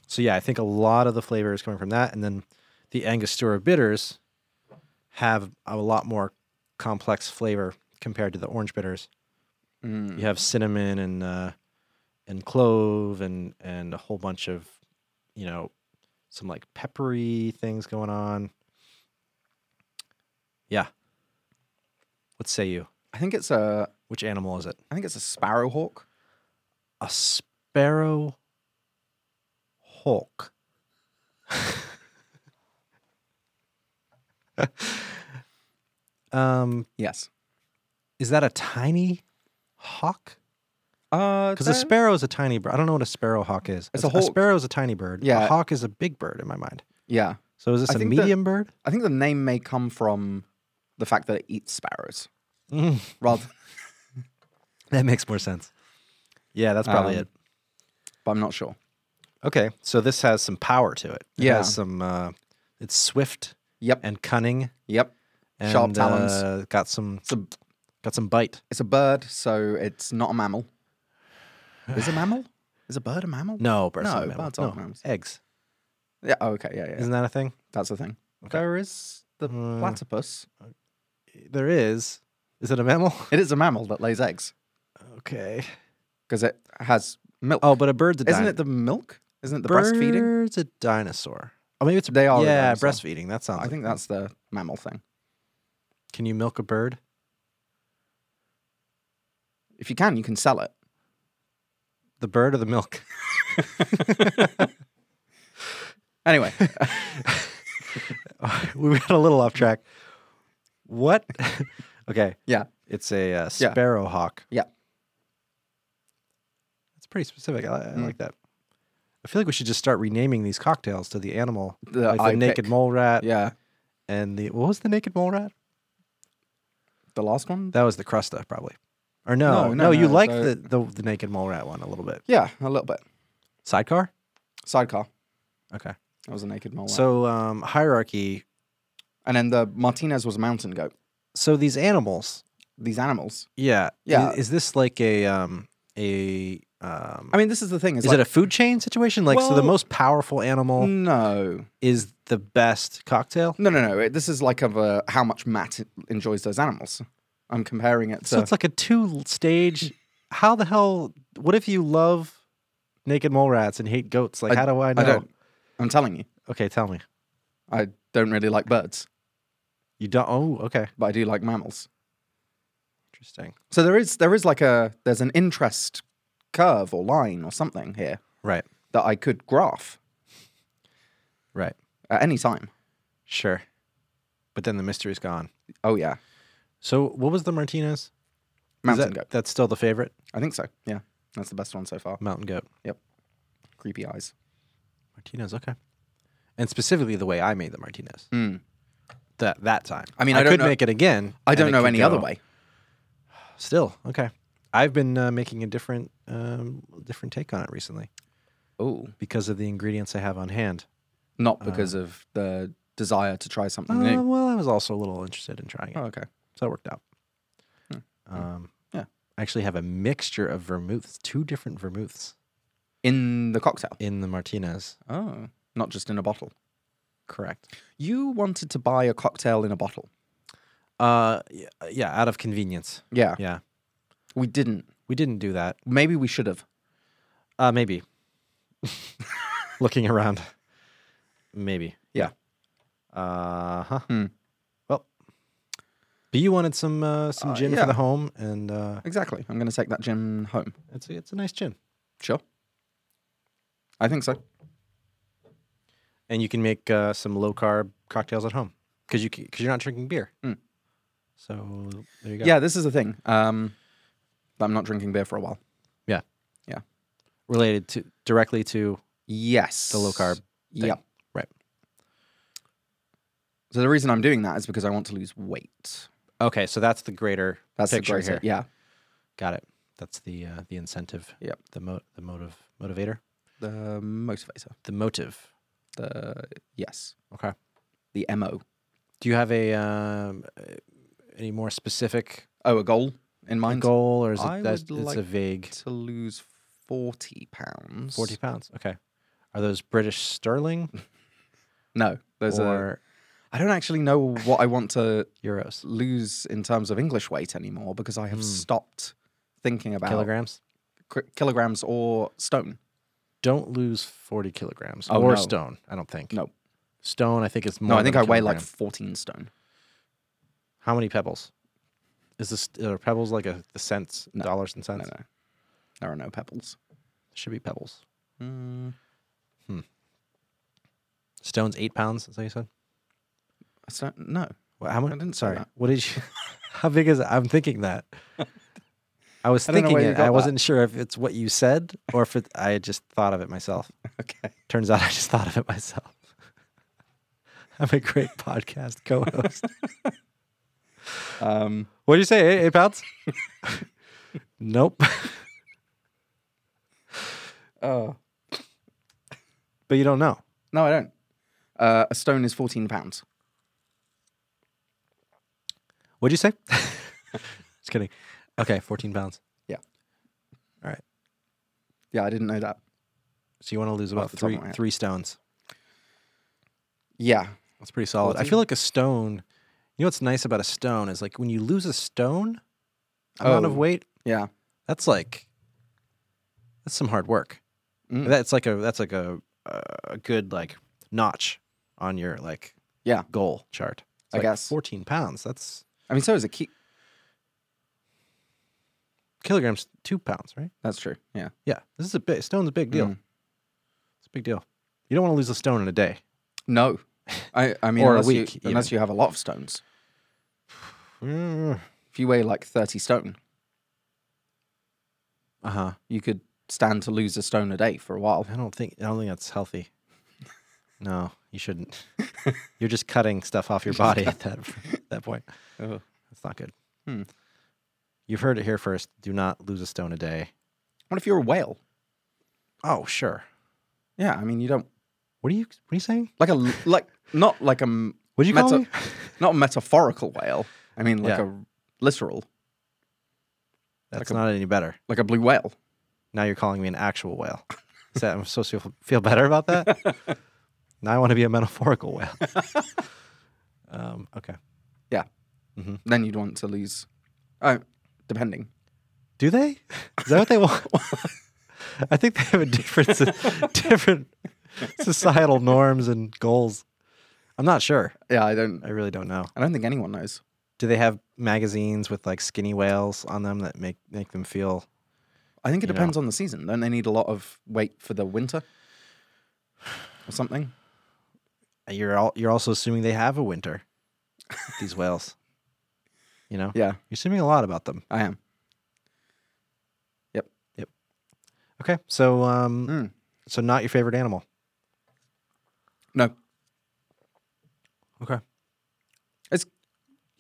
[SPEAKER 2] So yeah, I think a lot of the flavor is coming from that, and then the Angostura bitters have a lot more complex flavor compared to the orange bitters.
[SPEAKER 1] Mm.
[SPEAKER 2] You have cinnamon and uh, and clove and and a whole bunch of you know some like peppery things going on. Yeah. What say you?
[SPEAKER 1] I think it's a
[SPEAKER 2] Which animal is it?
[SPEAKER 1] I think it's a sparrowhawk.
[SPEAKER 2] A sparrow hawk. <laughs> um,
[SPEAKER 1] Yes.
[SPEAKER 2] is that a tiny hawk?
[SPEAKER 1] Uh,
[SPEAKER 2] Because a
[SPEAKER 1] there-
[SPEAKER 2] sparrow is a tiny bird. I don't know what a sparrow hawk is.
[SPEAKER 1] It's a
[SPEAKER 2] a
[SPEAKER 1] hawk.
[SPEAKER 2] sparrow is a tiny bird.
[SPEAKER 1] Yeah.
[SPEAKER 2] A hawk is a big bird in my mind.
[SPEAKER 1] yeah,
[SPEAKER 2] So is this
[SPEAKER 1] I
[SPEAKER 2] a
[SPEAKER 1] think that-
[SPEAKER 2] medium bird?
[SPEAKER 1] I think the name may come from the fact that it eats sparrows
[SPEAKER 2] Mm,
[SPEAKER 1] rather.
[SPEAKER 2] <laughs> that makes more sense. Yeah, that's probably
[SPEAKER 1] Um,
[SPEAKER 2] it.
[SPEAKER 1] but I'm not sure.
[SPEAKER 2] Okay, so this has some power to it. It
[SPEAKER 1] Yeah.
[SPEAKER 2] has some. Uh, it's swift
[SPEAKER 1] Yep.
[SPEAKER 2] and cunning.
[SPEAKER 1] Yep.
[SPEAKER 2] And,
[SPEAKER 1] Sharp talons.
[SPEAKER 2] Uh, got some.
[SPEAKER 1] It's a
[SPEAKER 2] Got some bite.
[SPEAKER 1] it's a bird, so it's not a mammal. Is a
[SPEAKER 2] <sighs>
[SPEAKER 1] mammal? Is a bird a mammal?
[SPEAKER 2] No, birds
[SPEAKER 1] No,
[SPEAKER 2] aren't mammals.
[SPEAKER 1] birds aren't mammals.
[SPEAKER 2] Eggs.
[SPEAKER 1] Yeah. Oh, okay. Yeah. Yeah.
[SPEAKER 2] Isn't that a thing?
[SPEAKER 1] That's the thing.
[SPEAKER 2] Okay.
[SPEAKER 1] There is the
[SPEAKER 2] Mm.
[SPEAKER 1] platypus.
[SPEAKER 2] There is. Is it a mammal?
[SPEAKER 1] It is a mammal that lays eggs
[SPEAKER 2] Okay.
[SPEAKER 1] because it has milk.
[SPEAKER 2] Oh, but a bird's a
[SPEAKER 1] Isn't
[SPEAKER 2] dino-
[SPEAKER 1] it the milk? Isn't it the breastfeeding?
[SPEAKER 2] Bird's a dinosaur. Oh, maybe it's
[SPEAKER 1] They are. a
[SPEAKER 2] yeah,
[SPEAKER 1] dinosaur.
[SPEAKER 2] breastfeeding. That sounds.
[SPEAKER 1] I
[SPEAKER 2] like
[SPEAKER 1] think
[SPEAKER 2] that.
[SPEAKER 1] that's the mammal thing.
[SPEAKER 2] Can you milk a bird?
[SPEAKER 1] If you can, you can sell it. <laughs>
[SPEAKER 2] The bird or the milk? <laughs>
[SPEAKER 1] Anyway, <laughs>
[SPEAKER 2] we got a little off track. What? <laughs> okay.
[SPEAKER 1] Yeah.
[SPEAKER 2] It's a uh,
[SPEAKER 1] Yeah.
[SPEAKER 2] sparrow hawk.
[SPEAKER 1] Yeah.
[SPEAKER 2] That's pretty specific. I, I like that. I feel like we should just start renaming these cocktails to the animal,
[SPEAKER 1] The
[SPEAKER 2] like the
[SPEAKER 1] I
[SPEAKER 2] naked
[SPEAKER 1] pick.
[SPEAKER 2] mole rat
[SPEAKER 1] yeah,
[SPEAKER 2] and the what was the naked mole rat?
[SPEAKER 1] the last one.
[SPEAKER 2] That was the crusta, probably. Or no, no,
[SPEAKER 1] No, no,
[SPEAKER 2] you
[SPEAKER 1] no,
[SPEAKER 2] liked
[SPEAKER 1] the-
[SPEAKER 2] the, the the naked mole rat one a little bit.
[SPEAKER 1] yeah, a little bit.
[SPEAKER 2] Sidecar.
[SPEAKER 1] Sidecar.
[SPEAKER 2] Okay.
[SPEAKER 1] That was a naked mole. So,
[SPEAKER 2] So um, hierarchy.
[SPEAKER 1] and then the Martinez was a mountain goat.
[SPEAKER 2] So these animals,
[SPEAKER 1] These animals.
[SPEAKER 2] Yeah. I-
[SPEAKER 1] Yeah.
[SPEAKER 2] Is, this like a um a um
[SPEAKER 1] I mean, this is the thing. It's
[SPEAKER 2] is
[SPEAKER 1] like,
[SPEAKER 2] it a food chain situation? Like so the
[SPEAKER 1] Well- mm.
[SPEAKER 2] most powerful animal
[SPEAKER 1] no,
[SPEAKER 2] is the best cocktail?
[SPEAKER 1] no, no, no? It, this is like of uh, how much Matt enjoys those animals. I'm comparing it to.
[SPEAKER 2] So it's like a two stage how the hell what if you love naked mole rats and hate goats? Like
[SPEAKER 1] I-
[SPEAKER 2] how do I know?
[SPEAKER 1] I don't. I'm telling you,
[SPEAKER 2] Okay, tell me.
[SPEAKER 1] I don't really like birds,
[SPEAKER 2] You don't oh, okay.
[SPEAKER 1] but I do like mammals.
[SPEAKER 2] Interesting.
[SPEAKER 1] So there is there is like a there's an interest curve or line or something here
[SPEAKER 2] Right.
[SPEAKER 1] that I could graph
[SPEAKER 2] Right.
[SPEAKER 1] at any time.
[SPEAKER 2] Sure. But then the mystery's gone.
[SPEAKER 1] Oh yeah,
[SPEAKER 2] So what was the Martinez? Is
[SPEAKER 1] mountain
[SPEAKER 2] that-
[SPEAKER 1] goat.
[SPEAKER 2] That's still the favorite?
[SPEAKER 1] I think so. Yeah, that's the best one so far.
[SPEAKER 2] Mountain goat.
[SPEAKER 1] Creepy eyes.
[SPEAKER 2] Martinez, okay. And specifically the way I made the Martinez.
[SPEAKER 1] Mm.
[SPEAKER 2] that that time.
[SPEAKER 1] I mean,
[SPEAKER 2] I,
[SPEAKER 1] I don't
[SPEAKER 2] could
[SPEAKER 1] know-
[SPEAKER 2] make it again.
[SPEAKER 1] I
[SPEAKER 2] and
[SPEAKER 1] don't
[SPEAKER 2] it
[SPEAKER 1] know
[SPEAKER 2] could
[SPEAKER 1] any
[SPEAKER 2] go-
[SPEAKER 1] other way.
[SPEAKER 2] Still, okay. I've been uh, making a different um, different take on it recently
[SPEAKER 1] Oh,
[SPEAKER 2] because of the ingredients I have on hand.
[SPEAKER 1] not because of the desire to try something
[SPEAKER 2] Uh,
[SPEAKER 1] new.
[SPEAKER 2] well, I was also a little interested in trying it,
[SPEAKER 1] Oh, okay.
[SPEAKER 2] so it worked out.
[SPEAKER 1] Hmm.
[SPEAKER 2] Um,
[SPEAKER 1] Yeah.
[SPEAKER 2] I actually have a mixture of vermouths, two different vermouths
[SPEAKER 1] In the cocktail.
[SPEAKER 2] in the Martinez.
[SPEAKER 1] Oh, not just in a bottle.
[SPEAKER 2] Correct.
[SPEAKER 1] You wanted to buy a cocktail in a bottle.
[SPEAKER 2] Uh, y- yeah, out of convenience.
[SPEAKER 1] Yeah,
[SPEAKER 2] Yeah,
[SPEAKER 1] we didn't.
[SPEAKER 2] we didn't do that.
[SPEAKER 1] Maybe we should have.
[SPEAKER 2] Uh, maybe. <laughs> Looking around. Maybe.
[SPEAKER 1] Yeah.
[SPEAKER 2] Uh huh.
[SPEAKER 1] Hmm.
[SPEAKER 2] Well, but you wanted some uh, some
[SPEAKER 1] Uh,
[SPEAKER 2] gin
[SPEAKER 1] yeah.
[SPEAKER 2] for the home, and uh,
[SPEAKER 1] Exactly. I'm going to take that gin home.
[SPEAKER 2] it's a, it's a nice gin,
[SPEAKER 1] Sure. I think so.
[SPEAKER 2] and you can make uh, some low carb cocktails at home because you because you're not drinking beer.
[SPEAKER 1] Mm.
[SPEAKER 2] So there you go.
[SPEAKER 1] Yeah, this is the thing. Um, but I'm not drinking beer for a while.
[SPEAKER 2] Related to directly to
[SPEAKER 1] Yes.
[SPEAKER 2] the low carb.
[SPEAKER 1] Yeah.
[SPEAKER 2] Right.
[SPEAKER 1] So the reason I'm doing that is because I want to lose weight.
[SPEAKER 2] Okay, so that's the greater
[SPEAKER 1] That's
[SPEAKER 2] picture
[SPEAKER 1] the greater.
[SPEAKER 2] here.
[SPEAKER 1] Yeah.
[SPEAKER 2] Got it. That's the uh, the incentive.
[SPEAKER 1] Yep.
[SPEAKER 2] The mo- the motive motivator.
[SPEAKER 1] The motivator.
[SPEAKER 2] The motive.
[SPEAKER 1] The yes.
[SPEAKER 2] Okay.
[SPEAKER 1] The mo.
[SPEAKER 2] Do you have a um, uh, any more specific
[SPEAKER 1] Oh, a goal in mind.
[SPEAKER 2] goal, or is it
[SPEAKER 1] I
[SPEAKER 2] that's,
[SPEAKER 1] would
[SPEAKER 2] it's a
[SPEAKER 1] like
[SPEAKER 2] vague
[SPEAKER 1] To lose forty pounds.
[SPEAKER 2] forty pounds? Okay, Are those British sterling
[SPEAKER 1] No, those are.
[SPEAKER 2] or
[SPEAKER 1] I don't actually know what I want to
[SPEAKER 2] euros?
[SPEAKER 1] lose in terms of English weight anymore because I have
[SPEAKER 2] Hmm.
[SPEAKER 1] stopped thinking about
[SPEAKER 2] Kilograms?
[SPEAKER 1] ki- kilograms or stone.
[SPEAKER 2] Don't lose 40 kilograms
[SPEAKER 1] Oh,
[SPEAKER 2] or
[SPEAKER 1] no.
[SPEAKER 2] stone, I don't think.
[SPEAKER 1] No.
[SPEAKER 2] Stone, I think it's more.
[SPEAKER 1] No, I think
[SPEAKER 2] than
[SPEAKER 1] I
[SPEAKER 2] a
[SPEAKER 1] weigh like
[SPEAKER 2] kilogram.
[SPEAKER 1] 14 stone.
[SPEAKER 2] How many pebbles? Is this are pebbles like a the cents,
[SPEAKER 1] No.
[SPEAKER 2] dollars and cents?
[SPEAKER 1] No, no. There are no pebbles. Mm,
[SPEAKER 2] Should be pebbles. Stone's eight pounds, is that what you said?
[SPEAKER 1] I don't- no.
[SPEAKER 2] Well, how much?
[SPEAKER 1] I didn't say
[SPEAKER 2] Sorry.
[SPEAKER 1] that.
[SPEAKER 2] What did you? <laughs> How big is it? I'm
[SPEAKER 1] <laughs>
[SPEAKER 2] thinking that. I was
[SPEAKER 1] I don't know
[SPEAKER 2] thinking
[SPEAKER 1] where you
[SPEAKER 2] it.
[SPEAKER 1] got
[SPEAKER 2] I
[SPEAKER 1] that.
[SPEAKER 2] wasn't sure if it's what you said or if it, I just thought of it myself.
[SPEAKER 1] <laughs> Okay.
[SPEAKER 2] Turns out I just thought of it myself. <laughs> I'm a great
[SPEAKER 1] <laughs>
[SPEAKER 2] podcast co-host.
[SPEAKER 1] Um,
[SPEAKER 2] what did you say? Eight, eight pounds? <laughs> nope. <laughs>
[SPEAKER 1] oh.
[SPEAKER 2] But you don't know.
[SPEAKER 1] No, I don't. Uh, a stone is 14 pounds. <laughs>
[SPEAKER 2] What'd you say? <laughs> just kidding. Okay, 14 pounds.
[SPEAKER 1] Yeah, I didn't know that.
[SPEAKER 2] So you want to lose
[SPEAKER 1] Off
[SPEAKER 2] about
[SPEAKER 1] the top of
[SPEAKER 2] three
[SPEAKER 1] my head.
[SPEAKER 2] three stones.
[SPEAKER 1] Yeah.
[SPEAKER 2] That's pretty solid. I
[SPEAKER 1] 14?
[SPEAKER 2] feel like a stone. You know what's nice about a stone is like when you lose a stone amount of
[SPEAKER 1] Oh.
[SPEAKER 2] weight,
[SPEAKER 1] Yeah.
[SPEAKER 2] that's like that's some hard work.
[SPEAKER 1] Mm.
[SPEAKER 2] That's like a that's like a a good like notch on your like
[SPEAKER 1] Yeah.
[SPEAKER 2] goal chart. It's
[SPEAKER 1] I
[SPEAKER 2] like
[SPEAKER 1] guess.
[SPEAKER 2] 14 pounds. That's
[SPEAKER 1] I mean, so is a key.
[SPEAKER 2] kilograms, two pounds, right?
[SPEAKER 1] That's true. Yeah.
[SPEAKER 2] Yeah, this is a big stone's a big deal.
[SPEAKER 1] Mm.
[SPEAKER 2] It's a big deal. You don't want to lose a stone in a day.
[SPEAKER 1] No. I, I mean,
[SPEAKER 2] <laughs> Or a
[SPEAKER 1] unless,
[SPEAKER 2] week,
[SPEAKER 1] you,
[SPEAKER 2] even.
[SPEAKER 1] unless you have a lot of stones.
[SPEAKER 2] Uh
[SPEAKER 1] If you weigh like 30 stone,
[SPEAKER 2] huh.
[SPEAKER 1] you could stand to lose a stone a day for a while.
[SPEAKER 2] I don't think I don't think that's healthy. No, you shouldn't. You're just cutting stuff off your body at that at that point.
[SPEAKER 1] Ugh.
[SPEAKER 2] That's not good.
[SPEAKER 1] Hmm.
[SPEAKER 2] You've heard it here first. Do not lose a stone a day.
[SPEAKER 1] What if you're a whale?
[SPEAKER 2] Oh, sure.
[SPEAKER 1] Yeah. I mean, you don't
[SPEAKER 2] What are you what are you saying?
[SPEAKER 1] like a, like, not like a, m-
[SPEAKER 2] What'd you call
[SPEAKER 1] Meta-
[SPEAKER 2] me? <laughs>
[SPEAKER 1] not a metaphorical whale. I mean, like
[SPEAKER 2] Yeah.
[SPEAKER 1] a literal,
[SPEAKER 2] That's
[SPEAKER 1] a-
[SPEAKER 2] not any better.
[SPEAKER 1] like a blue whale.
[SPEAKER 2] Now you're calling me an actual whale. Is that I'm supposed to feel- feel better about that? now I want to be a metaphorical whale. <laughs> um, okay.
[SPEAKER 1] Then you'd want to lose. Oh, depending.
[SPEAKER 2] Do they? Is that what they want? <laughs> I think they have a different
[SPEAKER 1] <laughs>
[SPEAKER 2] different societal norms and goals. I'm not sure.
[SPEAKER 1] Yeah, I don't.
[SPEAKER 2] I really don't know.
[SPEAKER 1] I don't think anyone knows.
[SPEAKER 2] Do they have magazines with like skinny whales on them that make make them feel?
[SPEAKER 1] I think it
[SPEAKER 2] You know.
[SPEAKER 1] depends on the season. Don't they need a lot of weight for the winter or something?
[SPEAKER 2] You're all, you're also assuming they have a winter. These whales. You know,
[SPEAKER 1] Yeah,
[SPEAKER 2] you're assuming a lot about them.
[SPEAKER 1] I am.
[SPEAKER 2] Okay, so um,
[SPEAKER 1] Mm.
[SPEAKER 2] so not your favorite animal.
[SPEAKER 1] No,
[SPEAKER 2] Okay.
[SPEAKER 1] It's-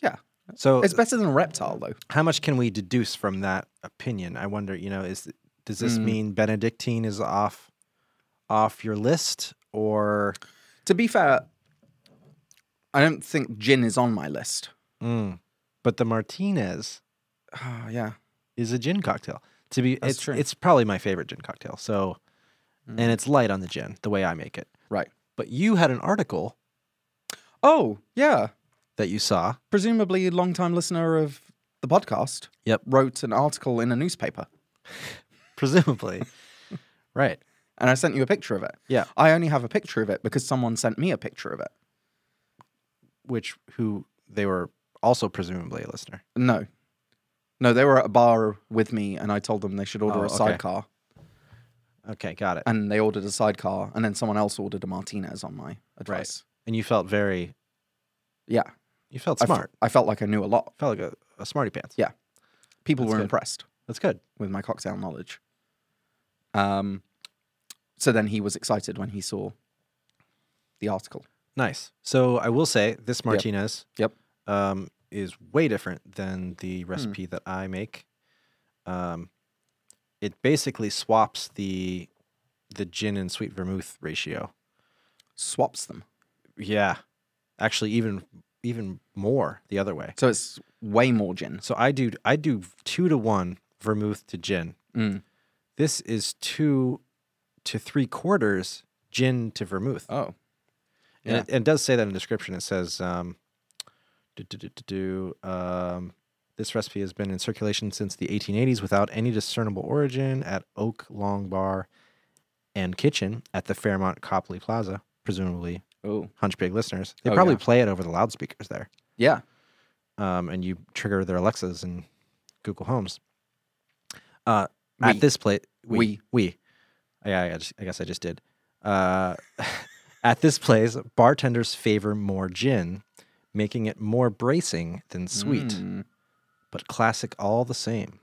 [SPEAKER 1] yeah.
[SPEAKER 2] So
[SPEAKER 1] it's better than a reptile though.
[SPEAKER 2] how much can we deduce from that opinion? I wonder, you know, is does this
[SPEAKER 1] Mm.
[SPEAKER 2] mean Benedictine is off off your list or
[SPEAKER 1] To be fair, I don't think gin is on my list.
[SPEAKER 2] Mm. but the Martinez
[SPEAKER 1] Ah, yeah.
[SPEAKER 2] is a gin cocktail. To be
[SPEAKER 1] That's
[SPEAKER 2] it's
[SPEAKER 1] true. Mm.
[SPEAKER 2] it's probably my favorite gin cocktail. So and it's light on the gin the way I make it.
[SPEAKER 1] Right.
[SPEAKER 2] But you had an article
[SPEAKER 1] Oh, yeah.
[SPEAKER 2] that you saw. <laughs>
[SPEAKER 1] Presumably, long-time listener of the podcast.
[SPEAKER 2] Yep.
[SPEAKER 1] Wrote an article in a newspaper.
[SPEAKER 2] Presumably.
[SPEAKER 1] <laughs>
[SPEAKER 2] right.
[SPEAKER 1] and I sent you a picture of it.
[SPEAKER 2] Yeah.
[SPEAKER 1] I only have a picture of it because someone sent me a picture of it.
[SPEAKER 2] Which who they were also presumably a listener.
[SPEAKER 1] No. No, they were at a bar with me and I told them they should order
[SPEAKER 2] Oh,
[SPEAKER 1] a
[SPEAKER 2] okay.
[SPEAKER 1] sidecar.
[SPEAKER 2] Okay, got it.
[SPEAKER 1] And they ordered a sidecar and then someone else ordered a Martinez on my advice.
[SPEAKER 2] And you felt very
[SPEAKER 1] Yeah.
[SPEAKER 2] you felt
[SPEAKER 1] I fe-
[SPEAKER 2] smart.
[SPEAKER 1] I felt like I kelt a lot.
[SPEAKER 2] felt like a, a smarty pants.
[SPEAKER 1] Yeah. People
[SPEAKER 2] That's
[SPEAKER 1] were
[SPEAKER 2] good.
[SPEAKER 1] impressed
[SPEAKER 2] That's good.
[SPEAKER 1] with my cocktail knowledge. Um, so then he was excited when he saw the article.
[SPEAKER 2] Nice. So I will say this Martinez.
[SPEAKER 1] Yep. Hmm.
[SPEAKER 2] Um, is way different than the recipe that I make. Um, it basically swaps the the gin and sweet vermouth ratio.
[SPEAKER 1] Swaps them.
[SPEAKER 2] Yeah. Actually, even even more the other way.
[SPEAKER 1] So it's way more gin.
[SPEAKER 2] So I do I do two to one vermouth to gin.
[SPEAKER 1] Mm.
[SPEAKER 2] This is two to three quarters gin to vermouth.
[SPEAKER 1] Oh,
[SPEAKER 2] And it, and it does say that in the description. It says, um, do, do, do, do, do, um, this recipe has been in circulation since the 1880s without any discernible origin at Oak Long Bar and Kitchen at the Fairmont Copley Plaza, presumably
[SPEAKER 1] oh,
[SPEAKER 2] Hunchpig listeners. They
[SPEAKER 1] Oh,
[SPEAKER 2] probably
[SPEAKER 1] yeah.
[SPEAKER 2] play it over the loudspeakers there.
[SPEAKER 1] yeah.
[SPEAKER 2] Um, and you trigger their Alexas and Google Homes. Uh,
[SPEAKER 1] We.
[SPEAKER 2] At this place,
[SPEAKER 1] We.
[SPEAKER 2] we. Yeah, I, just, I guess I just did. Uh, <laughs> at this place, bartenders favor more gin, making it more bracing than sweet,
[SPEAKER 1] Mm.
[SPEAKER 2] but classic all the same.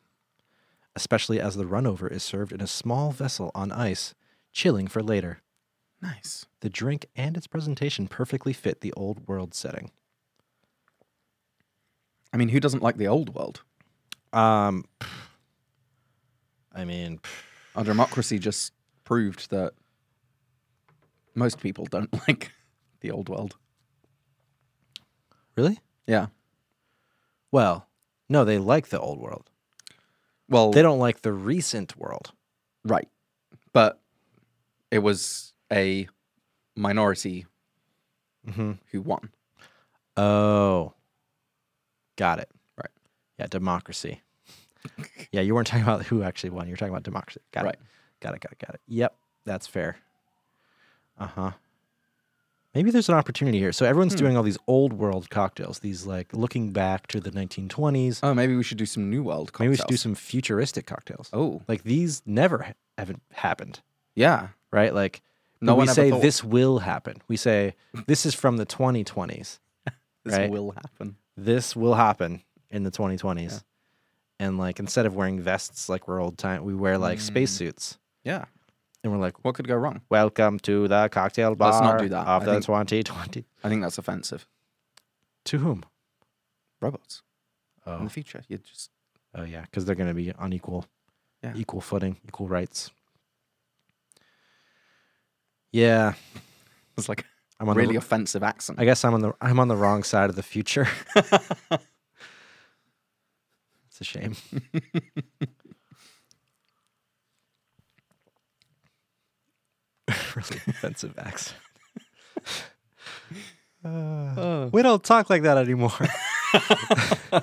[SPEAKER 2] Especially as the runover is served in a small vessel on ice, chilling for later.
[SPEAKER 1] Nice.
[SPEAKER 2] The drink and its presentation perfectly fit the old world setting.
[SPEAKER 1] I mean, who doesn't like the old world?
[SPEAKER 2] Um, I mean,
[SPEAKER 1] Our democracy just proved that most people don't <laughs> like the old world.
[SPEAKER 2] really?
[SPEAKER 1] Yeah.
[SPEAKER 2] Well, no, they like the old world.
[SPEAKER 1] Well,
[SPEAKER 2] They don't like the recent world.
[SPEAKER 1] right. But it was a minority
[SPEAKER 2] Mm-hmm.
[SPEAKER 1] who won.
[SPEAKER 2] Oh, got it.
[SPEAKER 1] Right.
[SPEAKER 2] Yeah,
[SPEAKER 1] <laughs>
[SPEAKER 2] democracy. yeah, you weren't talking about who actually won. You were talking about democracy. Got
[SPEAKER 1] Right.
[SPEAKER 2] it. Got it. Got it. Got it. Yep, that's fair. Uh huh. Maybe there's an opportunity here. So everyone's
[SPEAKER 1] Hmm.
[SPEAKER 2] doing all these old world cocktails. These like looking back to the 1920s.
[SPEAKER 1] Oh, maybe we should do some new world cocktails.
[SPEAKER 2] Maybe we should do some futuristic cocktails.
[SPEAKER 1] Oh,
[SPEAKER 2] Like these never ha- haven't happened,
[SPEAKER 1] yeah.
[SPEAKER 2] right? Like
[SPEAKER 1] No
[SPEAKER 2] when we
[SPEAKER 1] one ever
[SPEAKER 2] say
[SPEAKER 1] thought-
[SPEAKER 2] this will happen. We say this is from the 2020s.
[SPEAKER 1] This
[SPEAKER 2] Right.
[SPEAKER 1] will happen.
[SPEAKER 2] this will happen in the 2020s. And like instead of wearing vests like we're old time, we wear
[SPEAKER 1] Mm.
[SPEAKER 2] like spacesuits.
[SPEAKER 1] Yeah.
[SPEAKER 2] And we're like,
[SPEAKER 1] What could go wrong?
[SPEAKER 2] "Welcome to the cocktail bar
[SPEAKER 1] Let's not do that.
[SPEAKER 2] of
[SPEAKER 1] I
[SPEAKER 2] the
[SPEAKER 1] think-
[SPEAKER 2] 2020."
[SPEAKER 1] I think that's offensive.
[SPEAKER 2] To whom?
[SPEAKER 1] Robots in
[SPEAKER 2] Oh,
[SPEAKER 1] the future. You just
[SPEAKER 2] oh yeah, because they're going to be on equal,
[SPEAKER 1] Yeah.
[SPEAKER 2] equal footing, equal rights. Yeah,
[SPEAKER 1] it's like
[SPEAKER 2] I'm
[SPEAKER 1] a
[SPEAKER 2] on.
[SPEAKER 1] really
[SPEAKER 2] the,
[SPEAKER 1] offensive accent.
[SPEAKER 2] I guess I'm on the I'm on the wrong side of the future. <laughs> it's a shame. <laughs> really offensive accent. Uh, <laughs> we don't talk like that anymore.
[SPEAKER 1] Have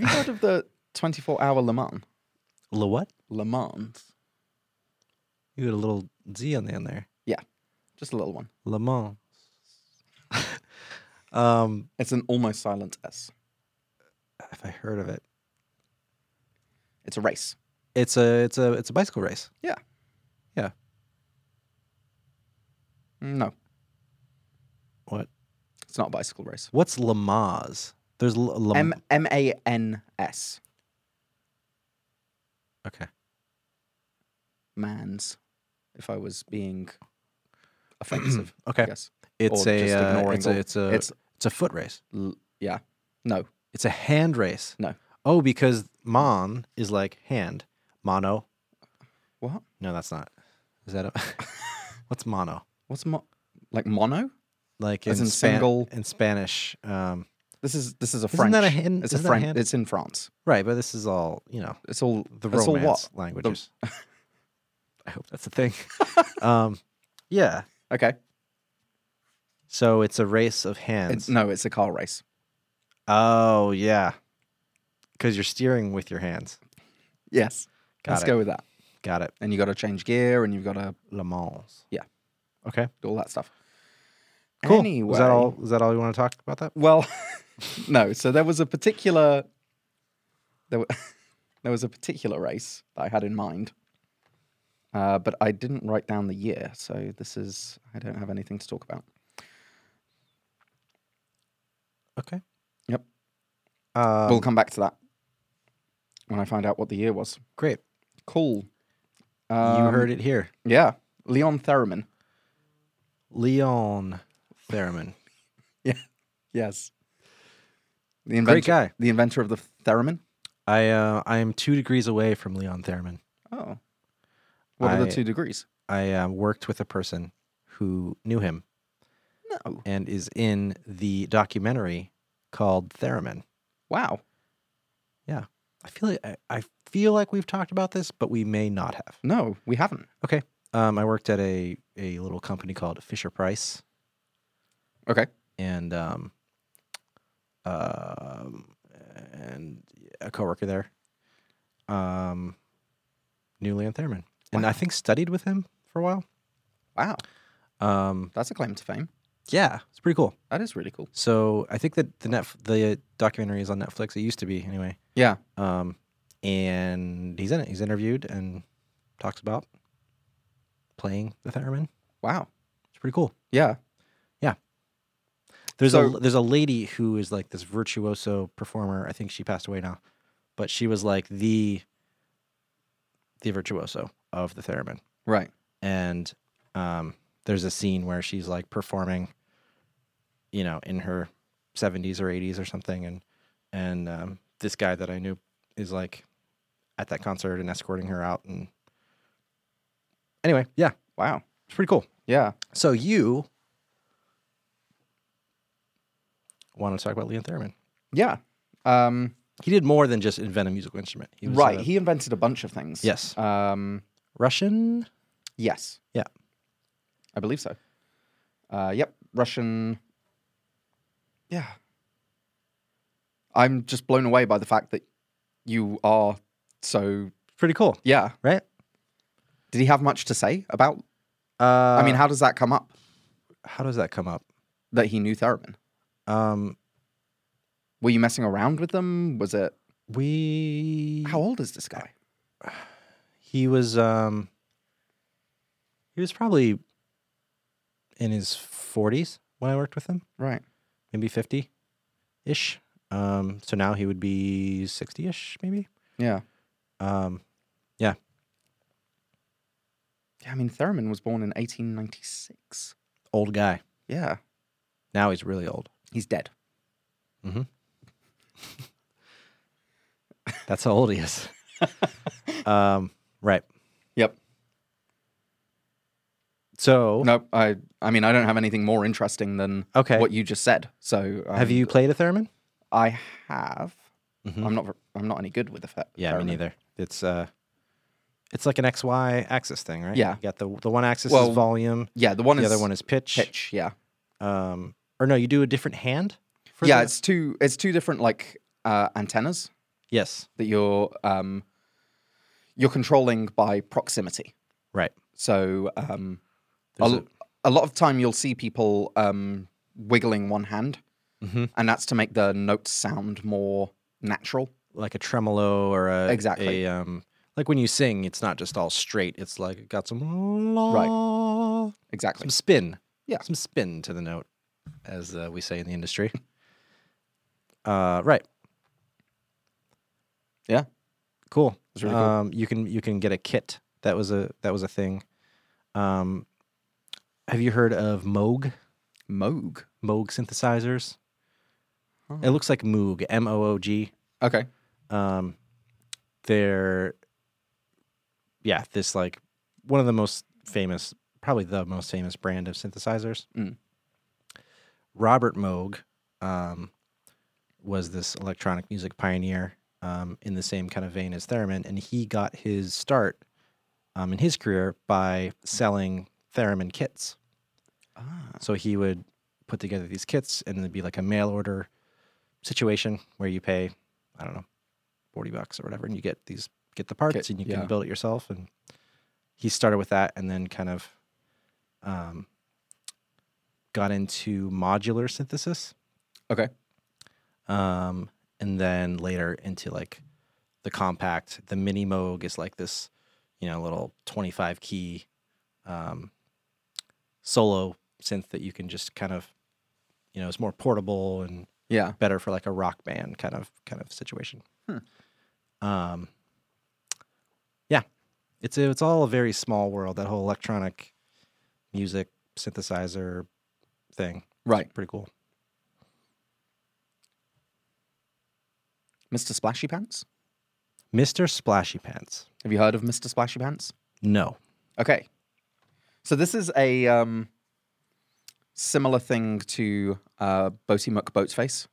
[SPEAKER 1] you heard of the 24 hour Le Mans?
[SPEAKER 2] <laughs> Le what?
[SPEAKER 1] Le Mans.
[SPEAKER 2] You had a little Z on the end there.
[SPEAKER 1] Just a little one.
[SPEAKER 2] Le Mans. <laughs> um,
[SPEAKER 1] It's an almost silent S.
[SPEAKER 2] have I heard of it?
[SPEAKER 1] It's a race.
[SPEAKER 2] It's a it's a it's a bicycle race.
[SPEAKER 1] Yeah.
[SPEAKER 2] Yeah.
[SPEAKER 1] No,
[SPEAKER 2] What?
[SPEAKER 1] it's not a bicycle race.
[SPEAKER 2] What's Le Mans? There's Le, Le
[SPEAKER 1] M M A N S.
[SPEAKER 2] Okay.
[SPEAKER 1] Mans. If I was being offensive.
[SPEAKER 2] <clears throat> Okay.
[SPEAKER 1] Yes.
[SPEAKER 2] It's
[SPEAKER 1] or
[SPEAKER 2] a,
[SPEAKER 1] just
[SPEAKER 2] uh,
[SPEAKER 1] ignoring
[SPEAKER 2] it's a
[SPEAKER 1] all-
[SPEAKER 2] it's a
[SPEAKER 1] it's-
[SPEAKER 2] it's it's a foot race.
[SPEAKER 1] L- yeah. No.
[SPEAKER 2] It's a hand race.
[SPEAKER 1] No.
[SPEAKER 2] Oh, because mon is like hand. Mono.
[SPEAKER 1] What?
[SPEAKER 2] No, that's not. Is that a <laughs> what's mono?
[SPEAKER 1] What's mo- like mono?
[SPEAKER 2] Like
[SPEAKER 1] As
[SPEAKER 2] in,
[SPEAKER 1] in
[SPEAKER 2] Span-
[SPEAKER 1] single-
[SPEAKER 2] in Spanish. Um,
[SPEAKER 1] This is this is a
[SPEAKER 2] Isn't
[SPEAKER 1] French.
[SPEAKER 2] that a hand-
[SPEAKER 1] It's a
[SPEAKER 2] isn't that a
[SPEAKER 1] French.
[SPEAKER 2] hand?
[SPEAKER 1] It's in France.
[SPEAKER 2] right, but this is all you know.
[SPEAKER 1] It's all
[SPEAKER 2] The
[SPEAKER 1] it's all what?
[SPEAKER 2] romance languages.
[SPEAKER 1] <laughs>
[SPEAKER 2] I hope that's a thing. <laughs> um, yeah.
[SPEAKER 1] Okay.
[SPEAKER 2] So it's a race of hands.
[SPEAKER 1] It's, no, it's a car race.
[SPEAKER 2] Oh yeah. Because you're steering with your hands.
[SPEAKER 1] Yes.
[SPEAKER 2] Got
[SPEAKER 1] Let's
[SPEAKER 2] it.
[SPEAKER 1] go with that.
[SPEAKER 2] Got it.
[SPEAKER 1] And you got to change gear, and you've got to
[SPEAKER 2] Le Mans.
[SPEAKER 1] Yeah.
[SPEAKER 2] Okay.
[SPEAKER 1] do all that stuff.
[SPEAKER 2] Cool.
[SPEAKER 1] Anyway,
[SPEAKER 2] Is that all? Is that all you want to talk about? That
[SPEAKER 1] Well, <laughs> no. So there was a particular there, wa- <laughs> there was a particular race that I had in mind, uh, but I didn't write down the year. So this is I don't have anything to talk about.
[SPEAKER 2] okay.
[SPEAKER 1] Yep.
[SPEAKER 2] Um,
[SPEAKER 1] we'll come back to that when I find out what the year was.
[SPEAKER 2] great.
[SPEAKER 1] Cool.
[SPEAKER 2] you
[SPEAKER 1] Um,
[SPEAKER 2] heard it here.
[SPEAKER 1] Yeah, Leon Theremin.
[SPEAKER 2] Leon Theremin.
[SPEAKER 1] Yes. The
[SPEAKER 2] Great
[SPEAKER 1] inventor,
[SPEAKER 2] guy.
[SPEAKER 1] the inventor of the theremin.
[SPEAKER 2] I uh, I am two degrees away from Leon Theremin.
[SPEAKER 1] Oh, what are
[SPEAKER 2] I-
[SPEAKER 1] the two degrees?
[SPEAKER 2] I uh, worked with a person who knew him
[SPEAKER 1] No.
[SPEAKER 2] and is in the documentary called Theremin.
[SPEAKER 1] Wow.
[SPEAKER 2] I feel like I, I feel like we've talked about this, but we may not have.
[SPEAKER 1] No, we haven't.
[SPEAKER 2] Okay. Um, I worked at a a little company called Fisher Price,
[SPEAKER 1] Okay.
[SPEAKER 2] and um, um, and a coworker there, um, knew Leon Theremin, and
[SPEAKER 1] Wow.
[SPEAKER 2] I think studied with him for a while.
[SPEAKER 1] Wow.
[SPEAKER 2] Um,
[SPEAKER 1] That's a claim to fame.
[SPEAKER 2] yeah, it's pretty cool.
[SPEAKER 1] That is really cool.
[SPEAKER 2] So I think that the net the documentary is on Netflix. It used to be anyway.
[SPEAKER 1] Yeah.
[SPEAKER 2] Um, and he's in it. He's interviewed and talks about playing the theremin.
[SPEAKER 1] Wow.
[SPEAKER 2] It's pretty cool.
[SPEAKER 1] Yeah.
[SPEAKER 2] There's
[SPEAKER 1] So-
[SPEAKER 2] a there's a lady who is like this virtuoso performer. I think she passed away now, but she was like the the virtuoso of the theremin.
[SPEAKER 1] Right.
[SPEAKER 2] and um, there's a scene where she's like performing, you know, in her 70s or 80s or something, and and um, this guy that I knew is like at that concert and escorting her out, and anyway, yeah,
[SPEAKER 1] Wow.
[SPEAKER 2] it's pretty cool.
[SPEAKER 1] Yeah.
[SPEAKER 2] So you want to talk about Leon Theremin?
[SPEAKER 1] Yeah. Um,
[SPEAKER 2] He did more than just invent a musical instrument. He was uh,
[SPEAKER 1] right.
[SPEAKER 2] a-
[SPEAKER 1] he invented a bunch of things.
[SPEAKER 2] yes,
[SPEAKER 1] Um,
[SPEAKER 2] Russian.
[SPEAKER 1] yes.
[SPEAKER 2] Yeah.
[SPEAKER 1] I believe so. Uh, yep. Russian. Yeah. I'm just blown away by the fact that you are so.
[SPEAKER 2] Pretty cool,
[SPEAKER 1] Yeah.
[SPEAKER 2] right?
[SPEAKER 1] Did he have much to say about?
[SPEAKER 2] Uh,
[SPEAKER 1] I mean, how does that come up
[SPEAKER 2] how does that come up?
[SPEAKER 1] that he knew theremin?
[SPEAKER 2] Um,
[SPEAKER 1] Were you messing around with them? Was it?
[SPEAKER 2] We
[SPEAKER 1] How old is this guy?
[SPEAKER 2] he was um he was probably in his 40s when I worked with him,
[SPEAKER 1] Right.
[SPEAKER 2] maybe 50 ish. Um so now he would be 60 ish maybe.
[SPEAKER 1] Yeah.
[SPEAKER 2] Um
[SPEAKER 1] Yeah. I mean, Theremin was born in 1896.
[SPEAKER 2] old guy.
[SPEAKER 1] Yeah.
[SPEAKER 2] Now he's really old.
[SPEAKER 1] He's dead.
[SPEAKER 2] That's how old he is. <laughs> um right.
[SPEAKER 1] Yep.
[SPEAKER 2] So
[SPEAKER 1] No, I. I mean, I don't have anything more interesting than
[SPEAKER 2] okay.
[SPEAKER 1] what you just said. So um,
[SPEAKER 2] Have you played a theremin?
[SPEAKER 1] I have.
[SPEAKER 2] Mhm.
[SPEAKER 1] I'm not. ver- I'm not any good with the fe-
[SPEAKER 2] Yeah, me
[SPEAKER 1] theremin.
[SPEAKER 2] neither. It's uh it's like an XY axis thing, right?
[SPEAKER 1] Yeah.
[SPEAKER 2] You got the the one axis
[SPEAKER 1] Well,
[SPEAKER 2] is volume,
[SPEAKER 1] Yeah, the one
[SPEAKER 2] the
[SPEAKER 1] is
[SPEAKER 2] other one is pitch.
[SPEAKER 1] pitch. Yeah.
[SPEAKER 2] Um or no, you do a different hand for
[SPEAKER 1] yeah,
[SPEAKER 2] the-
[SPEAKER 1] it's two. It's two different like uh, antennas
[SPEAKER 2] Yes.
[SPEAKER 1] that you're um, you're controlling by proximity.
[SPEAKER 2] Right.
[SPEAKER 1] So um, a,
[SPEAKER 2] There's
[SPEAKER 1] l- a lot of time you'll see people um, wiggling one hand,
[SPEAKER 2] a- Mhm.
[SPEAKER 1] and that's to make the notes sound more natural.
[SPEAKER 2] Like a tremolo or a
[SPEAKER 1] Exactly.
[SPEAKER 2] a, um like when you sing, it's not just all straight. It's like it got some
[SPEAKER 1] Exactly.
[SPEAKER 2] some spin.
[SPEAKER 1] Yeah.
[SPEAKER 2] Some spin to the note, as uh, we say in the industry. uh, right.
[SPEAKER 1] Yeah.
[SPEAKER 2] Cool.
[SPEAKER 1] It's really cool.
[SPEAKER 2] Um, you can you can get a kit. That was a that was a thing. Um, have you heard of Moog?
[SPEAKER 1] Moog.
[SPEAKER 2] Moog synthesizers.
[SPEAKER 1] Oh.
[SPEAKER 2] It looks like Moog. M O O G.
[SPEAKER 1] Okay.
[SPEAKER 2] Um, they're yeah, this like one of the most famous, probably the most famous brand of synthesizers.
[SPEAKER 1] Mm.
[SPEAKER 2] Robert Moog um, was this electronic music pioneer um, in the same kind of vein as Theremin, and he got his start um, in his career by selling Theremin kits.
[SPEAKER 1] Ah.
[SPEAKER 2] So he would put together these kits, and it'd be like a mail order situation where you pay, I don't know, forty bucks or whatever, and you get these get the parts,
[SPEAKER 1] Kit,
[SPEAKER 2] and you
[SPEAKER 1] yeah.
[SPEAKER 2] can build it yourself. And he started with that, and then kind of um, got into modular synthesis.
[SPEAKER 1] Okay.
[SPEAKER 2] Um, and then later into like the compact, the mini Moog is like this, you know, little twenty-five key um, solo synth that you can just kind of, you know, it's more portable and
[SPEAKER 1] Yeah.
[SPEAKER 2] better for like a rock band kind of kind of situation.
[SPEAKER 1] Hmm.
[SPEAKER 2] Um, yeah, it's a, it's all a very small world. That whole electronic music synthesizer thing,
[SPEAKER 1] Right.
[SPEAKER 2] pretty cool.
[SPEAKER 1] Mr. Splashy Pants.
[SPEAKER 2] Mister Splashy Pants.
[SPEAKER 1] Have you heard of Mr. Splashy Pants?
[SPEAKER 2] No.
[SPEAKER 1] Okay. So this is a um, similar thing to uh, Boaty Muck Boatface,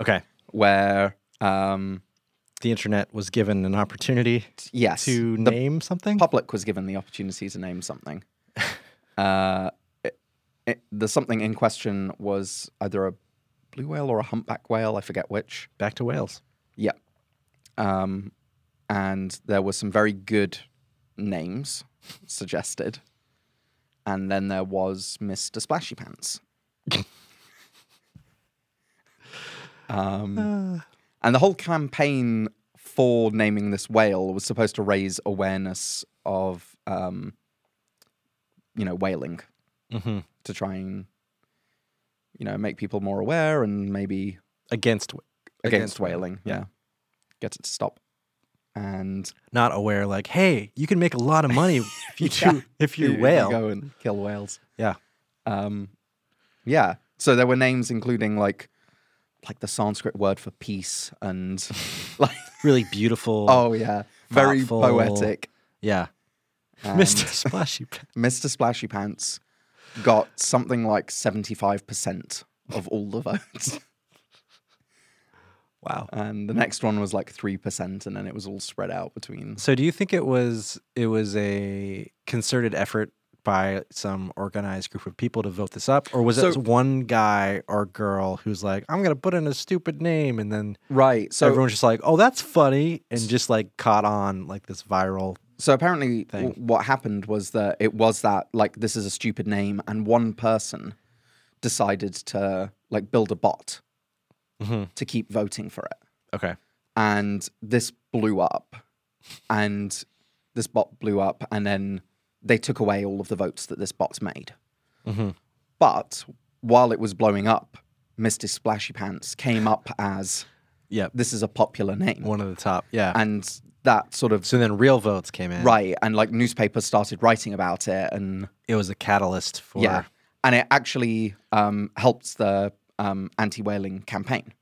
[SPEAKER 2] Okay.
[SPEAKER 1] where um,
[SPEAKER 2] the internet was given an opportunity
[SPEAKER 1] Yes.
[SPEAKER 2] to
[SPEAKER 1] the
[SPEAKER 2] name something.
[SPEAKER 1] public was given the opportunity to name something. uh, it- it- the something in question was either a blue whale or a humpback whale, I forget which.
[SPEAKER 2] Back to Wales.
[SPEAKER 1] Yeah. Um, and there were some very good names suggested. And then there was Mr. Splashy Pants. um, and the whole campaign for naming this whale was supposed to raise awareness of, um, you know, whaling
[SPEAKER 2] Mhm.
[SPEAKER 1] to try and, you know, make people more aware and maybe
[SPEAKER 2] Against, w-
[SPEAKER 1] against,
[SPEAKER 2] Wales.
[SPEAKER 1] whaling.
[SPEAKER 2] yeah.
[SPEAKER 1] Yeah. Get it to stop. And
[SPEAKER 2] Not aware, like, hey, you can make a lot of
[SPEAKER 1] <laughs>
[SPEAKER 2] money if you
[SPEAKER 1] Yeah.
[SPEAKER 2] do, if you,
[SPEAKER 1] you- you
[SPEAKER 2] whale.
[SPEAKER 1] go and kill whales.
[SPEAKER 2] Yeah.
[SPEAKER 1] Um, yeah. So there were names including like like the Sanskrit word for peace and <laughs> like
[SPEAKER 2] Really beautiful.
[SPEAKER 1] oh yeah. Very <laughs>
[SPEAKER 2] Thoughtful.
[SPEAKER 1] poetic.
[SPEAKER 2] yeah.
[SPEAKER 1] And
[SPEAKER 2] Mr. <laughs> Splashy. Pants.
[SPEAKER 1] Mr. Splashy Pants got something like seventy five percent of all the votes.
[SPEAKER 2] Wow.
[SPEAKER 1] and the next one was like three percent and then it was all spread out between
[SPEAKER 2] So do you think it was it was a concerted effort by some organized group of people to vote this up or was it
[SPEAKER 1] So-
[SPEAKER 2] just one guy or girl who's like I'm going to put in a stupid name and then
[SPEAKER 1] Right. So
[SPEAKER 2] everyone's just like oh that's funny and just like caught on like this viral
[SPEAKER 1] So apparently,
[SPEAKER 2] thing.
[SPEAKER 1] w- what happened was that it was that like this is a stupid name, and one person decided to like build a bot to keep voting for it,
[SPEAKER 2] okay
[SPEAKER 1] and this blew up, and this bot blew up, and then they took away all of the votes that this bot's made.
[SPEAKER 2] Mhm.
[SPEAKER 1] But while it was blowing up, Mr. Splashy Pants came up as
[SPEAKER 2] yeah
[SPEAKER 1] this is a popular name,
[SPEAKER 2] one of the top yeah
[SPEAKER 1] and that sort of
[SPEAKER 2] so then real votes came in
[SPEAKER 1] right, and like newspapers started writing about it, and
[SPEAKER 2] it was a catalyst for
[SPEAKER 1] Yeah, and it actually um, helped the um, anti-whaling campaign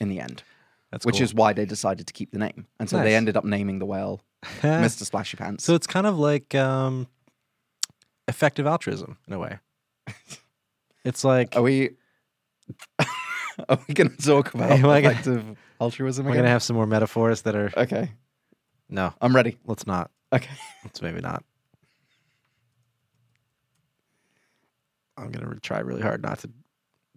[SPEAKER 1] in the end,
[SPEAKER 2] That's
[SPEAKER 1] which
[SPEAKER 2] cool.
[SPEAKER 1] is why they decided to keep the name. And so
[SPEAKER 2] Nice.
[SPEAKER 1] they ended up naming the whale
[SPEAKER 2] <laughs>
[SPEAKER 1] Mr. Splashy Pants.
[SPEAKER 2] so it's kind of like um effective altruism in a way <laughs> it's like
[SPEAKER 1] are we? <laughs> are we going to talk about
[SPEAKER 2] Am I gonna-
[SPEAKER 1] collective altruism
[SPEAKER 2] we're
[SPEAKER 1] again?
[SPEAKER 2] going to have some more metaphors that <laughs> are
[SPEAKER 1] okay,
[SPEAKER 2] no
[SPEAKER 1] I'm ready.
[SPEAKER 2] let's not.
[SPEAKER 1] Okay,
[SPEAKER 2] Let's maybe not. I'm gonna re- try really hard not to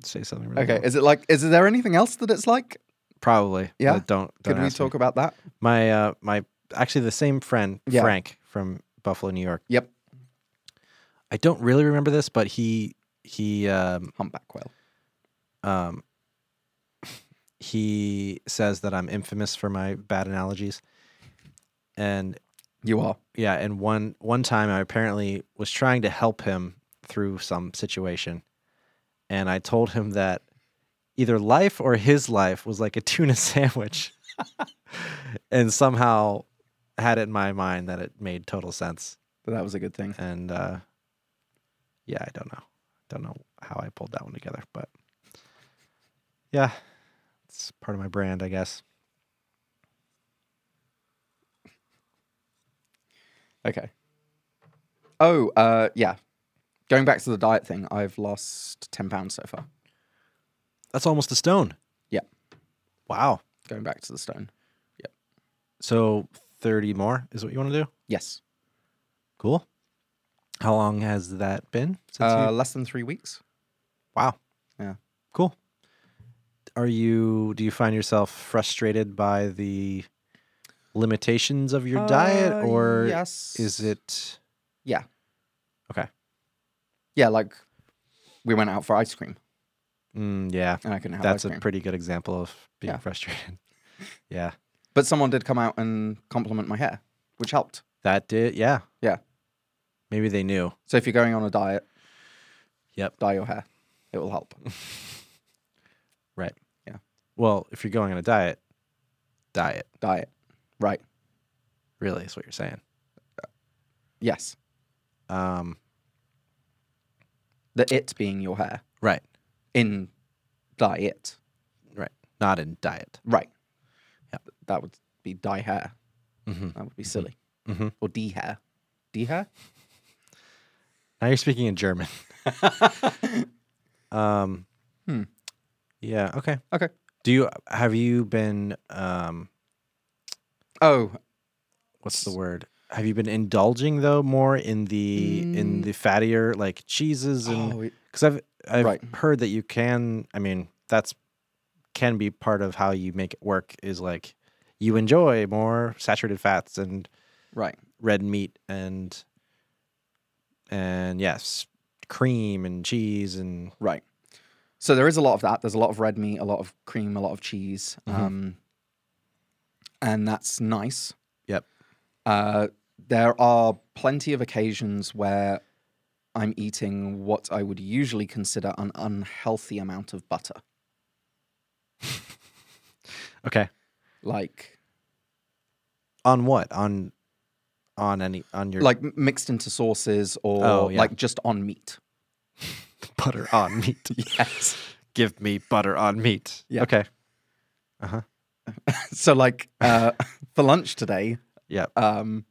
[SPEAKER 2] say something. Really
[SPEAKER 1] okay.
[SPEAKER 2] dumb.
[SPEAKER 1] Is it like? Is there anything else that it's like?
[SPEAKER 2] probably.
[SPEAKER 1] Yeah?
[SPEAKER 2] but Don't. don't
[SPEAKER 1] Could we
[SPEAKER 2] ask me.
[SPEAKER 1] talk about that?
[SPEAKER 2] My uh, my actually the same friend
[SPEAKER 1] Yeah.
[SPEAKER 2] Frank from Buffalo, New York.
[SPEAKER 1] Yep,
[SPEAKER 2] I don't really remember this, but he he um,
[SPEAKER 1] humpback whale.
[SPEAKER 2] um he says that I'm infamous for my bad analogies, and
[SPEAKER 1] You are.
[SPEAKER 2] yeah and one one time i apparently was trying to help him through some situation and i told him that either life or his life was like a <laughs> tuna sandwich <laughs> and somehow had it in my mind that it made total sense
[SPEAKER 1] But that was a good thing.
[SPEAKER 2] and uh yeah i don't know don't know how i pulled that one together but yeah it's part of my brand i guess
[SPEAKER 1] Okay. Oh, uh, yeah. Going back to the diet thing, I've lost ten pounds so far.
[SPEAKER 2] that's almost a stone
[SPEAKER 1] Yeah.
[SPEAKER 2] wow
[SPEAKER 1] Going back to the stone.
[SPEAKER 2] so 30 more is what you want to do
[SPEAKER 1] Yes.
[SPEAKER 2] Cool. How long has that been? Since
[SPEAKER 1] Uh,
[SPEAKER 2] you...
[SPEAKER 1] less than three weeks.
[SPEAKER 2] Wow.
[SPEAKER 1] yeah.
[SPEAKER 2] Cool. Are you? Do you find yourself frustrated by the limitations of your diet,
[SPEAKER 1] Uh,
[SPEAKER 2] or
[SPEAKER 1] yes.
[SPEAKER 2] is it?
[SPEAKER 1] Yeah.
[SPEAKER 2] Okay.
[SPEAKER 1] Yeah, like we went out for ice cream
[SPEAKER 2] Mm, yeah,
[SPEAKER 1] and I couldn't have
[SPEAKER 2] that's
[SPEAKER 1] ice
[SPEAKER 2] a
[SPEAKER 1] cream.
[SPEAKER 2] pretty good example of being
[SPEAKER 1] Yeah.
[SPEAKER 2] frustrated. <laughs> yeah,
[SPEAKER 1] but someone did come out and compliment my hair, which helped.
[SPEAKER 2] that did. Yeah.
[SPEAKER 1] Yeah.
[SPEAKER 2] Maybe they knew.
[SPEAKER 1] So if you're going on a diet,
[SPEAKER 2] Yep.
[SPEAKER 1] dye your hair. It will help. <laughs>
[SPEAKER 2] Right.
[SPEAKER 1] Yeah.
[SPEAKER 2] Well, if you're going on a diet, diet
[SPEAKER 1] diet. Right.
[SPEAKER 2] really is what you're saying.
[SPEAKER 1] Yes.
[SPEAKER 2] Um,
[SPEAKER 1] The it being your hair
[SPEAKER 2] right.
[SPEAKER 1] in diet.
[SPEAKER 2] Right. Not in diet.
[SPEAKER 1] Right.
[SPEAKER 2] Yeah.
[SPEAKER 1] That would be dye hair.
[SPEAKER 2] Mhm.
[SPEAKER 1] That would be silly.
[SPEAKER 2] Mhm.
[SPEAKER 1] Or D hair. D hair?
[SPEAKER 2] Now you're speaking in German. <laughs> um,
[SPEAKER 1] Hmm.
[SPEAKER 2] Yeah. Okay.
[SPEAKER 1] Okay.
[SPEAKER 2] Do you have you been um,
[SPEAKER 1] Oh,
[SPEAKER 2] what's the word? Have you been indulging though more in the
[SPEAKER 1] Mm.
[SPEAKER 2] in the fattier like cheeses and
[SPEAKER 1] oh, it-
[SPEAKER 2] because I've I've
[SPEAKER 1] Right.
[SPEAKER 2] heard that you can. I mean, that's can be part of how you make it work. Is like you enjoy more saturated fats and
[SPEAKER 1] right.
[SPEAKER 2] red meat and and yes, cream and cheese and
[SPEAKER 1] Right. So there is a lot of that. There's a lot of red meat, a lot of cream, a lot of cheese.
[SPEAKER 2] Mhm.
[SPEAKER 1] Um, and that's nice.
[SPEAKER 2] Yep.
[SPEAKER 1] Uh, there are plenty of occasions where I'm eating what I would usually consider an unhealthy amount of butter.
[SPEAKER 2] okay.
[SPEAKER 1] Like,
[SPEAKER 2] On what on on any on your
[SPEAKER 1] like m- mixed into sauces or
[SPEAKER 2] Oh, yeah.
[SPEAKER 1] like just on
[SPEAKER 2] <laughs>
[SPEAKER 1] meat.
[SPEAKER 2] butter <laughs> on meat?
[SPEAKER 1] Yes.
[SPEAKER 2] Give me butter on meat.
[SPEAKER 1] Yeah.
[SPEAKER 2] Okay. Uh-huh.
[SPEAKER 1] so like uh, <laughs> for lunch today,
[SPEAKER 2] Yep.
[SPEAKER 1] um,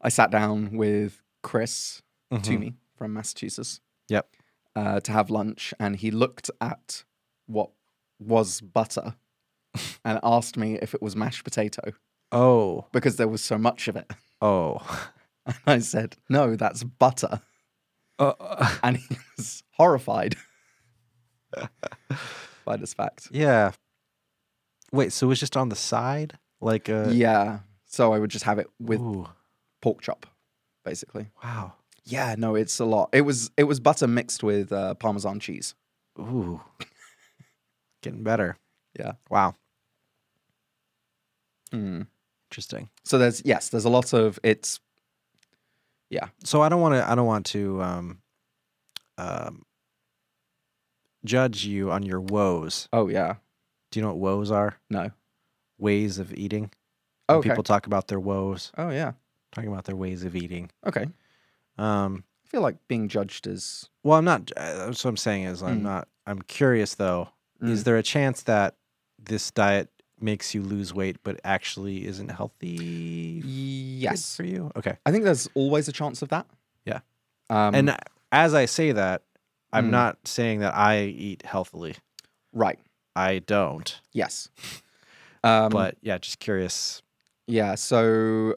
[SPEAKER 1] I sat down with Chris
[SPEAKER 2] Mhm.
[SPEAKER 1] Toomey from Massachusetts.
[SPEAKER 2] Yep.
[SPEAKER 1] Uh, to have lunch, and he looked at what was
[SPEAKER 2] <laughs>
[SPEAKER 1] butter and asked me if it was mashed potato
[SPEAKER 2] Oh.
[SPEAKER 1] because there was so much of it. <laughs>
[SPEAKER 2] Oh. <laughs>
[SPEAKER 1] And I said, "No, that's butter,"
[SPEAKER 2] Uh,
[SPEAKER 1] and he <laughs> was
[SPEAKER 2] <laughs>
[SPEAKER 1] horrified by this fact.
[SPEAKER 2] yeah. Wait, so it was just on the side? Like uh
[SPEAKER 1] Yeah. So I would just have it with
[SPEAKER 2] ooh,
[SPEAKER 1] pork chop, basically.
[SPEAKER 2] wow.
[SPEAKER 1] Yeah, no, it's a lot. It was it was butter mixed with uh, parmesan cheese.
[SPEAKER 2] Ooh. <laughs> Getting better.
[SPEAKER 1] Yeah.
[SPEAKER 2] Wow. Hmm. Interesting.
[SPEAKER 1] So there's yes, there's a lot of it's
[SPEAKER 2] so I don't want to. I don't want to um, um, judge you on your woes.
[SPEAKER 1] oh yeah
[SPEAKER 2] Do you know what woes are?
[SPEAKER 1] no
[SPEAKER 2] Ways of eating. When
[SPEAKER 1] okay
[SPEAKER 2] People talk about their woes,
[SPEAKER 1] oh yeah
[SPEAKER 2] talking about their ways of eating.
[SPEAKER 1] okay.
[SPEAKER 2] Um,
[SPEAKER 1] I feel like being judged is
[SPEAKER 2] well, I'm not. Uh, that's what I'm saying is I'm
[SPEAKER 1] Mm.
[SPEAKER 2] not. I'm curious though. Is there a chance that this diet makes you lose weight, but actually isn't healthy? good
[SPEAKER 1] yes.
[SPEAKER 2] for you. Okay.
[SPEAKER 1] I think there's always a chance of that.
[SPEAKER 2] Yeah.
[SPEAKER 1] um,
[SPEAKER 2] and uh, as I say that, I'm
[SPEAKER 1] Mm.
[SPEAKER 2] not saying that I eat healthily.
[SPEAKER 1] right
[SPEAKER 2] I don't.
[SPEAKER 1] yes,
[SPEAKER 2] <laughs>
[SPEAKER 1] um,
[SPEAKER 2] but yeah, just curious.
[SPEAKER 1] yeah. So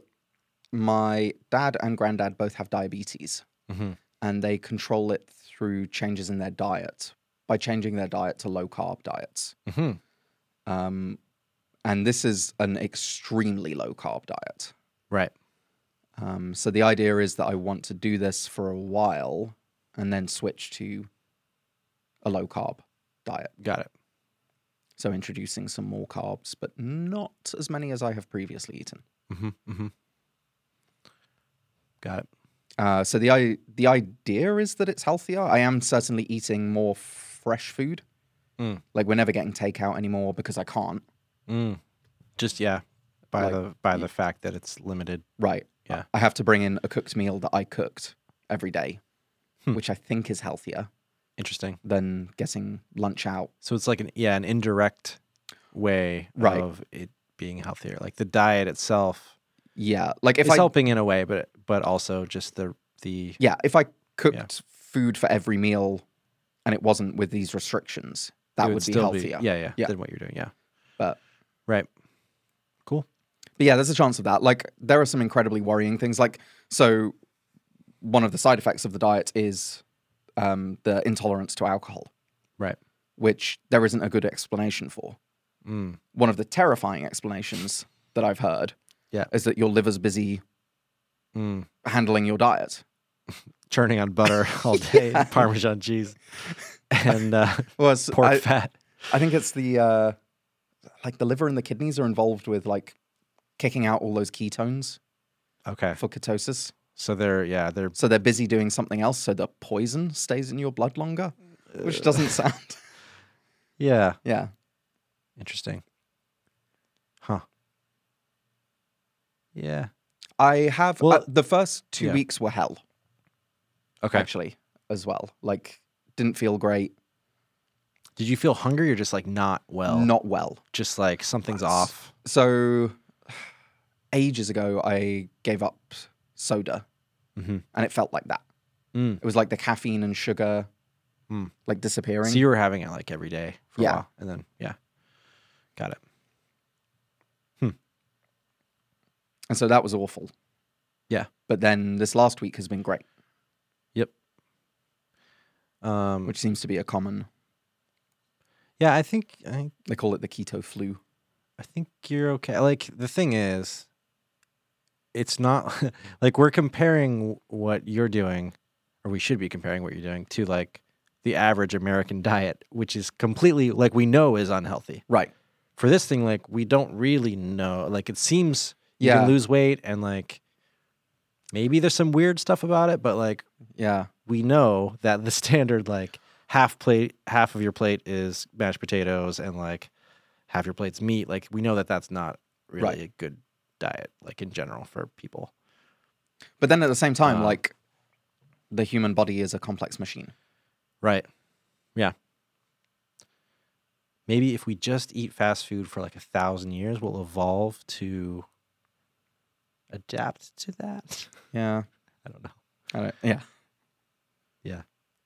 [SPEAKER 1] my dad and granddad both have diabetes,
[SPEAKER 2] Mhm.
[SPEAKER 1] and they control it through changes in their diet by changing their diet to low carb diets.
[SPEAKER 2] Mm-hmm.
[SPEAKER 1] Um, and this is an extremely low carb diet.
[SPEAKER 2] Right.
[SPEAKER 1] Um, so the idea is that I want to do this for a while and then switch to a low carb diet.
[SPEAKER 2] Got it.
[SPEAKER 1] So introducing some more carbs, but not as many as I have previously eaten.
[SPEAKER 2] Mm-hmm. Mm-hmm. Got it.
[SPEAKER 1] Uh, so the I- the idea is that it's healthier. I am certainly eating more fresh food.
[SPEAKER 2] Mm.
[SPEAKER 1] Like we're never getting takeout anymore because I can't.
[SPEAKER 2] Mm. Just yeah, by
[SPEAKER 1] Like,
[SPEAKER 2] the by the fact that it's limited.
[SPEAKER 1] Right.
[SPEAKER 2] Yeah.
[SPEAKER 1] I have to bring in a cooked meal that I cooked every day,
[SPEAKER 2] Hmm.
[SPEAKER 1] which I think is healthier
[SPEAKER 2] Interesting.
[SPEAKER 1] than getting lunch out.
[SPEAKER 2] So it's like an yeah an indirect way
[SPEAKER 1] Right.
[SPEAKER 2] of it being healthier. Like the diet itself
[SPEAKER 1] Yeah. Like if
[SPEAKER 2] is
[SPEAKER 1] I
[SPEAKER 2] helping in a way, but but also just the the
[SPEAKER 1] yeah, if I cooked food for every meal and it wasn't with these restrictions, that
[SPEAKER 2] it
[SPEAKER 1] would, be
[SPEAKER 2] still
[SPEAKER 1] healthier.
[SPEAKER 2] yeah, yeah
[SPEAKER 1] Yeah.
[SPEAKER 2] than what you're doing. Yeah.
[SPEAKER 1] But
[SPEAKER 2] Right. Cool.
[SPEAKER 1] But yeah, there's a chance of that. Like, there are some incredibly worrying things. Like, so one of the side effects of the diet is um, the intolerance to alcohol,
[SPEAKER 2] Right.
[SPEAKER 1] which there isn't a good explanation for.
[SPEAKER 2] Mm.
[SPEAKER 1] One of the terrifying explanations that I've heard
[SPEAKER 2] Yeah.
[SPEAKER 1] is that your liver's busy
[SPEAKER 2] Mm.
[SPEAKER 1] handling your diet.
[SPEAKER 2] Churning on
[SPEAKER 1] <laughs>
[SPEAKER 2] butter all day, and Parmesan cheese, and uh,
[SPEAKER 1] Well, it's-
[SPEAKER 2] pork
[SPEAKER 1] I,
[SPEAKER 2] fat.
[SPEAKER 1] I think it's the uh, like the liver and the kidneys are involved with like kicking out all those ketones
[SPEAKER 2] Okay.
[SPEAKER 1] for ketosis.
[SPEAKER 2] So they're yeah they're
[SPEAKER 1] So they're busy doing something else, so the poison stays in your blood longer, which
[SPEAKER 2] Uh.
[SPEAKER 1] doesn't <laughs> sound.
[SPEAKER 2] yeah
[SPEAKER 1] yeah.
[SPEAKER 2] interesting, huh? Yeah.
[SPEAKER 1] I have uh,
[SPEAKER 2] Well,
[SPEAKER 1] the first two
[SPEAKER 2] yeah.
[SPEAKER 1] weeks were hell
[SPEAKER 2] Okay.
[SPEAKER 1] actually as well. Like didn't feel great,
[SPEAKER 2] Did you feel hungry or just like not well?
[SPEAKER 1] not well.
[SPEAKER 2] Just like something's
[SPEAKER 1] That's-
[SPEAKER 2] off.
[SPEAKER 1] So ages ago I gave up soda
[SPEAKER 2] Mhm.
[SPEAKER 1] and it felt like that.
[SPEAKER 2] Mm.
[SPEAKER 1] It was like the caffeine and sugar
[SPEAKER 2] Mm.
[SPEAKER 1] like disappearing.
[SPEAKER 2] So you were having it like every day for
[SPEAKER 1] Yeah.
[SPEAKER 2] a while, and then yeah, got it. Hmm.
[SPEAKER 1] And so that was awful.
[SPEAKER 2] Yeah.
[SPEAKER 1] But then this last week has been great,
[SPEAKER 2] Um,
[SPEAKER 1] which seems to be a common.
[SPEAKER 2] yeah, I think I think
[SPEAKER 1] They call it the keto flu.
[SPEAKER 2] I think you're okay. Like the thing is, it's not <laughs> like we're comparing what you're doing, or we should be comparing what you're doing to like the average American <laughs> diet, which is completely like we know is unhealthy.
[SPEAKER 1] Right.
[SPEAKER 2] For this thing, like we don't really know. Like it seems you
[SPEAKER 1] Yeah.
[SPEAKER 2] can lose weight and like maybe there's some weird stuff about it, but like
[SPEAKER 1] Yeah.
[SPEAKER 2] we know that the <laughs> standard like half plate half of your plate is mashed potatoes and like half your plate's meat like we know that that's not really
[SPEAKER 1] Right.
[SPEAKER 2] a good diet like in general for people
[SPEAKER 1] But then at the same time,
[SPEAKER 2] Uh,
[SPEAKER 1] like the human body is a complex machine.
[SPEAKER 2] right yeah maybe if we just eat fast food for like a thousand years we'll evolve to adapt to that <laughs>
[SPEAKER 1] Yeah.
[SPEAKER 2] i don't know
[SPEAKER 1] I don't, yeah.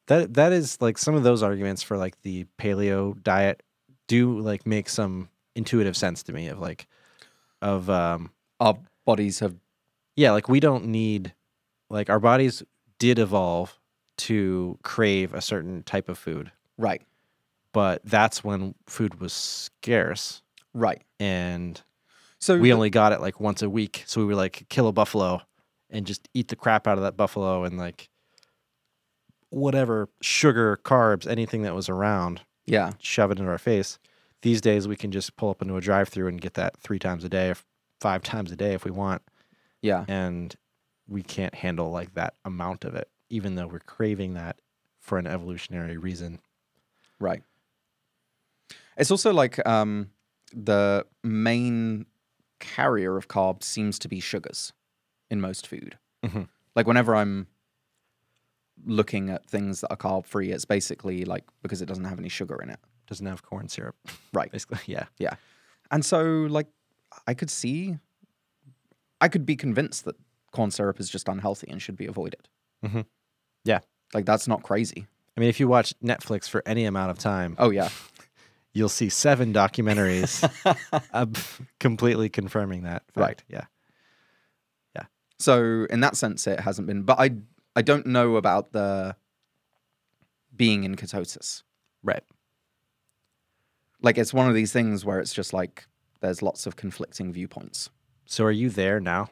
[SPEAKER 2] that that is like some of those arguments for like the paleo diet do like make some intuitive sense to me of like of um
[SPEAKER 1] Our bodies have.
[SPEAKER 2] yeah like we don't need like our bodies did evolve to crave a certain type of food
[SPEAKER 1] Right.
[SPEAKER 2] but that's when food was scarce
[SPEAKER 1] Right.
[SPEAKER 2] and
[SPEAKER 1] So
[SPEAKER 2] we only got it like once a week so we would like kill a buffalo and just eat the crap out of that buffalo and like whatever sugar carbs anything that was around
[SPEAKER 1] Yeah.
[SPEAKER 2] shove it into our face. These days, we can just pull up into a drive through and get that three times a day, if- five times a day if we want.
[SPEAKER 1] Yeah.
[SPEAKER 2] And we can't handle like that amount of it, even though we're craving that for an evolutionary reason.
[SPEAKER 1] Right. It's also like um, the main carrier of carbs seems to be sugars in most food.
[SPEAKER 2] Mhm.
[SPEAKER 1] Like whenever I'm looking at things that are carb free, it's basically like because it doesn't have any sugar in it.
[SPEAKER 2] Doesn't have corn syrup. <laughs>
[SPEAKER 1] Right.
[SPEAKER 2] Basically, yeah.
[SPEAKER 1] And so, like, I could see, I could be convinced that corn syrup is just unhealthy and should be avoided.
[SPEAKER 2] Mhm. Yeah.
[SPEAKER 1] Like, that's not crazy.
[SPEAKER 2] I mean, if you watch Netflix for any amount of time,
[SPEAKER 1] Oh, yeah.
[SPEAKER 2] you'll see seven
[SPEAKER 1] <laughs>
[SPEAKER 2] documentaries ab- completely confirming that fact.
[SPEAKER 1] Right.
[SPEAKER 2] Yeah.
[SPEAKER 1] So in that sense, it hasn't been. But I I don't know about the being in ketosis.
[SPEAKER 2] Right.
[SPEAKER 1] Like it's one of these things where it's just like there's lots of conflicting viewpoints.
[SPEAKER 2] So are you there now?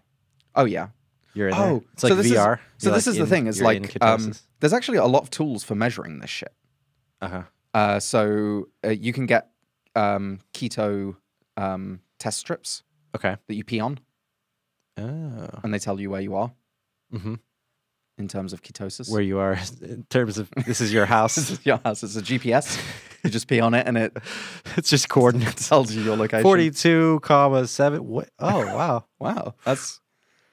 [SPEAKER 1] Oh yeah.
[SPEAKER 2] You're in
[SPEAKER 1] Oh,
[SPEAKER 2] there. It's like
[SPEAKER 1] so this is-
[SPEAKER 2] VR.
[SPEAKER 1] So
[SPEAKER 2] You're,
[SPEAKER 1] this
[SPEAKER 2] like,
[SPEAKER 1] is
[SPEAKER 2] in-
[SPEAKER 1] the thing. Is
[SPEAKER 2] you're in
[SPEAKER 1] like um,
[SPEAKER 2] ketosis?
[SPEAKER 1] there's actually a lot of tools for measuring this shit.
[SPEAKER 2] uh-huh.
[SPEAKER 1] Uh, so uh, you can get um, keto um, test strips
[SPEAKER 2] Okay.
[SPEAKER 1] that you pee on,
[SPEAKER 2] Oh.
[SPEAKER 1] and they tell you where you are
[SPEAKER 2] Mm-hmm.
[SPEAKER 1] in terms of ketosis.
[SPEAKER 2] where you are <laughs> in terms of this is your
[SPEAKER 1] this <laughs>
[SPEAKER 2] house. <laughs>
[SPEAKER 1] is your house. <laughs> It's a GPS. you just pee on it, and it <laughs>
[SPEAKER 2] it's just coordinates.
[SPEAKER 1] tells you your location.
[SPEAKER 2] Forty-two comma seven. What? Oh
[SPEAKER 1] <laughs>
[SPEAKER 2] wow,
[SPEAKER 1] Wow, that's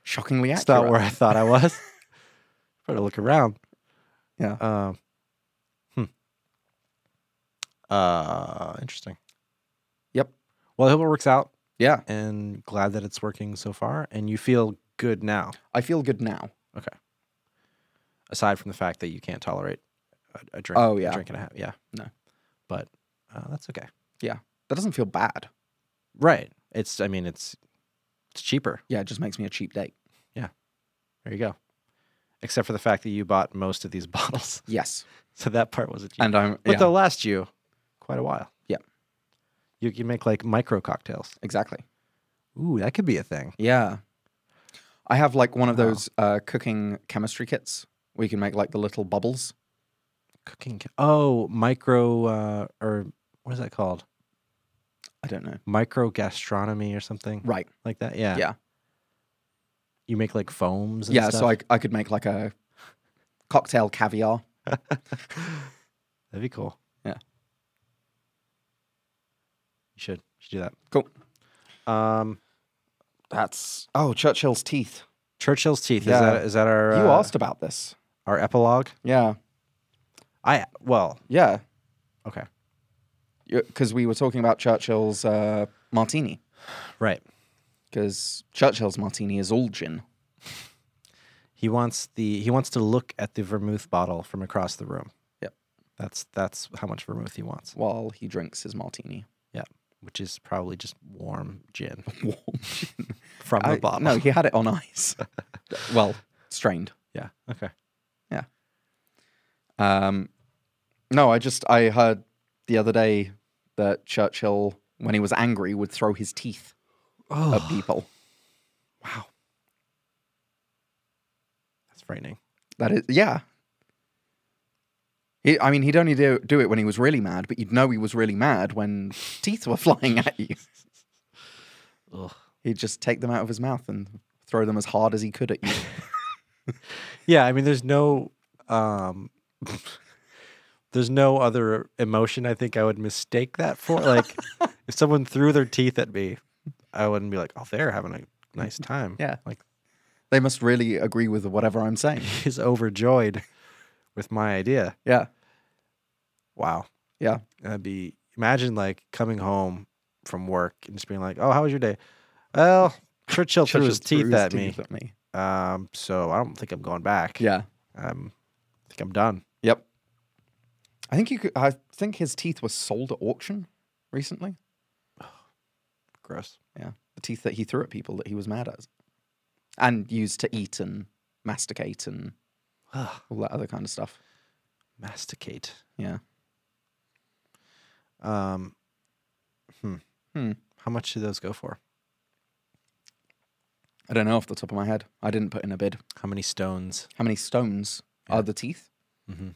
[SPEAKER 1] shockingly accurate.
[SPEAKER 2] that's not where I thought
[SPEAKER 1] <laughs>
[SPEAKER 2] I was. Better look around.
[SPEAKER 1] Yeah.
[SPEAKER 2] Um. Hmm. Uh. Interesting.
[SPEAKER 1] Yep.
[SPEAKER 2] Well, I hope it works out,
[SPEAKER 1] Yeah,
[SPEAKER 2] and glad that it's working so far, and you feel good now,
[SPEAKER 1] I feel good now.
[SPEAKER 2] aside from the fact that you can't tolerate a, a drink.
[SPEAKER 1] Oh,
[SPEAKER 2] a
[SPEAKER 1] yeah.
[SPEAKER 2] drink and a half. Yeah.
[SPEAKER 1] No.
[SPEAKER 2] But uh, that's okay.
[SPEAKER 1] That doesn't feel bad.
[SPEAKER 2] Right. It's. I mean, it's. It's cheaper.
[SPEAKER 1] Yeah, it just makes me a cheap date.
[SPEAKER 2] There you go. Except for the fact that you bought most of these <laughs> bottles.
[SPEAKER 1] Yes,
[SPEAKER 2] So that part was a cheap.
[SPEAKER 1] and I'm
[SPEAKER 2] but
[SPEAKER 1] yeah,
[SPEAKER 2] they'll last you quite a while.
[SPEAKER 1] Yeah.
[SPEAKER 2] You can make like micro cocktails.
[SPEAKER 1] exactly.
[SPEAKER 2] Ooh, that could be a thing.
[SPEAKER 1] Yeah, I have like one of
[SPEAKER 2] Wow.
[SPEAKER 1] those uh, cooking chemistry kits where you can make like the little bubbles.
[SPEAKER 2] Cooking. ca- Oh, micro uh, or what is that called?
[SPEAKER 1] I don't know.
[SPEAKER 2] Micro gastronomy or something
[SPEAKER 1] Right.
[SPEAKER 2] like that. Yeah.
[SPEAKER 1] Yeah.
[SPEAKER 2] You make like foams. And
[SPEAKER 1] yeah.
[SPEAKER 2] stuff?
[SPEAKER 1] So I I could make like a cocktail caviar.
[SPEAKER 2] That'd be cool.
[SPEAKER 1] Yeah.
[SPEAKER 2] You should. You should do that.
[SPEAKER 1] Cool.
[SPEAKER 2] Um,
[SPEAKER 1] That's oh Churchill's teeth.
[SPEAKER 2] Churchill's teeth.
[SPEAKER 1] Yeah.
[SPEAKER 2] Is that is that our
[SPEAKER 1] You
[SPEAKER 2] uh,
[SPEAKER 1] asked about this.
[SPEAKER 2] our epilogue?
[SPEAKER 1] Yeah.
[SPEAKER 2] I well,
[SPEAKER 1] Yeah.
[SPEAKER 2] okay,
[SPEAKER 1] Because we were talking about Churchill's uh, martini.
[SPEAKER 2] right.
[SPEAKER 1] Because Churchill's martini is all gin.
[SPEAKER 2] He wants the he wants to look at the vermouth bottle from across the room.
[SPEAKER 1] Yep.
[SPEAKER 2] that's that's how much vermouth he wants,
[SPEAKER 1] while he drinks his martini.
[SPEAKER 2] which is probably just warm gin. <laughs>
[SPEAKER 1] Warm gin.
[SPEAKER 2] from the
[SPEAKER 1] I-
[SPEAKER 2] bottle.
[SPEAKER 1] No, he had it on ice. <laughs> well, strained.
[SPEAKER 2] <laughs> Yeah. Okay.
[SPEAKER 1] Um, no, I just I heard the other day that Churchill, when he was angry, would throw his teeth <gasps>
[SPEAKER 2] Oh,
[SPEAKER 1] at people.
[SPEAKER 2] wow. That's frightening.
[SPEAKER 1] That is, yeah. He, I mean, he'd only do, do it when he was really mad, but you'd know he was really mad when teeth were <laughs> flying at you.
[SPEAKER 2] Ugh.
[SPEAKER 1] He'd just take them out of his mouth and throw them as hard as he could
[SPEAKER 2] <laughs>
[SPEAKER 1] at you.
[SPEAKER 2] Yeah, I mean, there's no, um, <laughs> there's no other emotion. I think I would mistake that
[SPEAKER 1] <laughs>
[SPEAKER 2] for. Like, if someone threw their teeth at me, I wouldn't be like, "Oh, they're having a nice time."
[SPEAKER 1] Yeah.
[SPEAKER 2] like
[SPEAKER 1] they must really agree with whatever I'm saying.
[SPEAKER 2] <laughs> he's overjoyed with my idea.
[SPEAKER 1] Yeah.
[SPEAKER 2] Wow.
[SPEAKER 1] Yeah.
[SPEAKER 2] That'd be imagine like coming home from work and just being like, "Oh, how was your day?"
[SPEAKER 1] <laughs>
[SPEAKER 2] Well, Churchill, threw his teeth
[SPEAKER 1] his
[SPEAKER 2] at me,
[SPEAKER 1] teeth at me.
[SPEAKER 2] um, so I don't think I'm going back.
[SPEAKER 1] Yeah.
[SPEAKER 2] um, I think I'm done.
[SPEAKER 1] Yep. I think you could. I think his teeth were sold at auction recently.
[SPEAKER 2] Gross.
[SPEAKER 1] Yeah, the teeth that he threw at people that he was mad at, and used to eat and masticate and
[SPEAKER 2] Ugh.
[SPEAKER 1] all that other kind of stuff.
[SPEAKER 2] masticate.
[SPEAKER 1] Yeah.
[SPEAKER 2] Um, hmm.
[SPEAKER 1] Hmm.
[SPEAKER 2] How much do those go for?
[SPEAKER 1] I don't know off the top of my head. I didn't put in a bid.
[SPEAKER 2] How many stones?
[SPEAKER 1] How many stones
[SPEAKER 2] Yeah.
[SPEAKER 1] are the teeth? Mm-hmm.
[SPEAKER 2] Mhm.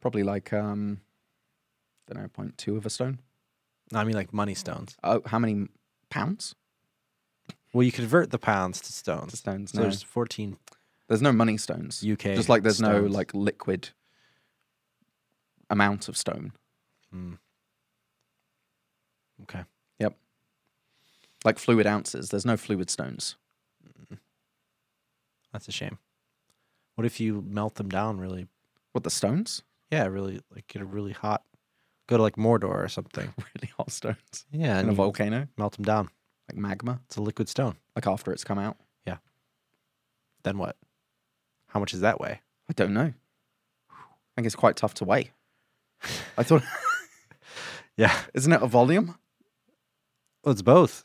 [SPEAKER 1] Probably like um, don't know, point two of a stone.
[SPEAKER 2] No, I mean like money stones.
[SPEAKER 1] Oh, how many pounds?
[SPEAKER 2] Well, you convert the pounds to
[SPEAKER 1] To
[SPEAKER 2] stones.
[SPEAKER 1] stones.
[SPEAKER 2] So
[SPEAKER 1] No,
[SPEAKER 2] there's 14
[SPEAKER 1] there's no money stones.
[SPEAKER 2] UK.
[SPEAKER 1] Just like there's no
[SPEAKER 2] stones.
[SPEAKER 1] like liquid amount of stone.
[SPEAKER 2] Hmm. Okay.
[SPEAKER 1] Like fluid ounces. There's no fluid stones.
[SPEAKER 2] That's a shame. What if you melt them down really?
[SPEAKER 1] What the stones? <laughs>
[SPEAKER 2] Yeah, really like get a really hot. Go to like Mordor or something.
[SPEAKER 1] Really hot stones.
[SPEAKER 2] Yeah,
[SPEAKER 1] In
[SPEAKER 2] and
[SPEAKER 1] a
[SPEAKER 2] you
[SPEAKER 1] volcano?
[SPEAKER 2] melt them down.
[SPEAKER 1] Like magma?
[SPEAKER 2] It's a liquid stone.
[SPEAKER 1] Like after it's come out?
[SPEAKER 2] Then what? How much is that weigh?
[SPEAKER 1] I don't know. I think it's quite tough to weigh. I thought, <laughs>
[SPEAKER 2] Yeah, <laughs>
[SPEAKER 1] isn't it a volume?
[SPEAKER 2] well, it's both.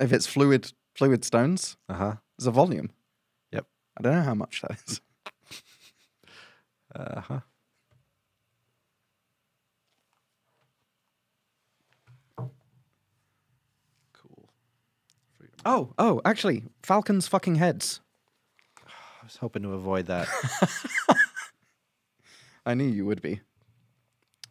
[SPEAKER 1] If it's fluid, fluid stones,
[SPEAKER 2] Uh huh.
[SPEAKER 1] it's a volume.
[SPEAKER 2] Yep.
[SPEAKER 1] I don't know how much that is.
[SPEAKER 2] Uh huh. Cool.
[SPEAKER 1] <laughs> Oh, oh, actually, Falcons fucking heads.
[SPEAKER 2] I was hoping to avoid <laughs> that.
[SPEAKER 1] I knew you would be.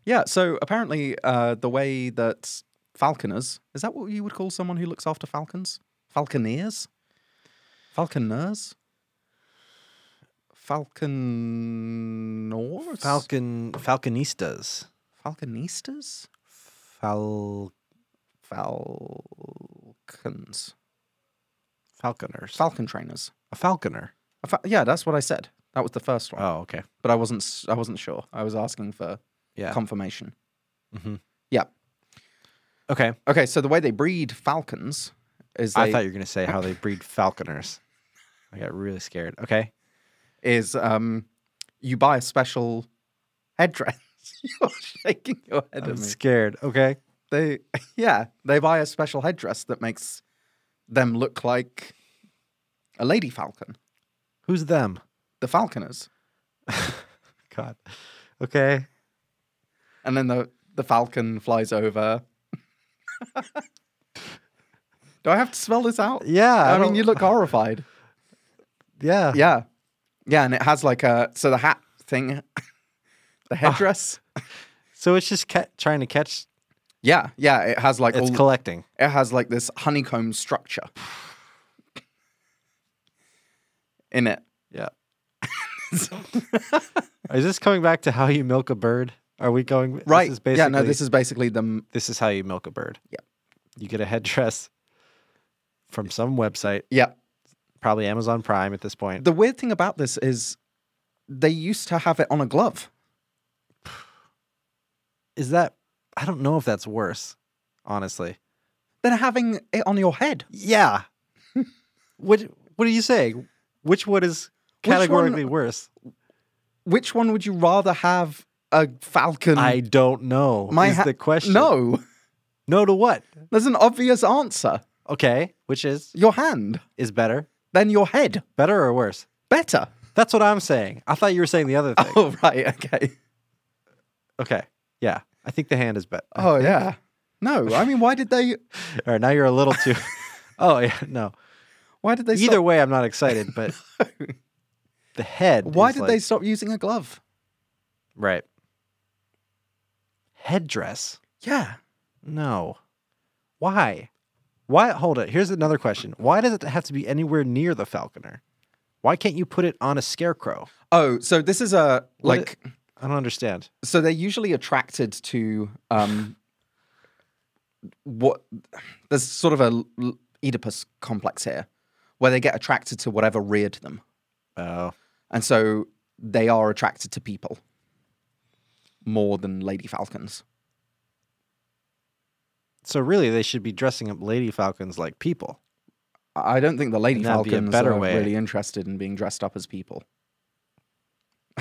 [SPEAKER 1] Yeah, so apparently, uh, the way that falconers is that what you would call someone who looks after falcons? Falconeers? Falconers? Falconors?
[SPEAKER 2] Falcon Falconistas.
[SPEAKER 1] Falconistas?
[SPEAKER 2] Fal
[SPEAKER 1] Falcons.
[SPEAKER 2] Falconers.
[SPEAKER 1] Falcon trainers.
[SPEAKER 2] a falconer.
[SPEAKER 1] A fa- yeah, that's what I said. That was the first one,
[SPEAKER 2] Oh, okay.
[SPEAKER 1] but I wasn't. s- I wasn't sure. I was asking for
[SPEAKER 2] Yeah.
[SPEAKER 1] confirmation.
[SPEAKER 2] Mhm.
[SPEAKER 1] Yeah.
[SPEAKER 2] okay.
[SPEAKER 1] Okay. So the way they breed falcons is they,
[SPEAKER 2] I thought you were gonna say <laughs> how they breed falconers. I got really scared. Okay.
[SPEAKER 1] is um, you buy a special headdress. <laughs> You're shaking your head
[SPEAKER 2] I'm
[SPEAKER 1] at me.
[SPEAKER 2] scared. Okay.
[SPEAKER 1] They yeah, they buy a special headdress that makes them look like a lady falcon.
[SPEAKER 2] Who's them?
[SPEAKER 1] The falconers.
[SPEAKER 2] God. Okay.
[SPEAKER 1] And then the, the falcon flies over. <laughs> Do I have to spell this out?
[SPEAKER 2] Yeah.
[SPEAKER 1] I, mean,
[SPEAKER 2] don't-
[SPEAKER 1] you look horrified.
[SPEAKER 2] Yeah.
[SPEAKER 1] Yeah. Yeah, and it has like a so the hat thing, <laughs>
[SPEAKER 2] Ah.
[SPEAKER 1] the headdress.
[SPEAKER 2] So it's just ca- trying to catch.
[SPEAKER 1] Yeah, yeah, it has like
[SPEAKER 2] It's
[SPEAKER 1] all
[SPEAKER 2] collecting.
[SPEAKER 1] it has like this honeycomb structure <sighs> in it. <laughs>
[SPEAKER 2] Yeah. <laughs> Is this coming back to how you milk a bird? Are we going
[SPEAKER 1] right.
[SPEAKER 2] This is
[SPEAKER 1] yeah, no,
[SPEAKER 2] basically-
[SPEAKER 1] this is basically the m-
[SPEAKER 2] this is how you milk a bird.
[SPEAKER 1] Yeah.
[SPEAKER 2] You get a headdress from some website,
[SPEAKER 1] yeah.
[SPEAKER 2] probably Amazon Prime at this point.
[SPEAKER 1] The weird thing about this is they used to have it on a glove.
[SPEAKER 2] Is that? I don't know if that's worse, honestly.
[SPEAKER 1] Then having it on your head.
[SPEAKER 2] Yeah. <laughs> what What are you saying? Which one is
[SPEAKER 1] Which one-
[SPEAKER 2] categorically worse?
[SPEAKER 1] Which one would you rather have a falcon?
[SPEAKER 2] I don't know.
[SPEAKER 1] My
[SPEAKER 2] is
[SPEAKER 1] ha-
[SPEAKER 2] the question
[SPEAKER 1] no.
[SPEAKER 2] No to what?
[SPEAKER 1] There's an obvious answer.
[SPEAKER 2] Okay, which is
[SPEAKER 1] Your hand,
[SPEAKER 2] is better,
[SPEAKER 1] then your head.
[SPEAKER 2] better or worse? <laughs>
[SPEAKER 1] Better.
[SPEAKER 2] That's what I'm saying. I thought you were saying the other thing.
[SPEAKER 1] Oh right, okay.
[SPEAKER 2] Okay, yeah, I think the hand is better.
[SPEAKER 1] Oh yeah. No, I mean, why did they?
[SPEAKER 2] <laughs> All right, now you're a little
[SPEAKER 1] <laughs>
[SPEAKER 2] too. oh yeah, no.
[SPEAKER 1] Why did they?
[SPEAKER 2] Either
[SPEAKER 1] stop,
[SPEAKER 2] way, I'm not excited,
[SPEAKER 1] <laughs>
[SPEAKER 2] but the head.
[SPEAKER 1] why
[SPEAKER 2] is
[SPEAKER 1] did
[SPEAKER 2] like-
[SPEAKER 1] they stop using a glove?
[SPEAKER 2] Right. Headdress.
[SPEAKER 1] Yeah.
[SPEAKER 2] No. Why? Why? Hold it. Here's another question. Why does it have to be anywhere near the falconer? Why can't you put it on a scarecrow?
[SPEAKER 1] Oh, so this is a
[SPEAKER 2] What
[SPEAKER 1] like.
[SPEAKER 2] I don't understand.
[SPEAKER 1] so they're usually attracted to um what there's sort of a l- l- oedipus complex here where they get attracted to whatever reared them
[SPEAKER 2] Oh,
[SPEAKER 1] and so they are attracted to people more than lady falcons
[SPEAKER 2] so really they should be dressing up lady falcons like people.
[SPEAKER 1] i I don't think the lady
[SPEAKER 2] And that'd be a
[SPEAKER 1] falcons
[SPEAKER 2] better
[SPEAKER 1] are
[SPEAKER 2] way.
[SPEAKER 1] really interested in being dressed up as people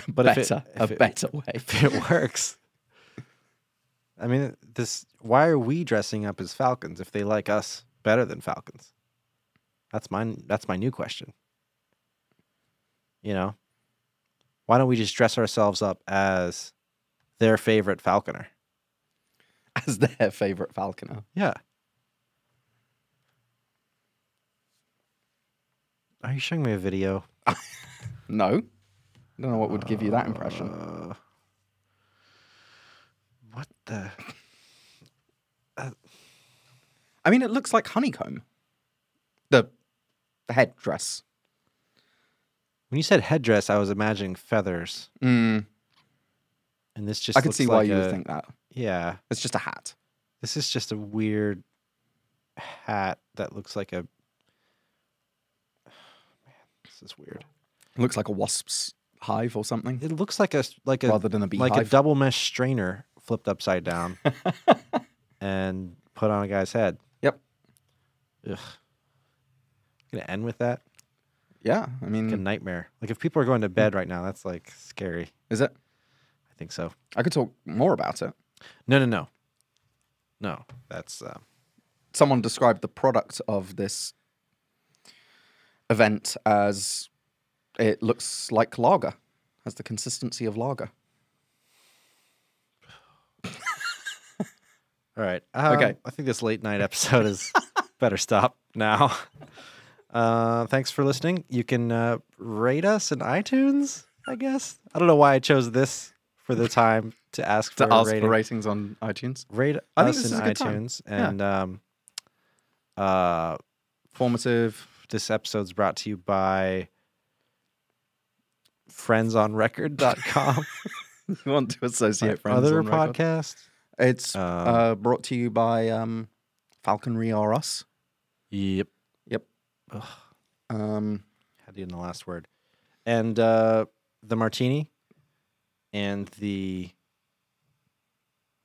[SPEAKER 2] But if
[SPEAKER 1] better
[SPEAKER 2] it,
[SPEAKER 1] a
[SPEAKER 2] if it,
[SPEAKER 1] better way
[SPEAKER 2] <laughs> if it works, I mean, this. Why are we dressing up as falcons if they like us better than falcons? That's my that's my new question. You know, why don't we just dress ourselves up as their favorite falconer?
[SPEAKER 1] as their favorite falconer
[SPEAKER 2] Yeah. Are you showing me a video?
[SPEAKER 1] no don't know what would give you that impression
[SPEAKER 2] Uh, what the?
[SPEAKER 1] I mean, it looks like honeycomb. The, the headdress.
[SPEAKER 2] When you said headdress, I was imagining feathers,
[SPEAKER 1] Mm,
[SPEAKER 2] and this just
[SPEAKER 1] I could
[SPEAKER 2] looks
[SPEAKER 1] see
[SPEAKER 2] like
[SPEAKER 1] why you
[SPEAKER 2] a-
[SPEAKER 1] would think that.
[SPEAKER 2] Yeah,
[SPEAKER 1] It's just a hat.
[SPEAKER 2] this is just a weird hat that looks like a. <sighs> Man, this is weird.
[SPEAKER 1] It looks like a wasp's hive or something,
[SPEAKER 2] It looks like a s- like a
[SPEAKER 1] rather than a beehive.
[SPEAKER 2] like a double mesh strainer flipped upside down
[SPEAKER 1] <laughs>
[SPEAKER 2] and put on a guy's head.
[SPEAKER 1] Yep.
[SPEAKER 2] Ugh. Gonna end with that.
[SPEAKER 1] yeah, I mean,
[SPEAKER 2] Like a nightmare. Like if people are
[SPEAKER 1] Mm.
[SPEAKER 2] going to bed right now, that's like scary.
[SPEAKER 1] is it?
[SPEAKER 2] I think so.
[SPEAKER 1] I could talk more about it.
[SPEAKER 2] No, no, no, no. That's uh,
[SPEAKER 1] Someone described the product of this event as it looks like lager, has the consistency of lager.
[SPEAKER 2] All right. Um,
[SPEAKER 1] Okay.
[SPEAKER 2] I think this late night
[SPEAKER 1] <laughs>
[SPEAKER 2] episode is better stop now. <laughs> Uh, thanks for listening. You can uh, rate us in iTunes, I guess. I don't know why I chose this for the time to ask
[SPEAKER 1] <laughs>
[SPEAKER 2] for
[SPEAKER 1] To
[SPEAKER 2] a
[SPEAKER 1] ask
[SPEAKER 2] rating.
[SPEAKER 1] for ratings on iTunes,
[SPEAKER 2] Rate
[SPEAKER 1] I think
[SPEAKER 2] us
[SPEAKER 1] this
[SPEAKER 2] in
[SPEAKER 1] is a good time.
[SPEAKER 2] iTunes.
[SPEAKER 1] Yeah.
[SPEAKER 2] And um, uh,
[SPEAKER 1] formative. <laughs>
[SPEAKER 2] this episode's brought to you by
[SPEAKER 1] <laughs>
[SPEAKER 2] friendsonrecord.com.
[SPEAKER 1] You want to associate
[SPEAKER 2] our
[SPEAKER 1] friends?
[SPEAKER 2] other
[SPEAKER 1] on record.
[SPEAKER 2] podcast.
[SPEAKER 1] It's
[SPEAKER 2] Um,
[SPEAKER 1] uh, brought to you by um, Falconry or Us.
[SPEAKER 2] Yep.
[SPEAKER 1] Yep.
[SPEAKER 2] Ugh.
[SPEAKER 1] Um,
[SPEAKER 2] had you in the last word. And uh, the martini and the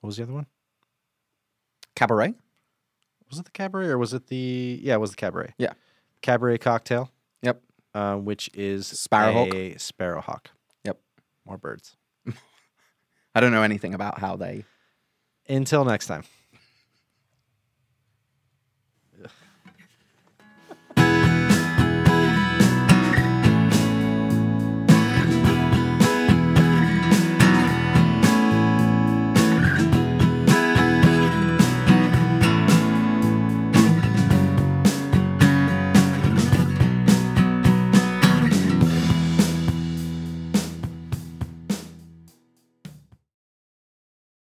[SPEAKER 2] what was the other one?
[SPEAKER 1] cabaret.
[SPEAKER 2] Was it the cabaret or was it the yeah, it was the cabaret.
[SPEAKER 1] Yeah.
[SPEAKER 2] Cabaret cocktail,
[SPEAKER 1] Yep.
[SPEAKER 2] uh, which is
[SPEAKER 1] Sparrowhawk.
[SPEAKER 2] a sparrowhawk.
[SPEAKER 1] Yep.
[SPEAKER 2] More birds.
[SPEAKER 1] I don't know anything about how they
[SPEAKER 2] Until next time.